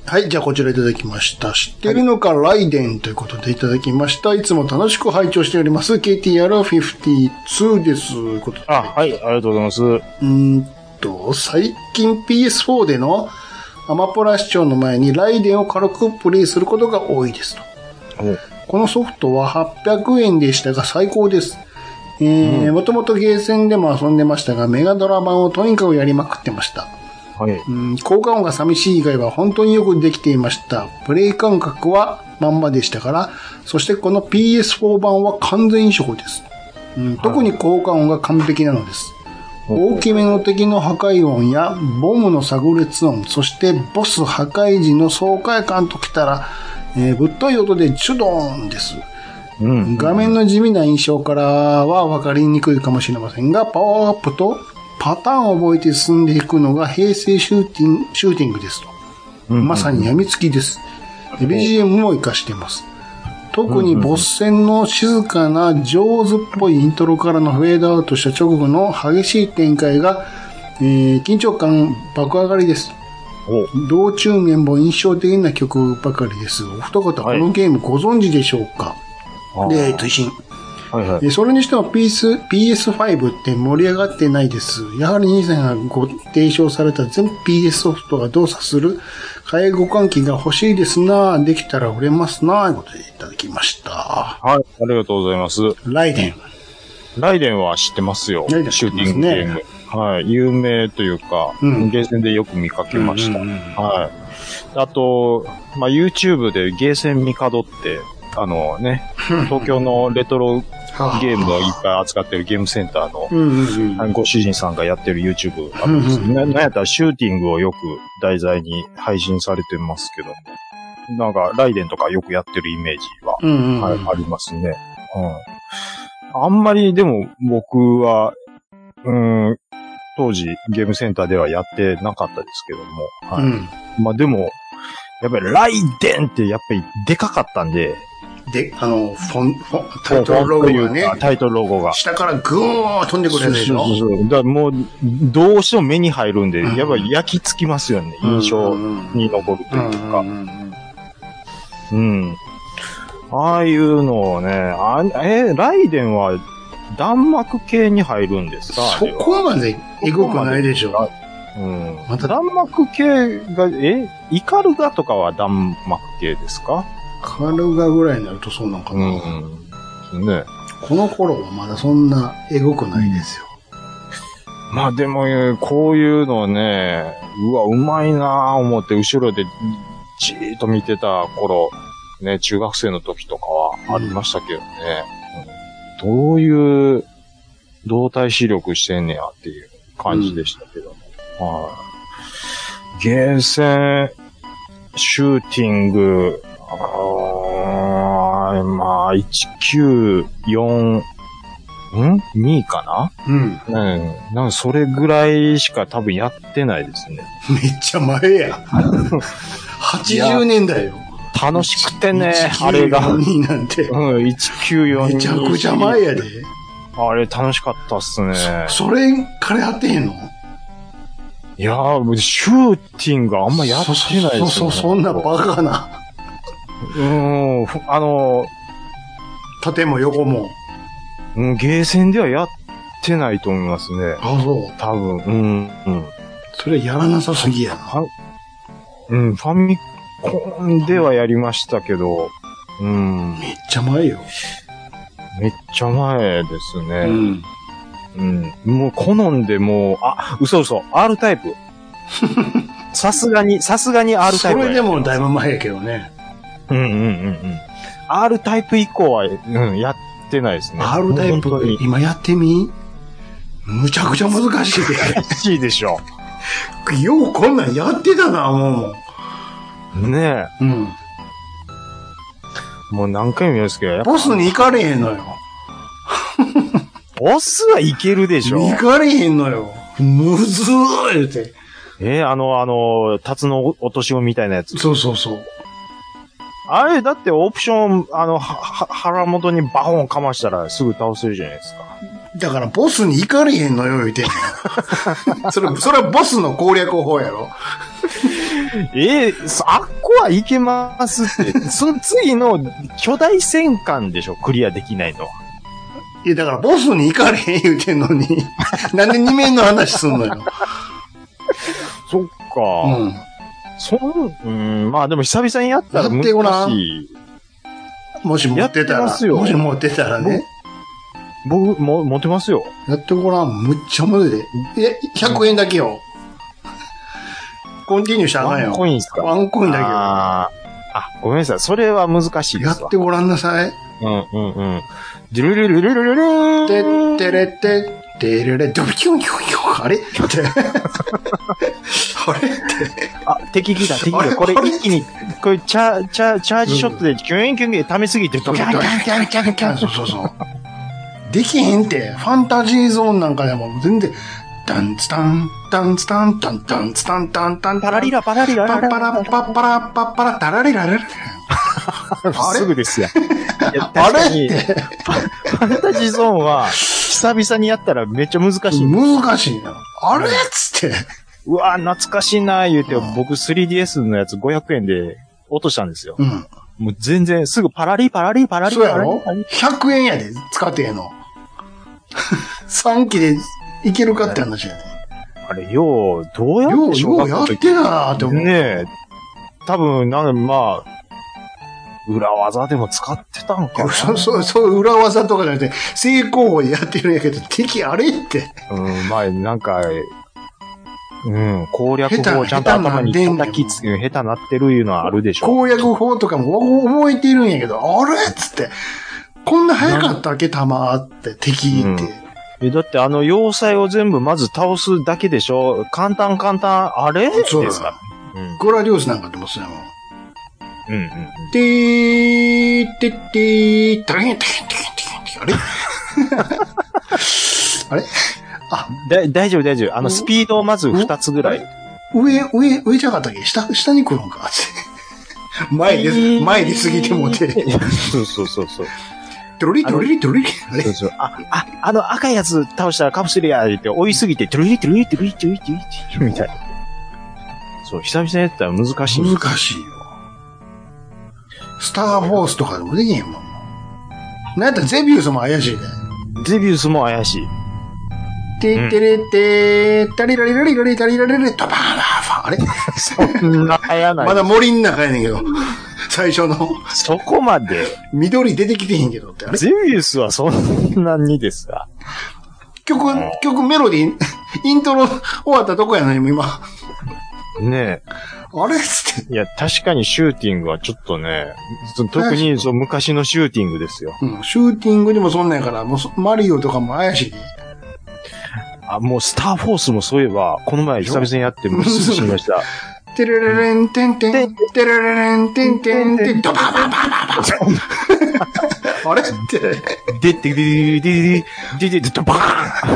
E: はい、じゃあこちらいただきました。知ってるのか、ライデンということでいただきました。いつも楽しく拝聴しております。KTR52 です。ということで
C: あ、はい、ありがとうございます。
E: うーんと、最近 PS4 でのアマポラ視聴の前にライデンを軽くプレイすることが多いですと。このソフトは800円でしたが最高です。えーもともとゲーセンでも遊んでましたが、メガドラ版をとにかくやりまくってました。
C: はい。
E: うん効果音が寂しい以外は本当によくできていました。プレイ感覚はまんまでしたから、そしてこの PS4 版は完全移植です。うん特に効果音が完璧なのです。大きめの敵の破壊音やボムの炸裂音、そしてボス破壊時の爽快感ときたら、えーぶっとい音でチュドーンです。
C: うん。
E: 画面の地味な印象からは分かりにくいかもしれませんが、パワーアップとパターンを覚えて進んでいくのが平成シューティングシューティングですと。まさに病みつきです。で BGM も活かしています。特にボス戦の静かなジョーズっぽいイントロからのフェードアウトした直後の激しい展開が、えー緊張感爆上がりです。同中年も印象的な曲ばかりです。お二方、このゲームご存知でしょうか、で、推進。
C: はいはい。
E: えそれにしても PS PS5 って盛り上がってないです。やはり兄さんがご提唱された全 PS ソフトが動作する介護換機が欲しいですなぁできたら売れますなぁということでいただきました。
C: はい、ありがとうございます。
E: ライデン。
C: ライデンは知ってますよ。
E: ライデン
C: シューティングゲーム。はい、有名というか、
E: うん
C: ゲーセンでよく見かけました。はい。あと、まあ、YouTube でゲーセンミカドって、あのね、東京のレトロゲームをいっぱい扱ってるゲームセンターの
E: うんうんうん。
C: ご主人さんがやってる YouTube あるんですよななんやったらシューティングをよく題材に配信されてますけど、なんか、ライデンとかよくやってるイメージは、
E: うんうん
C: はい、ありますね。うん。あんまりでも僕は、うん、当時ゲームセンターではやってなかったですけども、はい。まあでも、やっぱりライデンってやっぱりでかかったんで、
E: うんで、あの、フォン、フォン、タイトルロゴがね
C: という、かタイトルロゴが。
E: 下からグーン飛んでくるやつでしょ
C: そうそうそうだからもう、どうしても目に入るんで、
E: うん
C: やっぱり焼き付きますよね。印象に残るというか。うん。ああいうのをね、あえ、ライデンは弾幕系に入るんですか
E: そこまでエゴくないでしょ。
C: あれはうん。
E: また
C: 弾幕系が、えイカルガとかは弾幕系ですか
E: カルガぐらいになるとそうなんかな。
C: うん。ね。
E: この頃はまだそんなエゴくないですよ。
C: まあでも、えーこういうのをね、うわ、うまいなぁ思って、後ろでじーっと見てた頃、ね、中学生の時とかはありましたけどね。うんどういう動体視力してんねやっていう感じでしたけど、はい。ゲーセン、シューティング、あーまあ、194、ん ?2 かな
E: うん。
C: うん。なんかそれぐらいしか多分やってないですね。
E: めっちゃ前や。80年代よ。
C: 楽しくてね、
E: 1942
C: あれが。うん、
E: なんて。
C: 1942。
E: めちゃくちゃ前やで。
C: あれ楽しかったっすね。
E: それ、金張ってへんの
C: いやー、もうシューティングあんまやってないですね。
E: そうそう、そんなバカな。
C: うん、ふあの、
E: 縦も横も。
C: うんゲーセンではやってないと思いますね。
E: あ、そう。
C: 多分、うん、うん。
E: それやらなさすぎやな。
C: うん、ファミコンではやりましたけど、うん、
E: めっちゃ前よ。
C: めっちゃ前ですね。
E: うん。
C: うん。もう好んでもう、あ、嘘嘘、R タイ
E: (laughs)
C: プ。さすがに、さすがに R タイ
E: そ
C: プ。
E: れでもだいぶ前やけどね。
C: うんうんうんうん。R タイプ以降は、うん、やってないですね。
E: R タイ
C: 本当
E: プ
C: に、
E: 今やってみむちゃくちゃ難しいで。
C: 難しいでしょ。
E: ようこんなんやってたな、もう。
C: ね
E: うん。
C: え。もう何回も言うんですけど、やっぱ
E: ボスに行かれへんのよ。
C: ボスはいけるでしょ。
E: 行かれへんのよ。むずー言うて。
C: えーあの、あの、タツの落とし子みたいなやつ。
E: そうそうそう。
C: あれ、だってオプション、あの、は、は腹元にバホンかましたらすぐ倒せるじゃないですか。
E: だから、ボスに行かれへんのよ、言う
C: (laughs)
E: てんのそれ、それはボスの攻略法やろ。
C: ええあっこはいけますって。その次の巨大戦艦でしょ、クリアできないのは。
E: いや、だから、ボスに行かれへん言うてんの
C: (laughs)
E: に。なんで二面の話すんのよ。
C: そっか。
E: うん。
C: そん、うん、まあでも久々にやったら
E: や
C: 難
E: ってごらん
C: しい。
E: もし持ってた
C: やって
E: ら、
C: ますよ
E: もし持ってたらね。
C: 僕、も、持てますよ。
E: やってごらん。むっちゃむずいで。え、100円だけよ。コンティニューしたらあかん
C: ワン
E: よ。
C: コインですか
E: ワンコインだけよ。
C: あーあ、ごめんなさい。それは難しいで
E: や
C: すわ。
E: ってごらんなさい。
C: うんうんうん。ドゥルルルルルルルーン
E: てってれって、てれれ、ドビキュンキュンキュン、あれって。あれって。
C: あ、敵来た、敵
E: (laughs)
C: 来た。これ一気に、これチャ、チャ、チャージショットでキュインキュインで溜めすぎて、ドキャンキャン
E: キャンキャンキャン。そうそうそう。できへんって。ファンタジーゾーンなんかでも全然、ダンツタン、ダンツタン、ダンダンツタン、ダンタン、
C: パラリラ、パラリララ
E: パッパ
C: ラ
E: ラパッパラパッパラタラリラララ
C: ラ。すぐですやん。いや
E: あ
C: 確か
E: れ
C: に、ファンタジーゾーンは、久々にやったらめっちゃ難しい。
E: 難しいな。あれっつって。
C: うわ懐かしいな言うて、僕 3DS のやつ500円で落としたんですよ。
E: うん。
C: もう全然、すぐパラリパラリパラリ
E: そう
C: パ
E: や
C: ラ
E: ろ
C: リパラリ。
E: ?100 円やで、使ってえの。3期でいけるかって話やね。
C: あれ、よう、どうやっ
E: よう、
C: て
E: よ
C: 小
E: う
C: 学校
E: や
C: の
E: っ
C: 時
E: てたなって思う。
C: ねえ。多分、なんかまあ、裏技でも使ってたんかな。
E: (laughs) そう、そう、そう、裏技とかじゃなくて、正攻法でやってるんやけど、敵あれって。
C: うん、まあ、なんか、うん、攻略法をちゃんと
E: 下手
C: 頭に叩きつけ、下手なってるいうのはあるでしょ。
E: 攻略法とかも覚えてるんやけど、あれっつって。こんな早かったっけ弾って、敵って。
C: えだってあの要塞を全部まず倒すだけでしょ簡単簡単、あれです
E: そうだ
C: かうん、
E: グラディオスなんかでもそうやもん。
C: うん、うん。
E: てー、てってー、たけんたけんたけんたけんあれ
C: だ、大丈夫大丈夫。あの、スピードをまず2つぐらい。
E: あれ上、上、上じゃなかったっけ下、下に来るんかって。前で、前で過ぎてもて。
C: そうそうそうそう。
E: ドロリドロリドロリ。あれ
C: そうそう。あ、あ、あの赤いやつ倒したらカプセルや、って追いすぎて、トゥルイトゥルイトゥルイトゥルイトゥルイトゥルイみたいな。そう、久々にやったら難しい。
E: 難しいよ。スター・フォースとかでもできへんもん。なんやったらゼビウスも怪しいね。
C: ゼビウスも怪しい。
E: てってれってー、タリラリラリラリタリラリラリ、ドバーラーファー。あれ
C: そんな流行ない。
E: まだ森ん中やねんけど。最初の、
C: そこまで。
E: 緑出てきてへんけどって。あれ
C: ゼビウスはそんなにですか
E: 曲、曲メロディー、イントロ終わったとこやのに、今。あ
C: ね
E: れっつって。
C: え。いや、確かにシューティングはちょっとね、そ特にそう昔のシューティングですよ。
E: うん、シューティングでもそんなんやから、もうそマリオとかも怪しいで。
C: あ、もうスターフォースもそういえば、この前久々にやってもうすぐ死にました。
E: てれれれんてんてん、てれれれんてんてんてん、ドバババババあれって、
C: でって、でででででででバー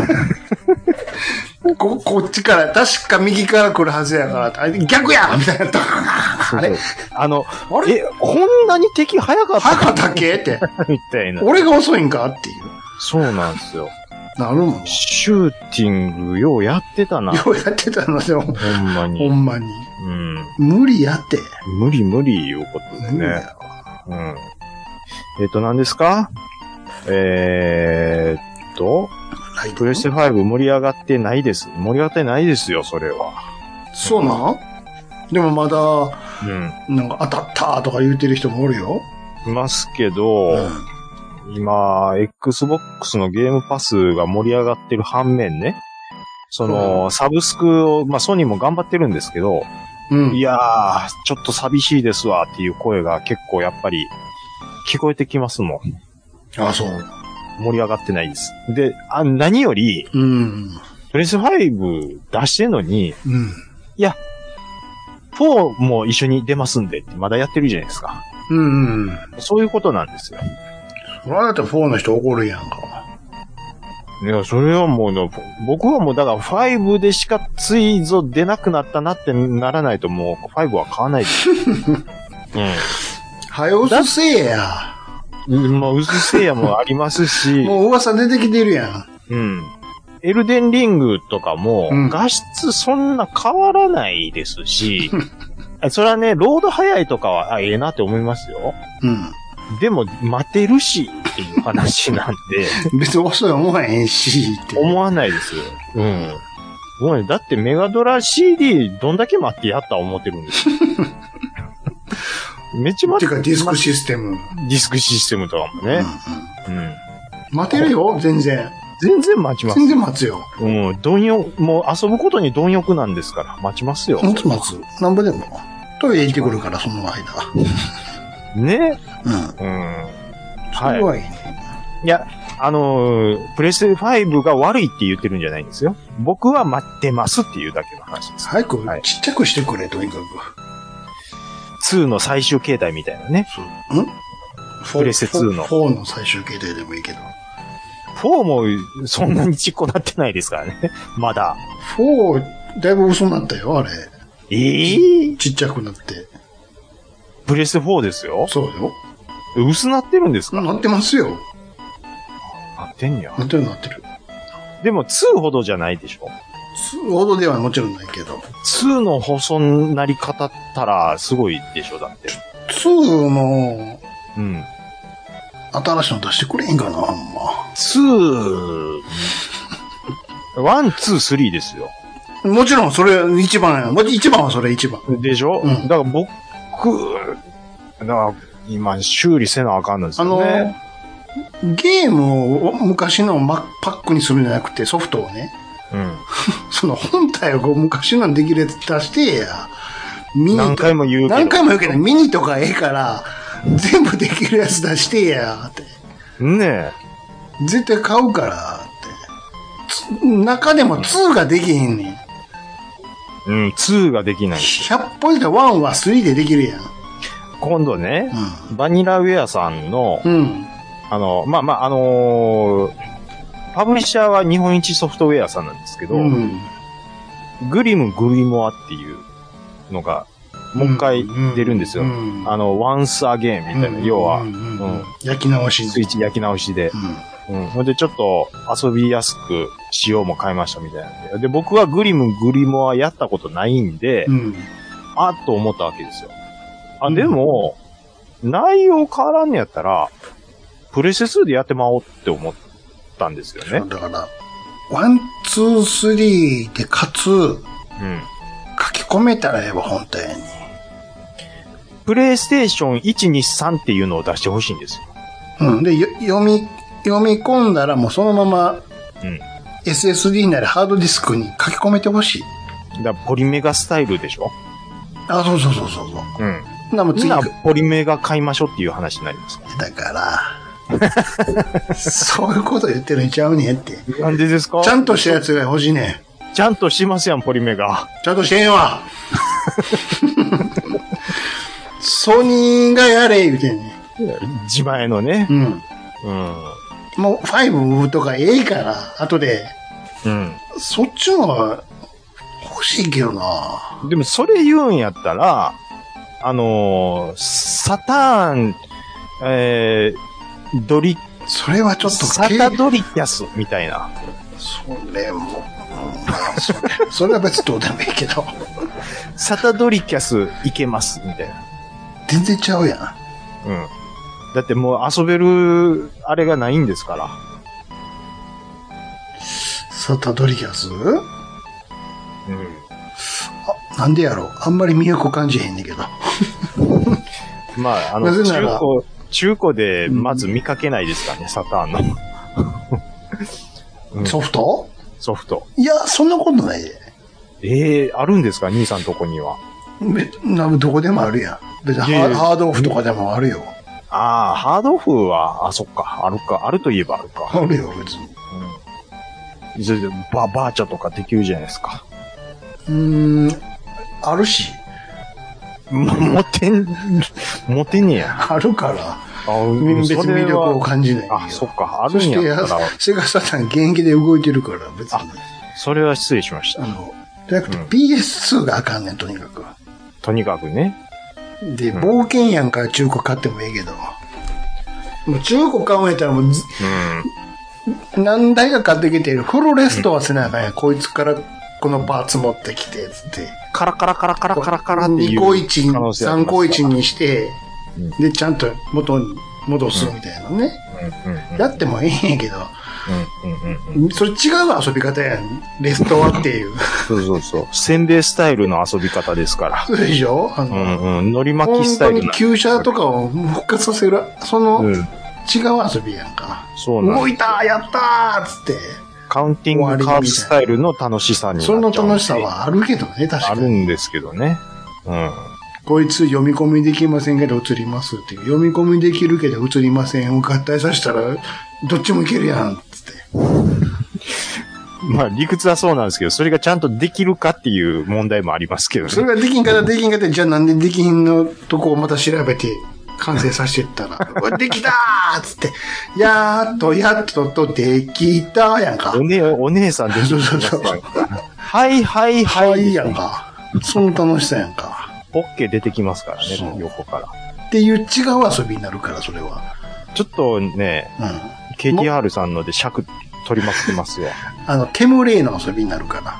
C: ン
E: こ、こっちから、確か右から来るはずやから、あ逆やみたいな。ドバーンあれ
C: あの、
E: あれ
C: え、こんなに敵早かった
E: 早かったっけって。
C: みたいな。
E: 俺が遅いんかっていう。
C: そうなんですよ。
E: なるもん。よ
C: シューティングようやってたな。
E: うやってたのでも、
C: ほんま
E: ほ
C: に。
E: んまに。
C: うん。
E: 無理やって。
C: 無理無理いうことで
E: 無理や
C: ね。うん。えっ、と、何ですかえー、っと、
E: ライブ
C: プレステ5盛り上がってないです。盛り上がってないですよ、それは。
E: そうなんでもまだ、
C: う
E: なんか当たったとか言うてる人もおるよ。
C: ん。いますけど、
E: うん
C: 今、Xbox のゲームパスが盛り上がってる反面ね、その、サブスクを、まあ、ソニーも頑張ってるんですけど、
E: うん。
C: いやー、ちょっと寂しいですわっていう声が結構やっぱり聞こえてきますもん。
E: あ、そう。
C: 盛り上がってないです。で、あ何より、
E: うん。
C: プレス5出してんのに、
E: うん。
C: いや、4も一緒に出ますんでってまだやってるじゃないですか。
E: うんうん。
C: そういうことなんですよ。
E: それだったら4の人怒るやんか。
C: いや、それはもうの、僕はもうだから5でしかついぞ出なくなったなってならないともう5は買わないです。
E: はようすせえや。
C: うん。まあ、うずせいやもあります
E: (laughs)
C: し、
E: もう噂出てきてるやん。
C: うん。エルデンリングとかも
E: うん、
C: 画質そんな変わらないです
E: (laughs)
C: し、あそれはね、ロード早いとかは、あ、ええなって思いますよ。
E: う
C: でも、待てるしっていう話なんで、
E: ん。別に遅い思わへんし、 (laughs) って。
C: 思わないですよ。うん。ごめん、だってメガドラ CD どんだけ待ってやった思ってるんです
E: (laughs)
C: よめっちゃ
E: て
C: 待っ
E: か
C: て、
E: ディスクシステム。
C: ディスクシステムとかも
E: うんう
C: ね
E: ん。
C: うん。
E: 待てるよ、全然。
C: 全然待ちます
E: 全。然待つよ。
C: うん。貪欲、もう遊ぶことに貪欲なんですから、待ちますよ。
E: 待つ待つ。なんぼでも。トイレ行ってくるから、その間。
C: ね。
E: うん。
C: うん。
E: す
C: は
E: ごい。
C: い。いや、あのープレステ5が悪いって言ってるんじゃないんですよ。僕は待ってますっていうだけの話です。
E: 早く
C: はい
E: ちっちゃくしてくれ、とにかく。
C: 2の最終形態みたいなね。
E: そう。んフォー
C: プレステ2の
E: フォーの最終形態でもいいけど。
C: 4もそんなにちっこなってないですからね。 (laughs) まだ。
E: 4、だいぶ嘘になったよ、あれ。
C: ええ
E: ちっちゃくなって。
C: プレステ4ですよ。
E: そうよ。
C: 薄なってるんですか、
E: なってますよ。
C: なってんや。
E: なってるなってる。
C: でも2ほどじゃないでしょ。
E: ほどではもちろんないけど。
C: 2の細なり方ったらすごいでしょ、だって。
E: 2の
C: うん。
E: 新しいの出してくれへんかな、ほ
C: 2、
E: ん
C: 1、2、3ですよ。
E: ま。もちろん、それ一番や。もち一番はそれ一番。
C: でしょ、
E: うん
C: だから僕、だから今修理せなあかんのです
E: あ
C: よ
E: の、
C: ね。
E: ゲームを昔のマパックにするんじゃなくて、ソフトをね、
C: うん。
E: その本体をこう昔のできるやつ出してや。ミニと
C: 何回も言うけど。
E: 何回も言うけど、ミニとかええから、全部できるやつ出してや、って。
C: ね
E: 絶対買うから、ってつ。中でも2ができへんねん。
C: え。うん、2ができない。
E: 100ポイント1は3でできるやん。
C: 今度ね、バニラウェアさんの、
E: うん。うん。
C: あの、まあまあ、あのーパブリッシャーは日本一ソフトウェアさんなんですけど、
E: うん。
C: グリム・グリモアっていうのが、もう一回出るんですよ。
E: うん
C: あの、Once Again みたいな、要は、
E: うんうんう
C: うんん
E: 焼き直しの
C: スイッチ焼き直しで
E: う。ん。
C: うん。ほんで、ちょっと遊びやすく仕様も変えましたみたいなんで。で、僕はグリム、グリモアやったことないんで、
E: うん。
C: あっと思ったわけですよ。あ、
E: うん
C: でも、内容変わらんのやったら、プレセ2でやってまおうって思ったんですよね。
E: だから、ワン、ツー、スリーで、かつ、書
C: うん。
E: き込めたらええわ、本体に。
C: プレイステーション1、2、3っていうのを出してほしいんですよ。
E: うん。で、よ読み、読み込んだらもうそのまま、
C: うん。
E: SSD なりハードディスクに書き込めてほしい。
C: だからポリメガスタイルでしょ
E: あ、そうそうそうそうそう。
C: うん。
E: ほんなもう
C: 次
E: 次
C: は
E: だ
C: ポリメガ買いましょうっていう話になりますか
E: から、 (laughs) そういうこと言ってるんちゃうねんって。
C: ら。なんでですか
E: ちゃんとしたやつが欲しいねん。
C: ちゃんとしますやん、ポリメガ。
E: ちゃんとしてへんわ。ソニーがやれ、言うてんねん。
C: 自前のね。
E: うん。
C: うん。
E: もう5とかええから、後で。
C: うん。
E: そっちの方が欲しいけどな
C: でも、それ言うんやったら、あのーサターン、えー、ドリ、
E: それはちょっと
C: サ
E: け
C: タドリキャスみたいな。
E: それも、うんまあそれ、 (laughs) それは別にどうでもいいけど。
C: サタドリキャスいけます、みたいな。
E: 全然ちゃうやん。
C: うん。だってもう遊べる、あれがないんですから。
E: サタドリキャス
C: うん。
E: あなんでやろうあんまり魅力感じへんねんけど。
C: まあ、あ
E: な
C: の、
E: ぜな
C: 中
E: ら
C: 古、中古でまず見かけないですからね、サターンの
E: (laughs)
C: うん
E: ソフト
C: ソフト。
E: いや、そんなことないで。
C: ええあるんですか兄さんとこには。
E: めなどこでもあるやん。別に
C: いや
E: ハ
C: いや
E: ハードオフとかでもあるよ。
C: ああ、ハードオフは、あ、そっか、あるか、あるといえばあるか。
E: あるよ、別に。
C: それでバ、バーチャとかできるじゃないですか。
E: うーん、あるし、
C: もモテん、モテねえや。
E: あるから、
C: あ
E: 別に魅力を
C: それは
E: 感じない。
C: あ、そっか、あ
E: そ
C: るん
E: して
C: やったら、
E: セガサタン現役で動いてるから、別に。
C: それは失礼しまし
E: あ
C: た。
E: の、じゃなくて
C: うん
E: PS2 があかんねん、とにかく。
C: とにかくね。
E: で、冒険やんから中古買ってもええけど。もう中古買うんやったらもうず、何台か買ってきて、フルレストはせなあかんやん。こいつからこのパーツ持ってきて、つって。
C: カラカラカラカラカラカラってい
E: 2
C: う。
E: 個1、
C: 可能性ありま
E: 3
C: す
E: 個1にして
C: うん、
E: で、ちゃんと元に戻すみたい
C: う
E: なね。
C: んうんうん
E: やってもええんやけど、
C: うんうんうん。
E: それ違う遊び方やん。レストアっていう。 (laughs)
C: そうそうそう。せんべいスタイルの遊び方ですから。
E: そうでしょあ
C: う
E: の、
C: んうん。のり巻き
E: 本
C: スタ
E: 当
C: イル
E: に
C: な。
E: 旧車とかを復活させる、その
C: う。
E: 違うん遊びやんか。
C: そうなん
E: 動いたやったーっつって。
C: カウンティングカーブスタイルの楽しさになっちゃ
E: そうの楽しさはあるけどね、確
C: あ
E: か
C: る
E: に。
C: んですけどね。うん。
E: こいつ読み込みできませんけど映りますっていう。読み込みできるけど映りませんを合体させたら、どっちもいけるやんっつって。
C: まあ理屈はそうなんですけど、それがちゃんとできるかっていう問題もありますけど
E: それ
C: ね。
E: ができんからできんかって、じゃあなんでできひんのとこをまた調べて、完成させてっ
C: (laughs)
E: たら、うわできたーっつって、やーっとやっととできたやんか
C: お。ね、お姉さんで
E: そうそうそう。
C: はいはい
E: か
C: は
E: わい
C: い。
E: いやんか。その楽しさやんか。
C: ポッケ出てきますから
E: そう
C: ね、横から。
E: っていう違う遊びになるから、それは。
C: ちょっとね、
E: うん。
C: KTR さんので尺取りまくってますよ。
E: あの、テムレイの遊びになる
C: (laughs)
E: から。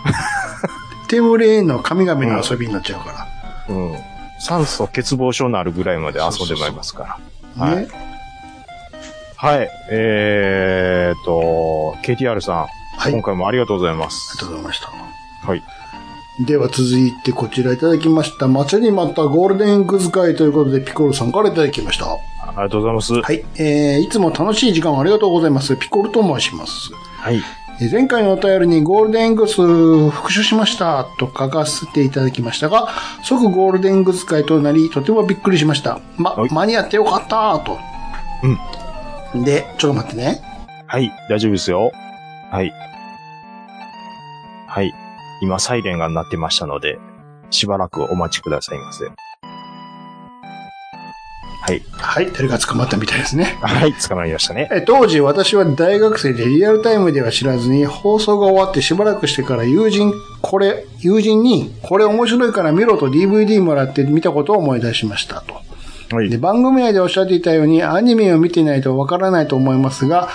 E: テムレイの神々の遊びになっちゃうから。
C: うん。酸素欠乏症のあるぐらいまで遊んでまいりますから。はい
E: ね。
C: はい。えーっと、KTR さん、
E: はい。あり
C: 今
E: が
C: 回もありがとうございます。
E: とうございました。
C: はい。
E: では続いてこちらいただきました。待ちに待ったゴールデングズ会ということでピコルさんからいただきました。は
C: ありがとうございます。はい。
E: い。えー、いつも楽しい時間をありがとうございます。ピコルと申します。えー前回のお便りにゴールデングス復習しましたと書かせていただきましたが、即ゴールデングス会となり、とてもびっくりしました。ま、
C: はい
E: 間に合ってよかったと。うん。で、ちょっと待ってね。
C: はい。大丈夫ですよ。はい。はい。今、サイレンが鳴ってましたので、しばらくお待ちくださいませ。はい。
E: はい、誰が捕まったみたいですね。
C: はい。捕まりましたね。
E: え当時私は大学生でリアルタイムでは知らずに放送が終わってしばらくしてから友人これ友人にこれ面白いから見ろと DVD もらって見たことを思い出しましたと。
C: はい
E: で番組内でおっしゃっていたようにアニメを見てないとわからないと思いますが、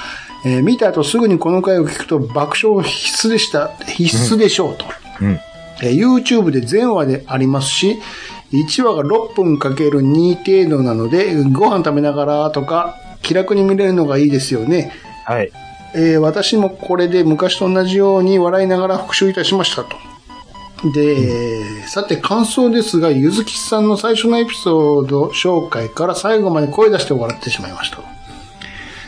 E: えー見た後すぐにこの回を聞くと爆笑必須でした必須でしょうと。えー YouTube で全話でありますし、1話が6分かける2程度なので、ご飯食べながらとか、気楽に見れるのがいいですよね。
C: はい。
E: えー私もこれで昔と同じように笑いながら復習いたしましたと。で、さて感想ですが、ゆずきさんの最初のエピソード紹介から最後まで声出して笑ってしまいましたと。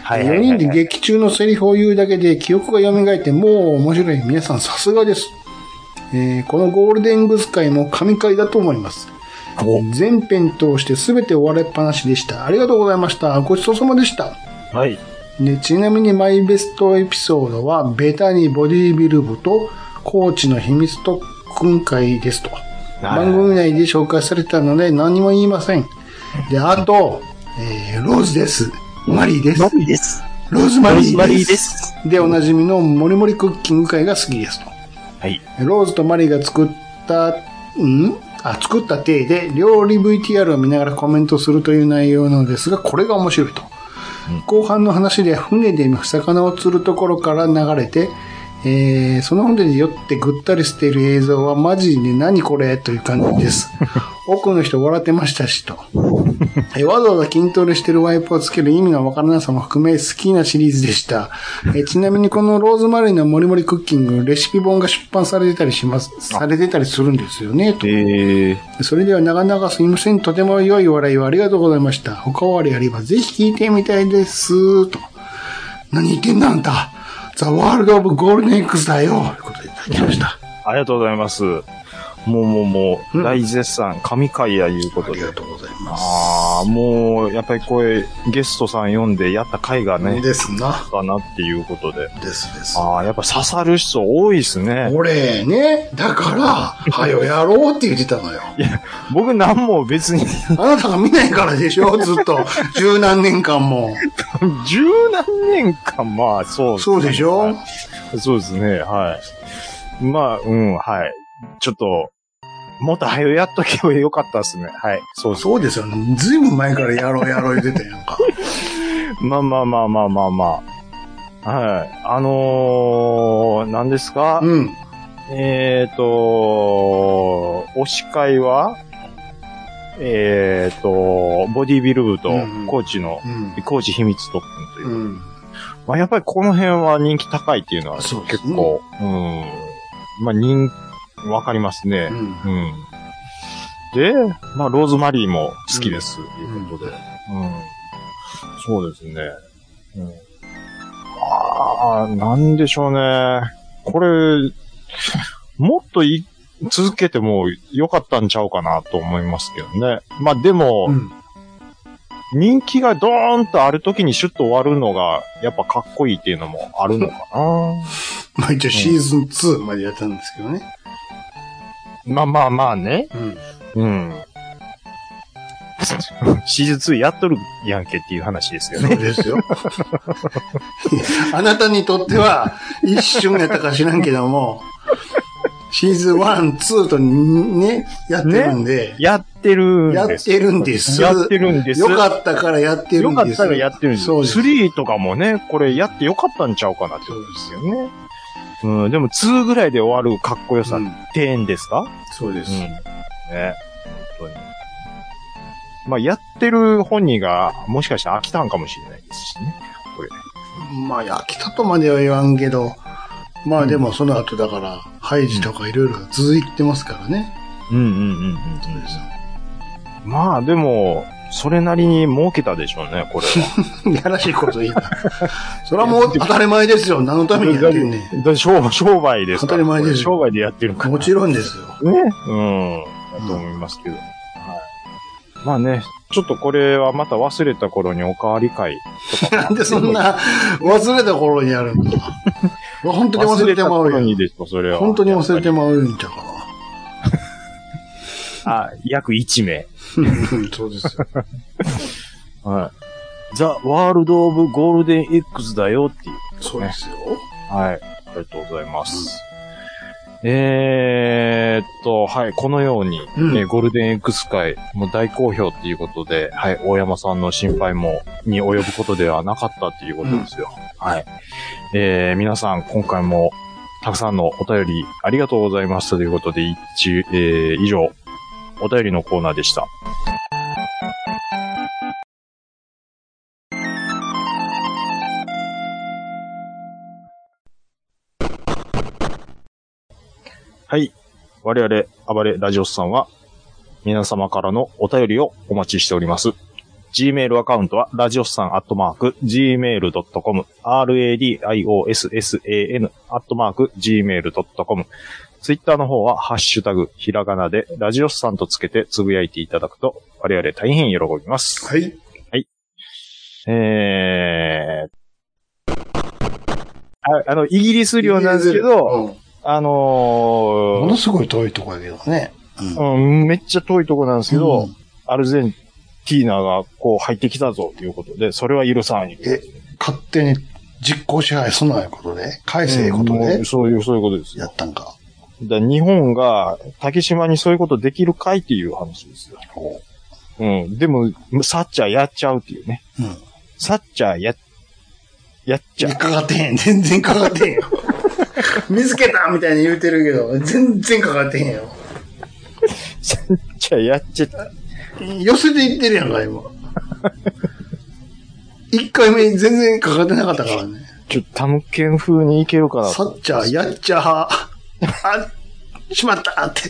C: はい。
E: 4人で劇中のセリフを言うだけで記憶が蘇ってもう面白い。皆さんさすがです。えーこのゴールデングズ会も神回だと思います。全編通して全て終わりっぱなしでした。ありがとうございました。ごちそうさまでした。
C: はい。
E: でちなみにマイベストエピソードは、ベタにボディビル部と、コーチの秘密特訓会ですと。番組内で紹介されたので何も言いません。で、あと、えーローズです。マリーです。
C: みです。
E: ローズマリーです。
C: マリーです
E: でおなじみのモリモリクッキング会が好きですと。
C: はい。
E: ローズとマリーが作った、んあ、作った体で料理 VTR を見ながらコメントするという内容なのですが、これが面白いと。後半の話で船で魚を釣るところから流れて、えーその船に酔ってぐったりしている映像はマジで何これという感じです。多くの人笑ってましたしと。えーわざわざ筋トレしてるワイプをつける意味のわからなさも含め好きなシリーズでした。えーちなみにこのローズマリーのモリモリクッキングレシピ本が出版されてたりします、されてたりするんですよね、と。
C: えー、
E: それでは長々すいません。とても良い笑いをありがとうございました。他はあれあればぜひ聞いてみたいです。と。何言ってんだあんた。ザ・ワールド・オブ・ゴールデン X だよ。ということでいただきました。
C: ありがとうございます。もうもうもう、大絶賛、神回やいうこと
E: あり
C: で。
E: がとうございます。
C: ああ、もう、やっぱりこれ、ゲストさん読んでやった回がね、
E: ですな。
C: だなっていうことで。
E: ですです。
C: ああ、やっぱ刺さる人多いですね。
E: 俺ね、だから、はよやろうって言ってたのよ。
C: 僕なんも別に、
E: (laughs)
C: (laughs)
E: あなたが見ないからでしょずっと。十何年間も。
C: 十何年間、まあ、そうすね
E: そうでしょ
C: そうですね、はい。まあ、うん、はい。ちょっと、もっと早よやっとけばよかったですね。はい。そうそ
E: そうですよね。ずいぶん前からやろうやろう言ってたやんか。
C: う。まあまあまあまあまあまあ。はい。あのー、何ですか、
E: うん。
C: えっ、ー、と、推し会は、えっ、ー、と、ボディビル部と
E: うんうん
C: コーチの、
E: うん。
C: コーチ秘密特訓という。
E: うん。
C: まあ、やっぱりこの辺は人気高いっていうのは結
E: そうですね
C: 構、うん。まあ、人、わかりますね。
E: うん。
C: うん。で、まあ、ローズマリーも好きです、ということで。うん。そうですね。うん。ああ、なんでしょうね。これ、 (laughs) もっとい続けても良かったんちゃうかなと思いますけどね。まあ、でも、
E: うん
C: 人気がドーンとある時にシュッと終わるのが、やっぱかっこいいっていうのもあるのかな。
E: まあ一応シーズン2までやったんですけどね。
C: まあまあまあね。
E: うん。
C: うん。シーズン2やっとるやんけっていう話ですよ
E: そ
C: ね。
E: うですよ。あなたにとっては、一瞬やったか知らんけども、シーズン1、2とね、やってるんで、
C: (laughs) やってるん
E: や
C: で
E: っ
C: す。
E: てるんです。
C: やってるんです。
E: よかったからやってる
C: よ
E: ん
C: か
E: で
C: っ
E: す。
C: たらやってるんです。
E: そうです。
C: 3とかもね、これやってよかったんちゃうかなってことですよね。うん、でも2ぐらいで終わるかっこよさ
E: う
C: っ
E: ん
C: てんですか、
E: そうです。
C: ね。本当に。まあ、やってる本人が、もしかしたら飽きたんかもしれないですしね。
E: まあ、飽きたとまでは言わんけど、まあでもその後だから、ハイジとかいろいろ続いてますからね。
C: うんうんうんうん。まあでも、それなりに儲けたでしょうね、これは。
E: やらしいこと言いな。それはもう当たり前ですよ。何のためにやってんねん。
C: だ商商売ですから
E: 当たり前です
C: 商売でやってるから。
E: もちろんですよ。
C: ね。うん。だと思いますけど。はい。まあね、ちょっとこれはまた忘れた頃におかわり会。
E: なんでそんな忘れた頃にやるんだ。本当に忘れてまう
C: 忘れた頃に
E: よ。
C: ですよ、それは。
E: 本当に忘れて
C: やっ
E: まうんちゃうか
C: ぱり。あ、約1名。
E: な。うんそうですよ。
C: はい。ザ・ワールド・オブ・ゴールデン X だよっていう。
E: そうですよ。
C: はい。ありがとうございます。えーっと、はい、このように、
E: うん
C: えーゴールデン X 会、もう大好評っていうことで、はい、大山さんの心配も、に及ぶことではなかったっていうことですよ。はい。えー、皆さん、今回も、たくさんのお便り、ありがとうございましたということで、一、えー、以上、お便りのコーナーでした。はい。我々、暴れラジオスさんは、皆様からのお便りをお待ちしております。Gmail アカウントは、ラジオスさんアットマーク、gmail.com、radiossan アットマーク、gmail.com。Twitter の方は、ハッシュタグ、ひらがなで、ラジオスさんとつけてつぶやいていただくと、我々大変喜びます。
E: はい。
C: えー、ああの、イギリス領なんですけど、
E: うん、
C: あのー
E: ものすごい遠いとこやけどね。
C: うん、めっちゃ遠いとこなんですけど、
E: うん
C: アルゼンティーナがこう入ってきたぞということで、それは許さない。
E: え、勝手に実行支配すないうことで、返せいうこと
C: うん
E: で
C: もう、そういう、そういうことですよ。
E: やったんか。
C: だから日本が竹島にそういうことできるかいっていう話ですよ。うん。でも、サッチャーやっちゃうっていうね。
E: うん。
C: サッチャーや、やっちゃう。
E: かかってへん。全然かかって (laughs) へんよ。見つけたみたいに言うてるけど、全然かかってへんよ。
C: サッチャーやっちゃった。
E: 寄せていってるやんか、今。一回目全然かかってなかったからね。
C: ちょっとタムケン風にいけるかな
E: サ
C: と。
E: ッチャー、やっちゃは、あ、しまったって。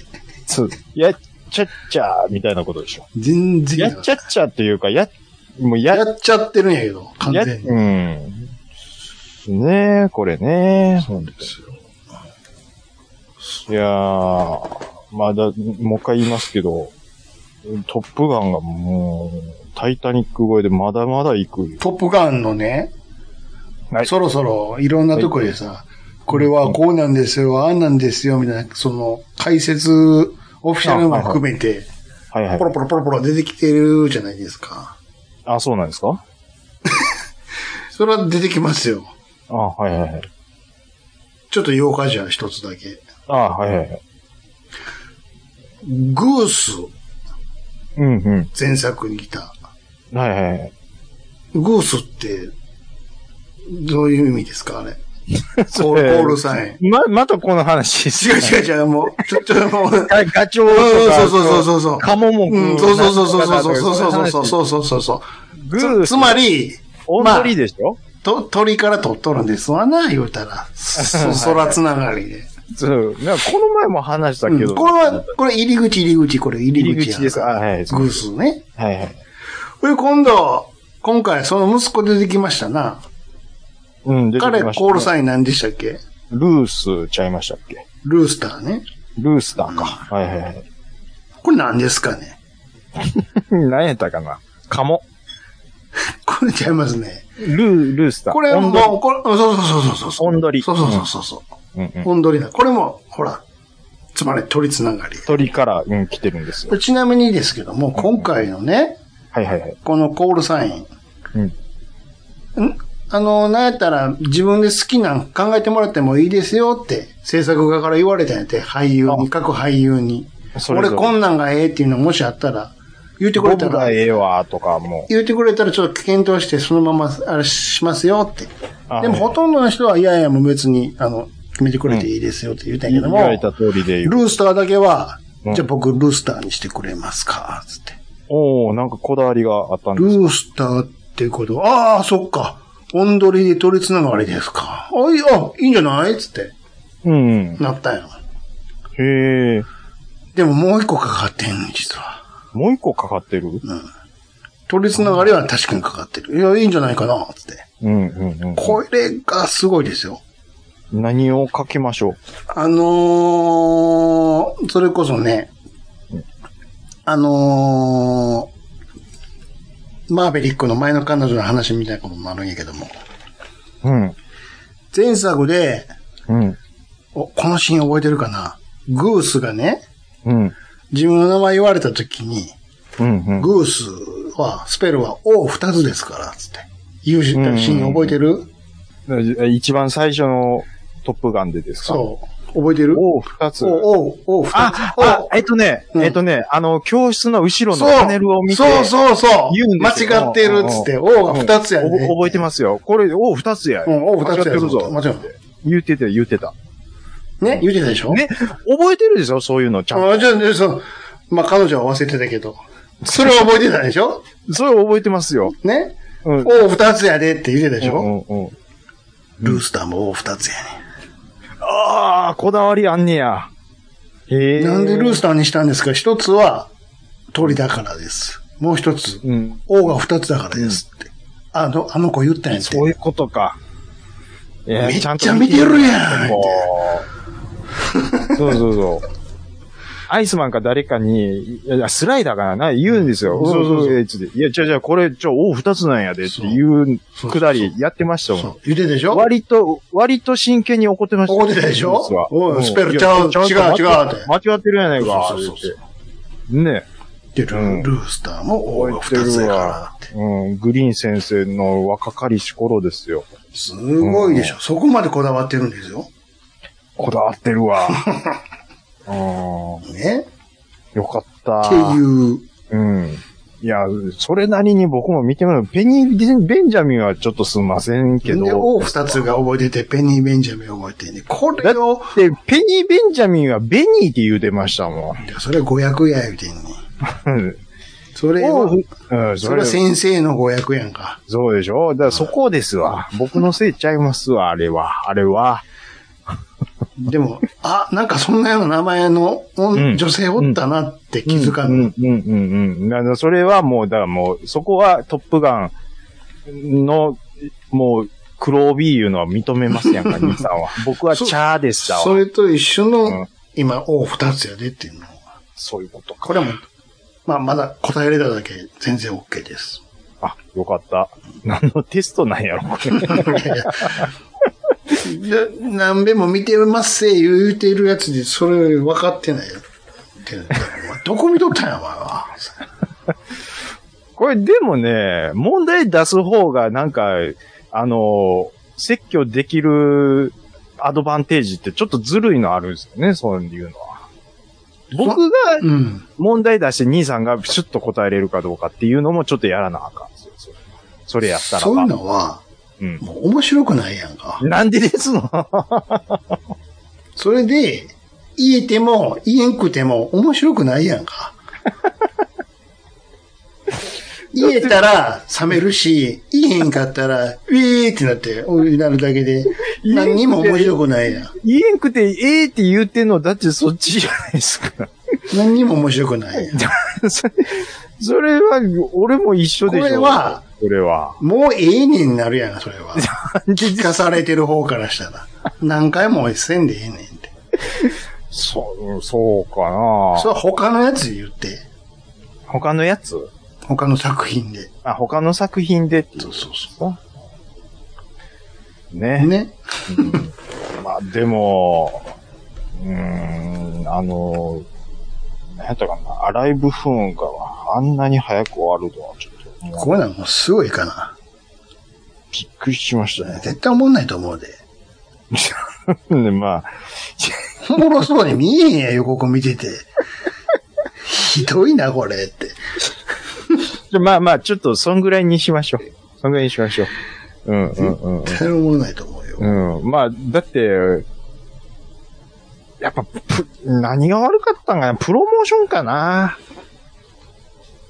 C: そうやっちゃっちゃーみたいなことでしょ。
E: 全然
C: や
E: か
C: っ
E: か
C: ちゃっちゃーっていうか、や、もうやっ
E: やっちゃってるんやけど、完
C: や
E: 全に。
C: うん。ねえ、これね。そうですよ。いやー、まだ、もう一回言いますけど、トップガンがもう、タイタニック越えでまだまだ行くよ。
E: トップガンのね、
C: はい
E: そろそろいろんなとこでさ、これはこうなんですよ、ああなんですよ、みたいな、その解説、オフィシャルも含めて、
C: はいはい
E: ポ。ロポロポロポロ出てきてるじゃないですか。
C: あ、そうなんですか
E: それは出てきますよ。
C: あ、はいはいはい。
E: ちょっと洋歌じゃん、一つだけ。
C: あ、はいはいはい。
E: グース、
C: うんうん。
E: 前作にいた。
C: はいはいはい。
E: グースって、どういう意味ですかあれ。コ
C: (laughs)
E: ー
C: れ
E: ルコールサイン。
C: ま、またこの話です
E: 違う違う違う、もう、ちょ、ちょ、
C: (laughs)
E: もう、
C: ガガチョウ
E: うん
C: とか、
E: そうそうそうそうそう。
C: カモモク
E: うん、そうそうそうそうそうそうそうそう
C: う。
E: そうそうそうそう
C: グー、
E: つまり、
C: 大
E: まあ
C: 鳥でしょ、
E: と、鳥から取っとるんですわな、言うたら。そ、空つながりで。
C: そう。なんかこの前も話した
E: う
C: けど。
E: んこれは、これ入り口入り口、これ入り
C: 入
E: 口
C: り
E: や
C: 口です。あ、はいはい。
E: グースね。
C: はいはい。
E: これ今度、今回その息子出てきましたな。
C: うん、出てきま
E: 彼、
C: したね
E: コールサイン何でしたっけ
C: ルースちゃいましたっけ
E: ルースターね。
C: ルースターか。はいはいはい。 (laughs)
E: これ何ですかね
C: 何やったかなカモ。
E: これちゃいますね。
C: ルー、ルースター。
E: これ
C: オンド
E: もう、これ、そうそうそうそうそう。
C: オンドリ
E: そうそうそうそうそう。
C: リうんうん。
E: オンドリだ。これも、ほら、つまり鳥つながり。
C: 鳥から、うん、来てるんですよ。
E: ちなみにですけども、今回のね、
C: はいはいはい。
E: このコールサイン。
C: うん
E: んあの、なんやったら自分で好きなん考えてもらってもいいですよって制作側から言われたんやって、俳優に、各俳優に。
C: それ
E: 俺
C: ぞれ
E: こんなんがええっていうのもしあったら、言ってく
C: ボ
E: れた
C: ブ
E: ら
C: が、ええわ、とかも
E: 言ってくれたらちょっと検討してそのままあれしますよって。
C: あ
E: でも
C: はい
E: ほとんどの人は、いやいやもう別に、あの、決めてくれていいですよって言ったんやけど
C: 言
E: も、
C: われた通りで言う。
E: ルースターだけは、
C: うん
E: じゃあ僕ルースターにしてくれますかつって。
C: おおなんかこだわりがあったん
E: ル
C: です
E: ースターってこと、ああ、そっか。オンドリで取りつながりですか。あ、いいあいいんじゃないつって、
C: うんうん。
E: なったんや。
C: へえ。
E: でももう一個かかってんの、実は。
C: もう一個かかってる
E: 取りつながりは確かにかかってる。いや、いいんじゃないかな、つって。
C: うんうん
E: これがすごいですよ。
C: うん。何をかけましょう
E: あのー、それこそね、あのー、マーベリックの前の彼女の話みたいなこともあるんやけども、
C: うん。
E: 前作で、
C: うん。
E: おこのシーン覚えてるかなグースがね、
C: うん。
E: 自分の名前言われた時に、
C: うん。うん。
E: グースは、スペルは O2 つですから、つって。言うシ
C: うんうんうん
E: ーン覚えてる、
C: 一番最初のトップガンでですか
E: そう。覚えてる
C: おお二つ。
E: O、O、O2 つ。
C: あ、あ
E: O、
C: えっとね、
E: うん
C: えっとね、あの、教室の後ろの
E: そう
C: パネルを見て、
E: そうそうそう。
C: 言うんですよ
E: 間違ってるっつって、
C: う
E: O が2つやね。
C: お覚えてますよ。これ、お二つや。
E: うん、O 2つ
C: 間
E: や
C: 違ってるぞ
E: 間違ってる
C: 言ってた、言ってた。
E: ね、言ってたでしょ
C: ね、覚えてるでしょそういうの、ちゃん
E: あじゃあね、そう。まあ、彼女は忘れてたけど。それは覚えてたでしょ
C: と。それ覚えてますよ。
E: ね
C: うん。うん
E: ?O 2つやでって言ってたでし
C: う
E: ょ、
C: んうん。
E: ルースターも O 2つやね。
C: ああ、こだわりあんねや。へえ。
E: なんでルースターにしたんですか一つは鳥だからです。もう一つ、
C: うん。
E: 王が二つだからですって。あの、あの子言ったんやって。
C: そういうことか。いや
E: めっちゃ
C: と
E: 見てるやん
C: こうそうそうそう。アイスマンか誰かに、いやいや、スライダーかなな言うんですよ。
E: そうそうそう
C: えーつっていや、じゃじゃこれ、ちょ、お二つなんやでっていうくだりやってましたも
E: そ
C: ん。
E: う言ってたでしょ
C: 割と、割と真剣に怒ってました。
E: 怒ってたでしょ
C: 実は
E: おい
C: うん
E: スペルちゃう
C: いや
E: 違う
C: ちゃんと
E: 違うって
C: 間違ってるやないか。
E: そうそうそう
C: 言ってね
E: でル
C: うん
E: ルースターも王が
C: 覚え
E: 二
C: て
E: つ
C: る
E: や
C: わ
E: からって。。
C: うん、グリーン先生の若かりし頃ですよ。
E: すごいでしょ。そこまでこだわってるんですよ。
C: こだわってる
E: (laughs)
C: わ。うん、
E: ね
C: よかった。
E: っていう。
C: うん。いや、それなりに僕も見てもらう。ペニー・ベンジャミンはちょっとすんませんけ
E: で、
C: ど。
E: 王二つが覚えてて、ペニー・ベンジャミン覚えてね。これを、
C: で、ペニー・ベンジャミンはベニーって言うてましたもん。
E: いやそれは5 0や言うてんね。それ
C: お
E: を
C: う、 (laughs) うん、
E: そ
C: そ
E: れ
C: れ
E: は先生の5 0やんか。
C: そうでしょだからそこですわ。僕のせいちゃいますわ、あれは。あれは。
E: でも、あ、なんかそんなような名前の、お
C: うん
E: 女性おったなって気づか
C: う
E: ぬ。
C: ん、うん、うん、うん。あの、それはもう、だからもう、そこはトップガンの、もう、黒帯いうのは認めますやんか、兄さんは。僕はチャーでしたわ。
E: それと一緒
C: うん
E: の今、O 二つやでっていうのは。
C: そういうことか。
E: これも、まあ、まだ答えれただけ全然 OK です。
C: あ、よかった。何のテストなんやろ、これ。
E: な何べも見てますせ、言うてるやつで、それ分かってないよ。ってなったらお前どこ見とったんや、お前は。
C: (laughs) これでもね、問題出す方がなんか、あの、説教できるアドバンテージってちょっとずるいのあるんですよね、そういうのは。僕が
E: うん。
C: 問題出して兄さんがシュッと答えれるかどうかっていうのもちょっとやらなあかんですよ。それそれやったらば。
E: そういうのは、
C: うん
E: もう面白くないやんか。
C: なんでですの
E: それで、言えても、言えんくても面白くないやんか。言えたら冷めるし、言えへんかったら、ウィーってなって、おいなるだけで、何にも面白くないやん。
C: 言えんくてええって言うてんの、だってそっちじゃないですか。
E: 何にも面白くないやん。
C: それそれは、俺も一緒でしょ。
E: これは、
C: それは。
E: もうええねんになるやん、それは。聞かされてる方からしたら。何回もせんでええねんって。
C: そう、そうかな
E: それは他のやつで言って。
C: 他のやつ
E: 他の作品で。
C: あ、他の作品でっていう
E: そうそうそ
C: ね。
E: う。ね。
C: まあ、でも、うーん、あの、なんやったかな、アライブフーンがあんなに早く終わるとは、ちょっと、もう
E: こういうのはもうすごいかな。
C: びっくりしましたね。
E: 絶対思んないと思うで。
C: で、まあ、
E: おもろそうに見えへんや、予告見てて。ひどいな、これって。
C: じゃまあまあ、ちょっと、そんぐらいにしましょう。そんぐらいにしましょう。うん、うん、うん
E: 絶対思んないと思うよ。。
C: うん。まあ、だって、やっぱ、プ何が悪かったんかなプロモーションかな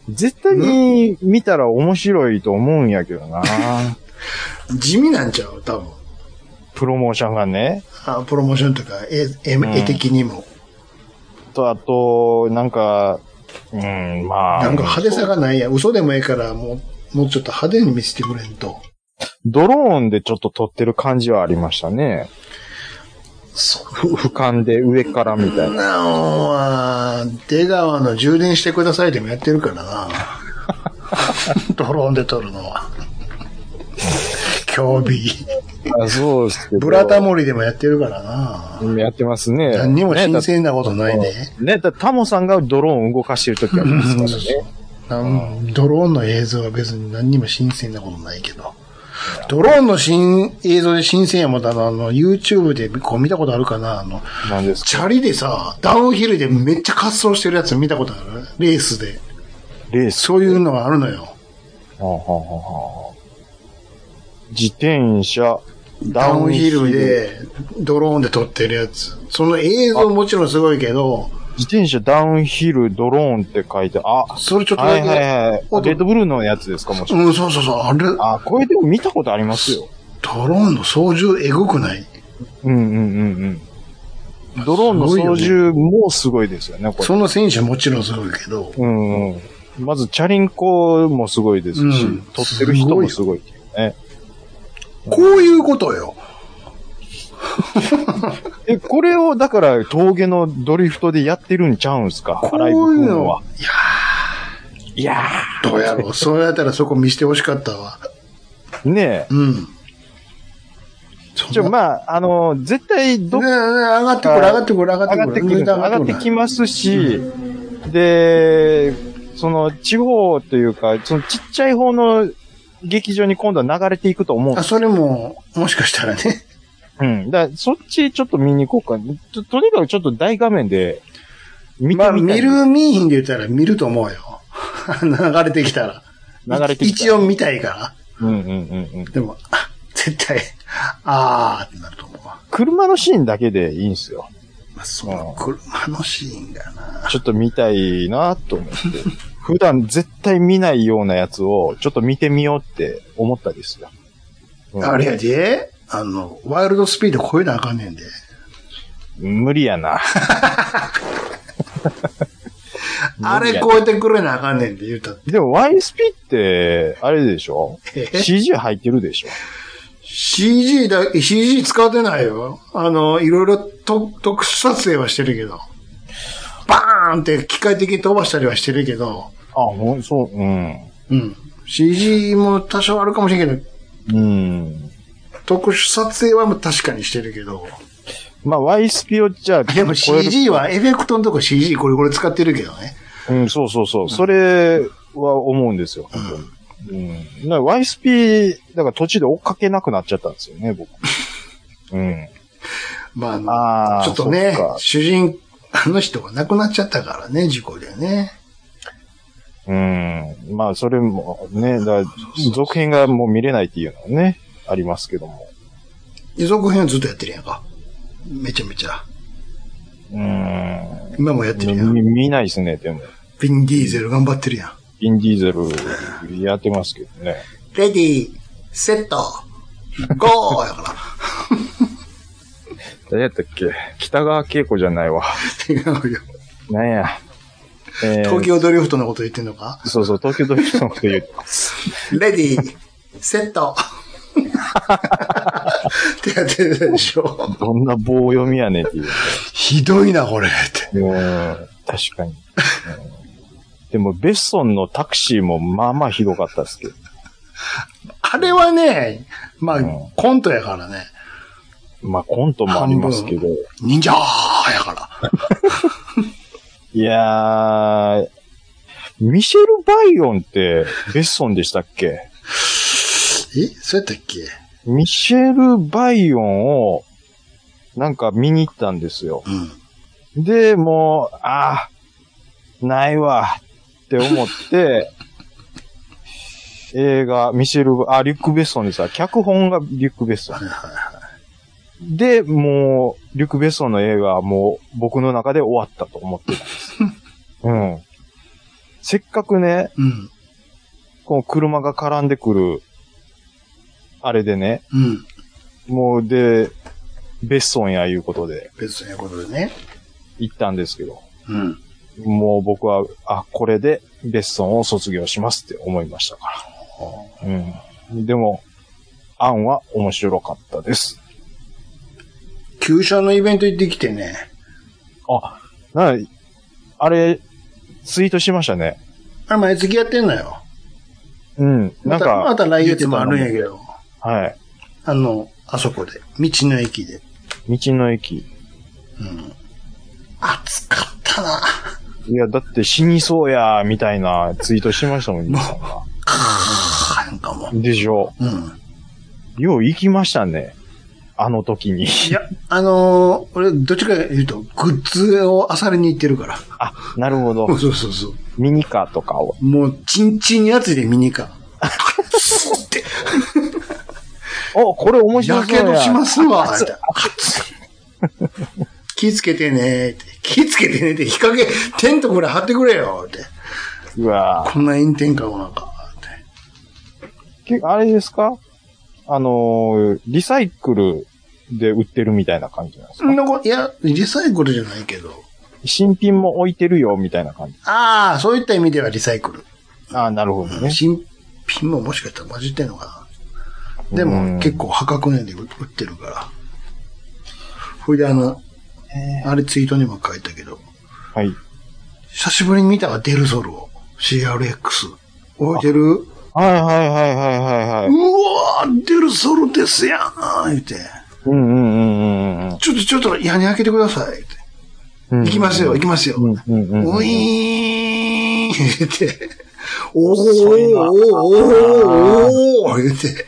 C: 絶対に見たら面白いと思うんやけど
E: (laughs)
C: な。
E: 地味なんちゃう多分。
C: プロモーションがね。
E: あプロモーションとか、絵、絵
C: ん
E: 絵的にも。
C: と、あと、なんか、うん、まあ。
E: なんか派手さがないやん。嘘でもええから、もう、もうちょっと派手に見せてくれんと。
C: ドローンでちょっと撮ってる感じはありましたね。
E: そ
C: ふ俯瞰で上からみたい
E: ん
C: な。
E: なのは、出川の充電してくださいでもやってるか
C: (laughs)
E: らな。ドローンで撮るのは。興味。
C: あそうですけど。
E: ブラタモリでもやってるからな。
C: やってますね。
E: 何にも新鮮なことない
C: ね
E: で。
C: ね、だタモさんがドローン動かしてる時はありますからね。
E: なんドローンの映像は別に何にも新鮮なことないけど。ドローンの新映像で新鮮やもんだな、あの、YouTube でこう見たことあるかな、あの、
C: なんです
E: チャリでさ、ダウンヒルでめっちゃ滑走してるやつ見たことあるレースで。
C: レース。
E: そういうのがあるのよ。
C: はあはあはあはあ自転車、
E: ダウンヒル。で、ドローンで撮ってるやつ。その映像もちろんすごいけど、
C: 自転車、ダウンヒル、ドローンって書いて、あ、
E: それちょっと
C: は
E: だ
C: い
E: け、
C: はいはい。
E: 音
C: レッドブルーのやつですか、もちろん。
E: うん、そうそうそう、あれ、ド
C: あ、これでも見たことありますよ。
E: ローンの操縦エグくない
C: うんうんうんうん。ドローンの
E: すごい
C: 操
E: よね
C: 縦もすごいですよね、これ。
E: その選手はもちろんすごいけど、
C: うんうん。まず、チャリンコもすごいですし、
E: うん
C: 撮ってる人もすごいけどね。
E: こういうことよ。
C: え、これを、だから、峠のドリフトでやってるんちゃうんすか
E: こ
C: ラ
E: う
C: イ
E: い
C: ブ
E: う
C: 君
E: の
C: は
E: は。、
C: いや
E: どうや
C: (laughs)
E: ろう。そうやったらそこ見せてほしかったわ。
C: ー。ねえ。
E: うん。そんな
C: ちょ、まあ、あのー絶対、どっ
E: ねえ
C: か
E: ねえ上がってくる、上がってくる、上がって
C: 上
E: く
C: が
E: る。
C: ってくる、上がってき
E: る
C: ますし、で、その、地方というか、そのちっちゃい方の劇場に今度は流れていくと思うん
E: あ、
C: です。
E: それも、もしかしたらね。
C: うん。だからそっちちょっと見に行こうか。ととにかくちょっと大画面で、見てみ
E: ま
C: た
E: あ、
C: い
E: 見る、見いひんで言ったら見ると思うよ。 (laughs) 流れてきたら。
C: 流れてきた
E: 一応見たいから。
C: うんうんうんうん。
E: でも、あ絶対、あーってなると思うわ。
C: 車のシーンだけでいいんですよ。
E: まあ、その車のシーンがな。
C: ちょっと見たいなと
E: (laughs)
C: 思って。普段絶対見ないようなやつを、ちょっと見てみようって思ったですよ。うん
E: あれやで、あの、ワイルドスピード超えなあかんねんで。
C: 無理やな。
E: あれ超えてくれなあかんねんで言うたって。
C: でも YSP って、あれでしょ
E: え
C: ?CG 入ってるでしょ
E: CG だ、CG 使ってないよ。あの、いろいろと特撮影はしてるけど。バーンって機械的に飛ばしたりはしてるけど。
C: あ、ほん、そう、うん。
E: うん。CG も多少あるかもしれんけど、
C: うん。
E: 特殊撮影はもう確かにしてるけど。
C: まあ、Y スピをじゃあ、
E: でも
C: 超える
E: CG はエフェクトのとこ CG これこれ使ってるけどね。
C: うん、そうそうそう。それは思うんですよ、本当に。うん。だから YSP、だから途中で追っかけなくなっちゃったんですよね、僕。うん。
E: まああの、
C: ああ、
E: ちょっとね
C: そっ、か
E: 主人、あの人が亡くなっちゃったからね、事故でね。
C: うん。まあ、それもね、だから続編がもう見れないっていうのはね、ありますけども。
E: 続編ずっとやってるやんか。めちゃめちゃ。
C: うん。
E: 今もやってるやん。
C: み見ないですね、でも。
E: ヴィンディーゼル頑張ってるやん。
C: インディーゼルやってますけどね。
E: レディー、セット、ゴーや (laughs) か
C: 誰やったっけ北川景子じゃないわ。
E: ら。違うよ。
C: なんや。えー
E: 東京ドリフトのこと言ってんのか
C: そうそう、東京ドイツのこと言う。
E: レディー、セット。ってやってるでしょ。
C: どんな棒読みやねんっていう。
E: ひどいな、これ。って。
C: うん確かに。うんでも、ベッソンのタクシーもまあまあひどかったですけど。
E: あれはね、まあ、
C: うん
E: コントやからね。
C: まあコントもありますけど。
E: 忍者ーやから。
C: いやー、ミシェル・バイオンってベッソンでしたっけ
E: えそうやったっけ
C: ミシェル・バイオンをなんか見に行ったんですよ。
E: うん。
C: で、もう、ああ、ないわ、って思って、映画、ミシェル、あ、リュック・ベッソンでさ、脚本がリュック・ベッソン。で、もう、リュック・ベッソンの映画はもう僕の中で終わったと思ってたんです。うん。せっかくね、
E: うん。
C: こう車が絡んでくる、あれでね、
E: うん。
C: もうで、ベッソンやいうことで
E: 別にことでね。
C: 行ったんですけど、
E: うん。
C: もう僕は、あ、これでベッソンを卒業しますって思いましたから。うん。でも、アンは面白かったです。
E: 旧車のイベント行ってきてね。
C: あ、な、あれ、ツイートしましたね。
E: あれ毎月やってんのよ。
C: うん。な
E: ま
C: ん
E: た、
C: か、
E: また来月もあるんやけど。
C: はい。
E: あの、あそこで。道の駅で。
C: 道の駅。
E: うん。暑かったな。
C: いや、だって死にそうや、みたいなツイートしましたもん、皆さんが。
E: かーなんかもう。
C: でしょ。
E: うん。
C: よう行きましたね。あの時に。
E: いや、あのー俺、どっちか言うと、グッズを漁りに行ってる (laughs) から。
C: (laughs) あ、なるほど
E: そ。うそうそうそう。
C: ミニカーとかを。
E: もう、チンチンに熱いでミニカー。熱って、
C: お、これ面白
E: や
C: そうや。
E: けどしますわ、みたいな熱い気つけてねーって。気つけてねーって、日陰、テントぐらい張ってくれよ、って。
C: うわ
E: こんな炎天下もなんか、って。
C: けあれですかあのーリサイクルで売ってるみたいな感じなんですか、
E: なんかいや、リサイクルじゃないけど。
C: 新品も置いてるよ、みたいな感じ。
E: ああ、そういった意味ではリサイクル。
C: ああ、なるほどね。
E: 新品ももしかしたら混じってんのかな。で
C: うん
E: も、結構破格値で売ってるから。ほいで、あの、あれツイートにも書いたけど、
C: はい。
E: 久しぶりに見たわ、デルソルを。CRX。覚えてるう
C: はいはいはいはいはいはい。
E: わーデルソルですやん言って。
C: うんうんうんうんうん。
E: ちょっと、ちょっと、屋根開けてください。言って
C: うん
E: 行きますよ、行きますよ。
C: うんうんうんうん。
E: ウィーン言って、おーお
C: 遅い
E: ー
C: な
E: おーおーおー言って、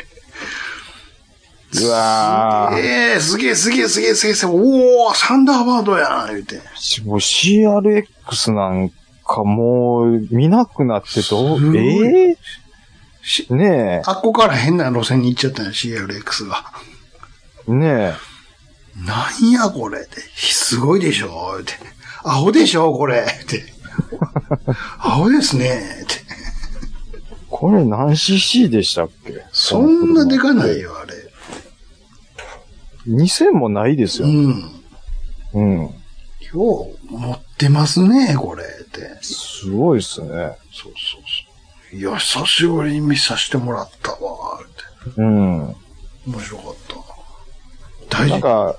C: うわー
E: えー、すげえすげえすげえすげえすげえ、おー、サンダーバードやん言って。
C: しもう CRX なんかもう見なくなってど
E: すご
C: う、
E: い
C: え
E: し
C: ー、ね
E: あっこから変な路線に行っちゃったの、CRX が。
C: え、ね
E: なんやこれって、すごいでしょって。アホでしょこれって。アホですねって。
C: え、これ何 cc でしたっけ
E: そんなでかない。よ、あれ。
C: 2000もないです
E: う
C: よ。
E: ん。
C: うん。
E: よう、持ってますね、これって。
C: すごいっすね。
E: そうそうそう。いや、久しぶりに見させてもらったわ、って。
C: うん。
E: 面白かった。大
C: なん
E: 事。
C: か、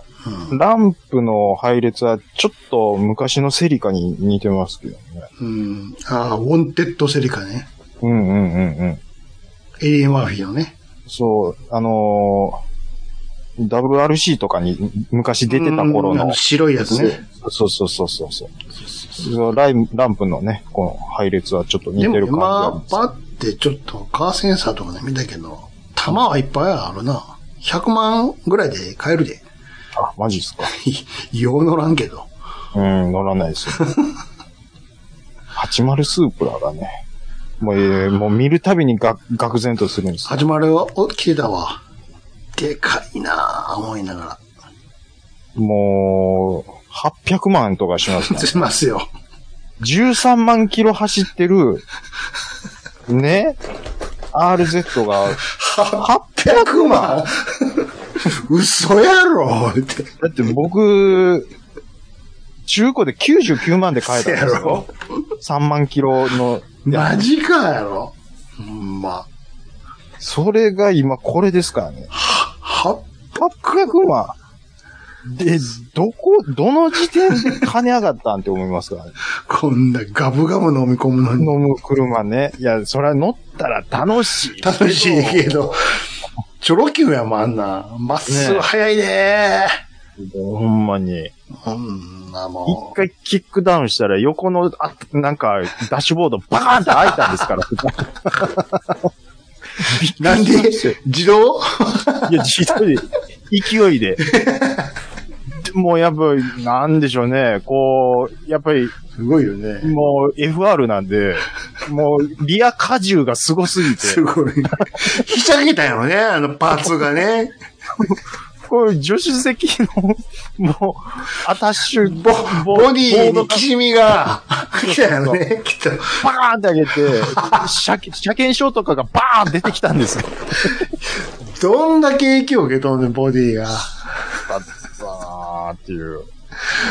C: ランプの配列はちょっと昔のセリカに似てますけどね。
E: うん。ああ、ウォンテッドセリカね。
C: うんうんうんうん。
E: エリエン・マーフィーのね。
C: そう、あのー WRC とかに昔出てた頃
E: うんあ
C: の。
E: 白いやつね。
C: そうそうそうそうそう。ラインランプのね、この配列はちょっと似
E: で
C: て
E: も
C: る感じあるん
E: 今
C: で、す
E: パってちょっとカーセンサーとかで見たけど、弾はいっぱいあるな。100万ぐらいで買えるで。 (laughs)
C: あ、マジっすか。
E: よう乗らんけど。
C: うん、乗らないです (laughs) よ。80スープラがね、もう、えーもう見るたびにが愕然とするんですよ。
E: 始まるは、お、来てたわ。でかいなぁ、思いながら。
C: もう、800万とかしますね。
E: しますよ。
C: 13万キロ走ってる、ね、RZ が、
E: 800万 (laughs) 嘘やろって。
C: だって僕、中古で99万で買えたんです
E: せやろ
C: よ。3万キロの。いや
E: マジかやろほんま。
C: それが今これですからね。
E: は、
C: 800万。で、どこ、どの時点で金上がったんって思いますからね。
E: こんなガブガブ飲み込むのに。
C: 飲む車ね。いや、それは乗ったら楽しい。
E: 楽しいけど、チョロキューやもんあんな。まっすぐ速いね
C: ほんまに。
E: こんなも
C: 一
E: ん。
C: 回キックダウンしたら横の、あ、なんか、ダッシュボードバカーンって開いたんですから。
E: (laughs) なんで、自動
C: いや、自動で、勢いで。でもうやっぱり、なんでしょうね。こう、やっぱり、
E: すごいよね。
C: もう FR なんで、もうリア荷重がすごすぎて、
E: すごい。ひしゃげたよね、あのパーツがね。
C: こういう助手席の、もう、アタッシュ、ボ
E: ボデ
C: ボー
E: ィ
C: ド
E: に
C: が
E: きしみが、来たよね、きっと。
C: バーンって上げて、車車検証とかがバーン出てきたんですよ。
E: どんだけ影響を受けとんねん、ボディが。
C: バーンっていう。 (laughs)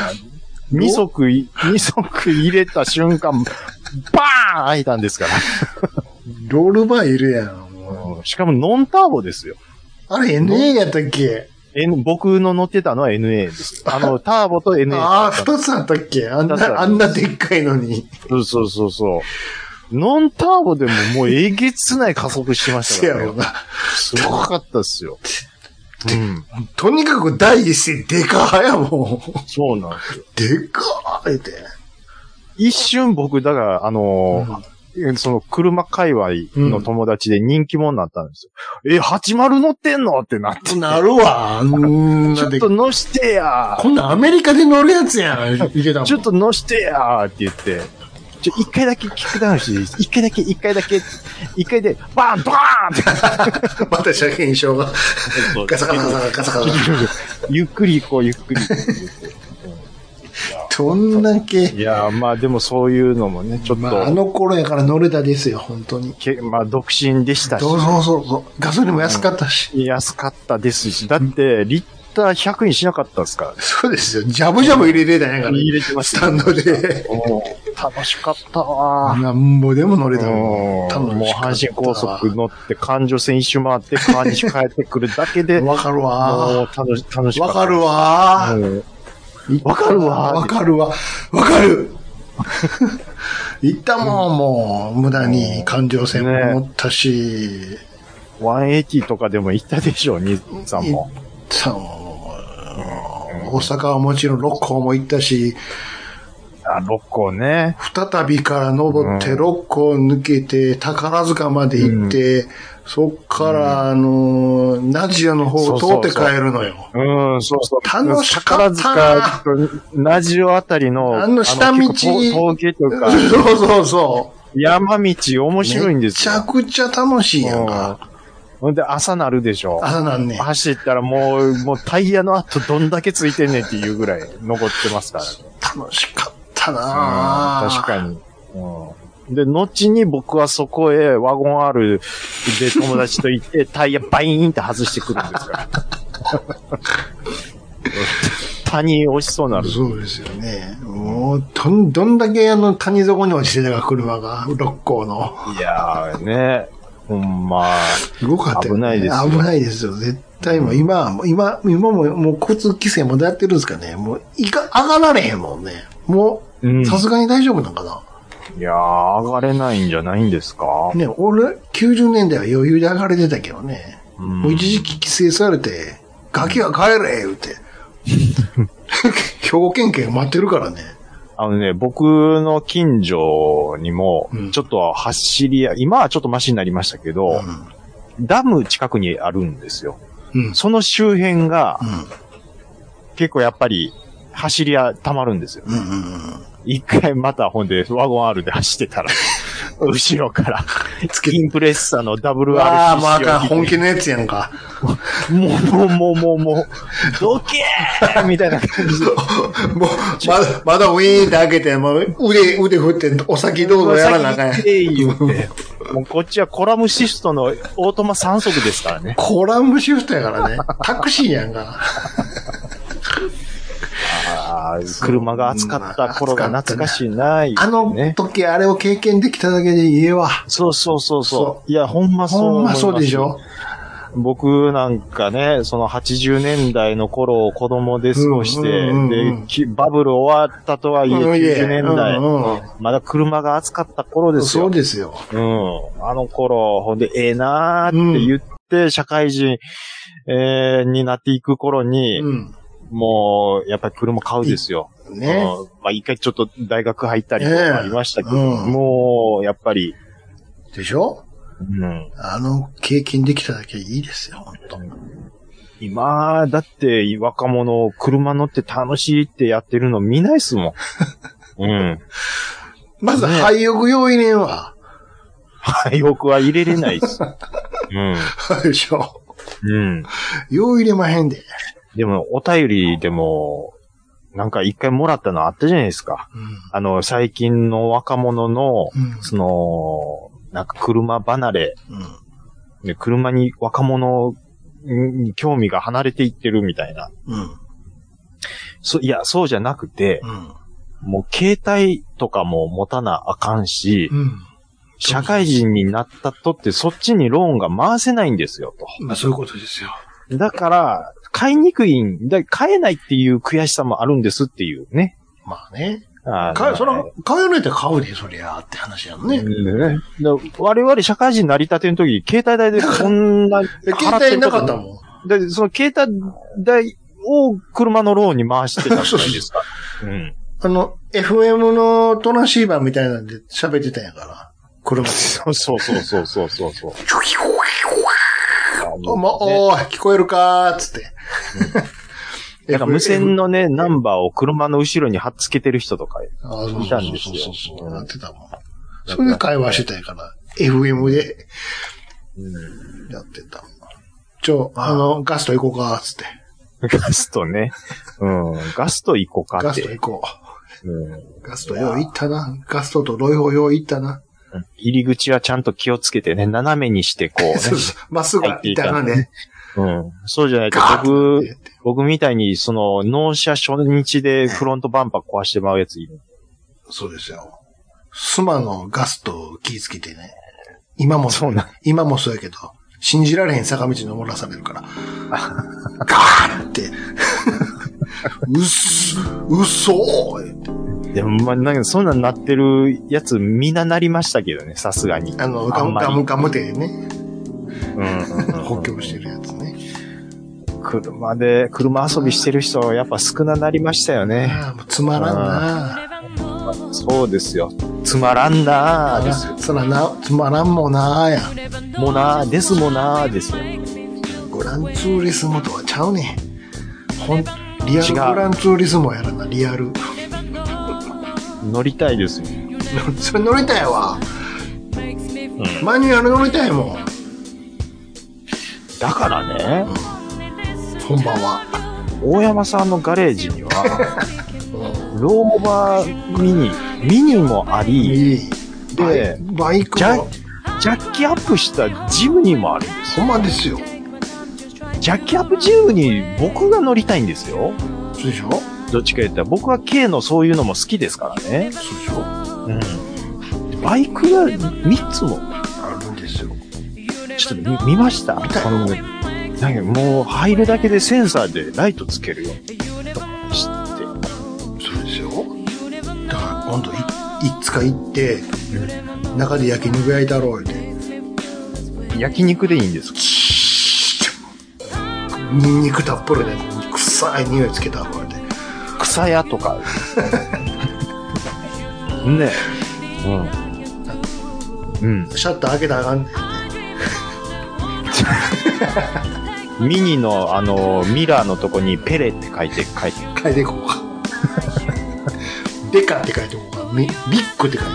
C: 二足い、二足入れた瞬間、バーン開いたんですから。
E: ロールバーいるやん。もう
C: しかもノンターボですよ。
E: あれ NA やったっけ
C: N、僕の乗ってたのは NA ですよ。あの、ターボと NA。
E: (laughs) ああ、二つあったっけあん
C: 二つある
E: な、あんなでっかいのに。
C: そうそうそうそう。ノンターボでももうえげつない加速してまし
E: せ
C: た
E: や
C: から、
E: ろ
C: ね。
E: な。
C: すごかったっすよ。うん。
E: とにかく第一声でかやもん。
C: そうなんですよ。
E: でかーって。
C: 一瞬僕、だから、あのーその車界隈の友達で人気者になったんですよ。え、80乗ってんのってなって。
E: なるわ。あん
C: ち
E: な
C: ょっ
E: で
C: と乗してや
E: こんなんアメリカで乗るやつやん。いけたもん。
C: ちょっと乗してやーって言って、ちょ、一回だけキックダウンして、一回だけ、一回だけ、一回で、バーン、バーンって
E: また車検証が。ガサガサガサガサガ (laughs) サ。
C: ゆっくり行こう、ゆっくり。
E: どんだけ
C: い。やー、まあでもそういうのもね、ちょっと、
E: まあ、あの頃やから乗れたですよ、本当に。
C: けまあ独身でしたし、
E: どうぞそうそう。ガソリンも安かったし。
C: 安かったですし、だって、リッター100にしなかったですから、ね。
E: そうですよ。ジャブジャブ入れてたんやから。
C: 入れてまし
E: ス
C: た
E: タン
C: よ
E: ドで。
C: 楽しかったわー。
E: なんぼでも乗れた
C: も
E: もん。多
C: う
E: 分
C: もう阪神高速乗って、環状線一周回って、川西帰ってくるだけで、も
E: わかる
C: う
E: わ。
C: 楽し、楽しか
E: わ
C: った。
E: かるわ。
C: うんわかるわー。
E: わかるわ。わかる。行ったもん、もう、無駄に環状線も乗ったし、
C: 180とかでも行ったでしょ、兄さんも。
E: さあ大阪はもちろん六甲も行ったし、
C: あ、六甲ね。
E: 再びから登って六甲抜けて、宝塚まで行って、そっから、あのー、ナジアの方を通って帰るのよ。
C: うん、そうそう。
E: 楽しかったな
C: 宝塚と、ラジオあたりの、
E: あの下道
C: あの結構峠と
E: (laughs)
C: か、
E: そうそうそ
C: 山道面
E: う。
C: 白いんですよ。
E: めちゃくちゃ楽しいやんか。
C: うんほんで、朝なるでしょ。
E: 朝なんね。
C: 走ったらもう、もうタイヤの跡どんだけついてんねんっていうぐらい残ってますからね。
E: 楽しかったな
C: うん確かに。うんで、後に僕はそこへワゴン R で友達と行 (laughs) って、タイヤバイーンって外してくるんです (laughs) から。谷落ちそうなる。
E: そうですよね。もう、どん、どんだけあの谷底に落ちてたか、車が、六甲の。
C: いやーね、ほんま。
E: すごかったよ、
C: 危ないですよ
E: 危ないですよ、絶対もう今、今、今ももう交通規制まだやってるんですかね。もう、いか、上がられへんもんね。も
C: う
E: う、
C: ん
E: さすがに大丈夫なんかな。
C: いやー、上がれないんじゃないんですか
E: ね、俺、90年代は余裕で上がれてたけどね。
C: ん
E: もう一時期規制されて、ガキは帰れ言
C: (laughs)
E: うて。兵庫県警待ってるからね。
C: あのね、僕の近所にも
E: うん、
C: ちょっと走りや、今はちょっとマシになりましたけど、ダム近くにあるんですよ。
E: うん。うん。
C: その周辺が、
E: う
C: 結構やっぱり、走り屋溜まるんですよ。
E: ん。うんうんうん。
C: 一回またほんで、ワゴン R で走ってたら、後ろから、インプレッサーのダブル R
E: ああ、まああかん、本気のやつやんか。 (laughs)
C: もう、もう、もう、もう、どけーみたい
E: (laughs)
C: な感じで。
E: もう、まだ、まだウィーンって開けて、もう腕、腕振って、お先どうぞやらなあかんやん
C: 先行って言うてもうこっちはコラムシフトのオートマ3速ですからね。
E: コラムシフトやからね。タクシーやんか。
C: あー車が暑かった頃が懐かしいな、
E: あの
C: ね。
E: 時、あれを経験できただけで言えわ。
C: そうそうそう
E: そ
C: そう。いや、ほんまそう
E: ほ
C: 思
E: ん
C: い
E: ま
C: ます。
E: そうでしょ
C: 僕なんかね、その80年代の頃を子供で過ごして、
E: うんうんうんうん
C: で、きバブル終わったとはいえ、
E: うんいえ
C: 90年代、
E: うん
C: まだ車が暑かった頃
E: う
C: で
E: ん
C: す
E: そ
C: よ
E: う。ですよ。
C: うん。あの頃、ほんで、ええなーって言って、社会人、えーになっていく頃に、
E: うん。
C: もう、やっぱり車買うですよ。
E: ね。
C: うんまあ、一回ちょっと大学入ったりとかありましたけど、
E: ええうん
C: もう、やっぱり、
E: でしょ
C: うん。
E: あの経験できただけいいですよ、ほんと。
C: 今、だって、若者、車乗って楽しいってやってるの見ないっすもん。うん。
E: まず、
C: ね
E: 廃浴用意ねんわ。
C: 廃屋は入れれないっす。うん。
E: でしょ
C: うん。
E: 用意入れまへんで。
C: でも、お便りでも、なんか一回もらったのあったじゃないですか。あの、最近の若者の、
E: うん。うん。
C: その、なんか車離れ、
E: うん。
C: ね車に若者に興味が離れていってるみたいな。
E: うん。
C: そいや、そうじゃなくて、
E: うん。
C: もう携帯とかも持たなあかんし、
E: うん。
C: 社会人になったとってそっちにローンが回せないんですよ、
E: まあ、そういうことですよ。
C: と。だから、買いにくいんだ、買えないっていう悔しさもあるんですっていうね。
E: まあね。
C: あー
E: か、そら、買えないと買うで、そりゃ、って話やんね。
C: ね。だ我々社会人成り立ての時、携帯代でこん (laughs) な、
E: で携帯なかったもん。
C: で、その携帯代を車のローンに回してたじゃないですか。うん。
E: あの、FM のトランシーバーみたいなんで喋ってたんやから。車で。
C: そうそうそうそうそうそう。
E: お、もおー、聞こえるかーっつって。
C: なんか無線のね、ナンバーを車の後ろに貼っつけてる人とか、
E: ああ、そう
C: い
E: そ
C: た
E: うん
C: です
E: そう
C: よ
E: そうそう、
C: うん
E: なってたもん。それで会話してたんやから、FM でやってたもん。ちょ、あの、ガスト行こうかーっつって。
C: (laughs) ガストね。うん。ガスト行こうか
E: ガ
C: っ
E: スト
C: て。
E: 行こ
C: うん
E: う。ガストよう行ったな。ガストとロイホよう行ったな。
C: 入り口はちゃんと気をつけてね、斜めにしてこうね。
E: (laughs) そうそうまっすぐ行ったらね。
C: うん。そうじゃないと
E: ガー、ッ
C: 僕、僕みたいに、その、納車初日でフロントバンパー壊してまうやつい
E: (laughs)
C: る。
E: そうですよ。スマのガスト気ぃつけてね。今も、
C: そうなん
E: 今もそうやけど、信じられへん坂道登らされるから。ガーンって。うっす、うっそーって
C: でも、まあ、なんか、そんなんなってるやつ、みんななりましたけどね、さすがに。
E: あの、ガ
C: あん
E: ム
C: まり
E: ガムガム手でね、
C: うんうんうん
E: 補強してるやつね。
C: 車で、車遊びしてる人、やっぱ少ななりましたよね。
E: ああ、もうつまらんな
C: そうですよ。つまらんなーです
E: あ。そらな、つまらんもんなあやん。
C: よ。もなーですもなーですよ。
E: グランツーリスモとはちゃうねん。ほん、リアルグランツーリスモやらな、リアル。
C: 乗りたいですよ。
E: それ乗りたいわ、マニュアル乗りたいもん
C: だからね、
E: 本番は
C: 大山さんのガレージには、
E: (laughs)
C: ローバーミニ、ミニもあ
E: い
C: り、
E: いバイ
C: で
E: バイク
C: ジャ
E: も
C: ッジャッキアップしたジムニーもあるんです
E: ほんまですよ
C: ジャッキアップジムニー、僕が乗りたいんですよ。
E: そうでしょ
C: どっちか言ったら、僕は K のそういうのも好きですからね。
E: そうでしょ
C: うん。バイクが3つも、
E: あるんですよ
C: ちょっと見見ましたこのなんかもう入るだけでセンサーでライトつけるよとかして。
E: そうですよ。だから、今度い、いつか行って、中で焼肉焼いたろうって。
C: 焼肉でいいんですか
E: ニンニクたっぷりで、臭い匂いつけたろうって。
C: 草屋とか。ねえ。うん。
E: シャッター開けたらあかん。
C: うん。ミニの、あの、ミラーのとこにペレって書いて、書いて。
E: 書いていこうか。デカって書いていこうか。みビッグって書いていこ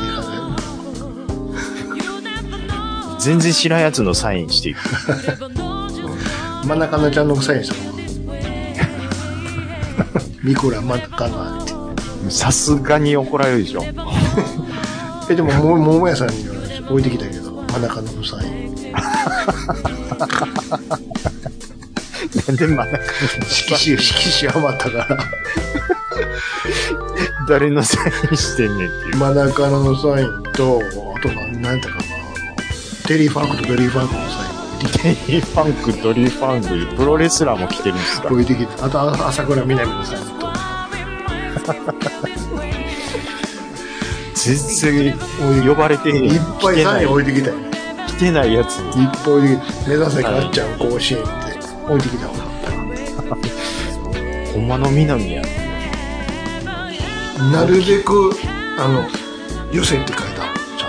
E: うか。
C: 全然知らんやつのサインしていく。
E: 真ん中のちゃんのサインしたのか。 (laughs) ミクラ真ん中のって。
C: さすがに怒られるでしょ。
E: え、でも、もう、桃屋さんに置いてきたけど、真ん中のサイン。
C: なんで真ん中
E: 色紙、色紙余ったから。
C: 誰のサインしてんねんっていう。
E: 真ん中のサインと、あと何、何やったかな。テリーファンクとベリーファンクのサイン。
C: デイファンク、ドリーファンク、プロレスラーも来てるんですか
E: 置いてきて、あとあ朝倉みなみのサインと。
C: 全然呼ばれてへん。
E: いっぱい
C: 来てな
E: サイ
C: い
E: ン、置いてきたよ。いっ
C: 来てないやつに。
E: ぱい置いてきた。目指せガッチャン甲子園って置いてきたわ。
C: ほんまの南や。
E: なるべく、あの、寄せって書いたわちゃ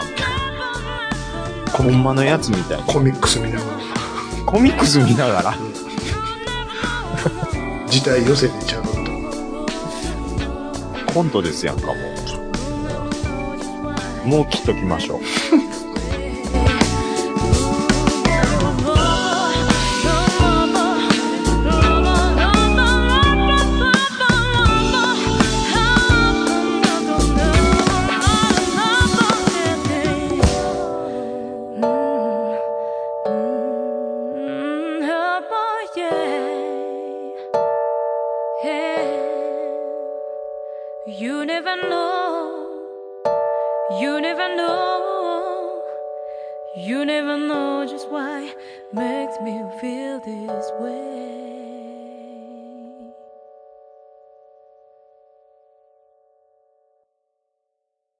C: ほんまのやつみたい
E: ん。と。コミックス見なが
C: コミックス見ながら。
E: ら。自体寄せてちゃんと。
C: コントですやんか、もう。もう切っときましょう。
J: You never know, you never know. You never know just why makes me feel this way.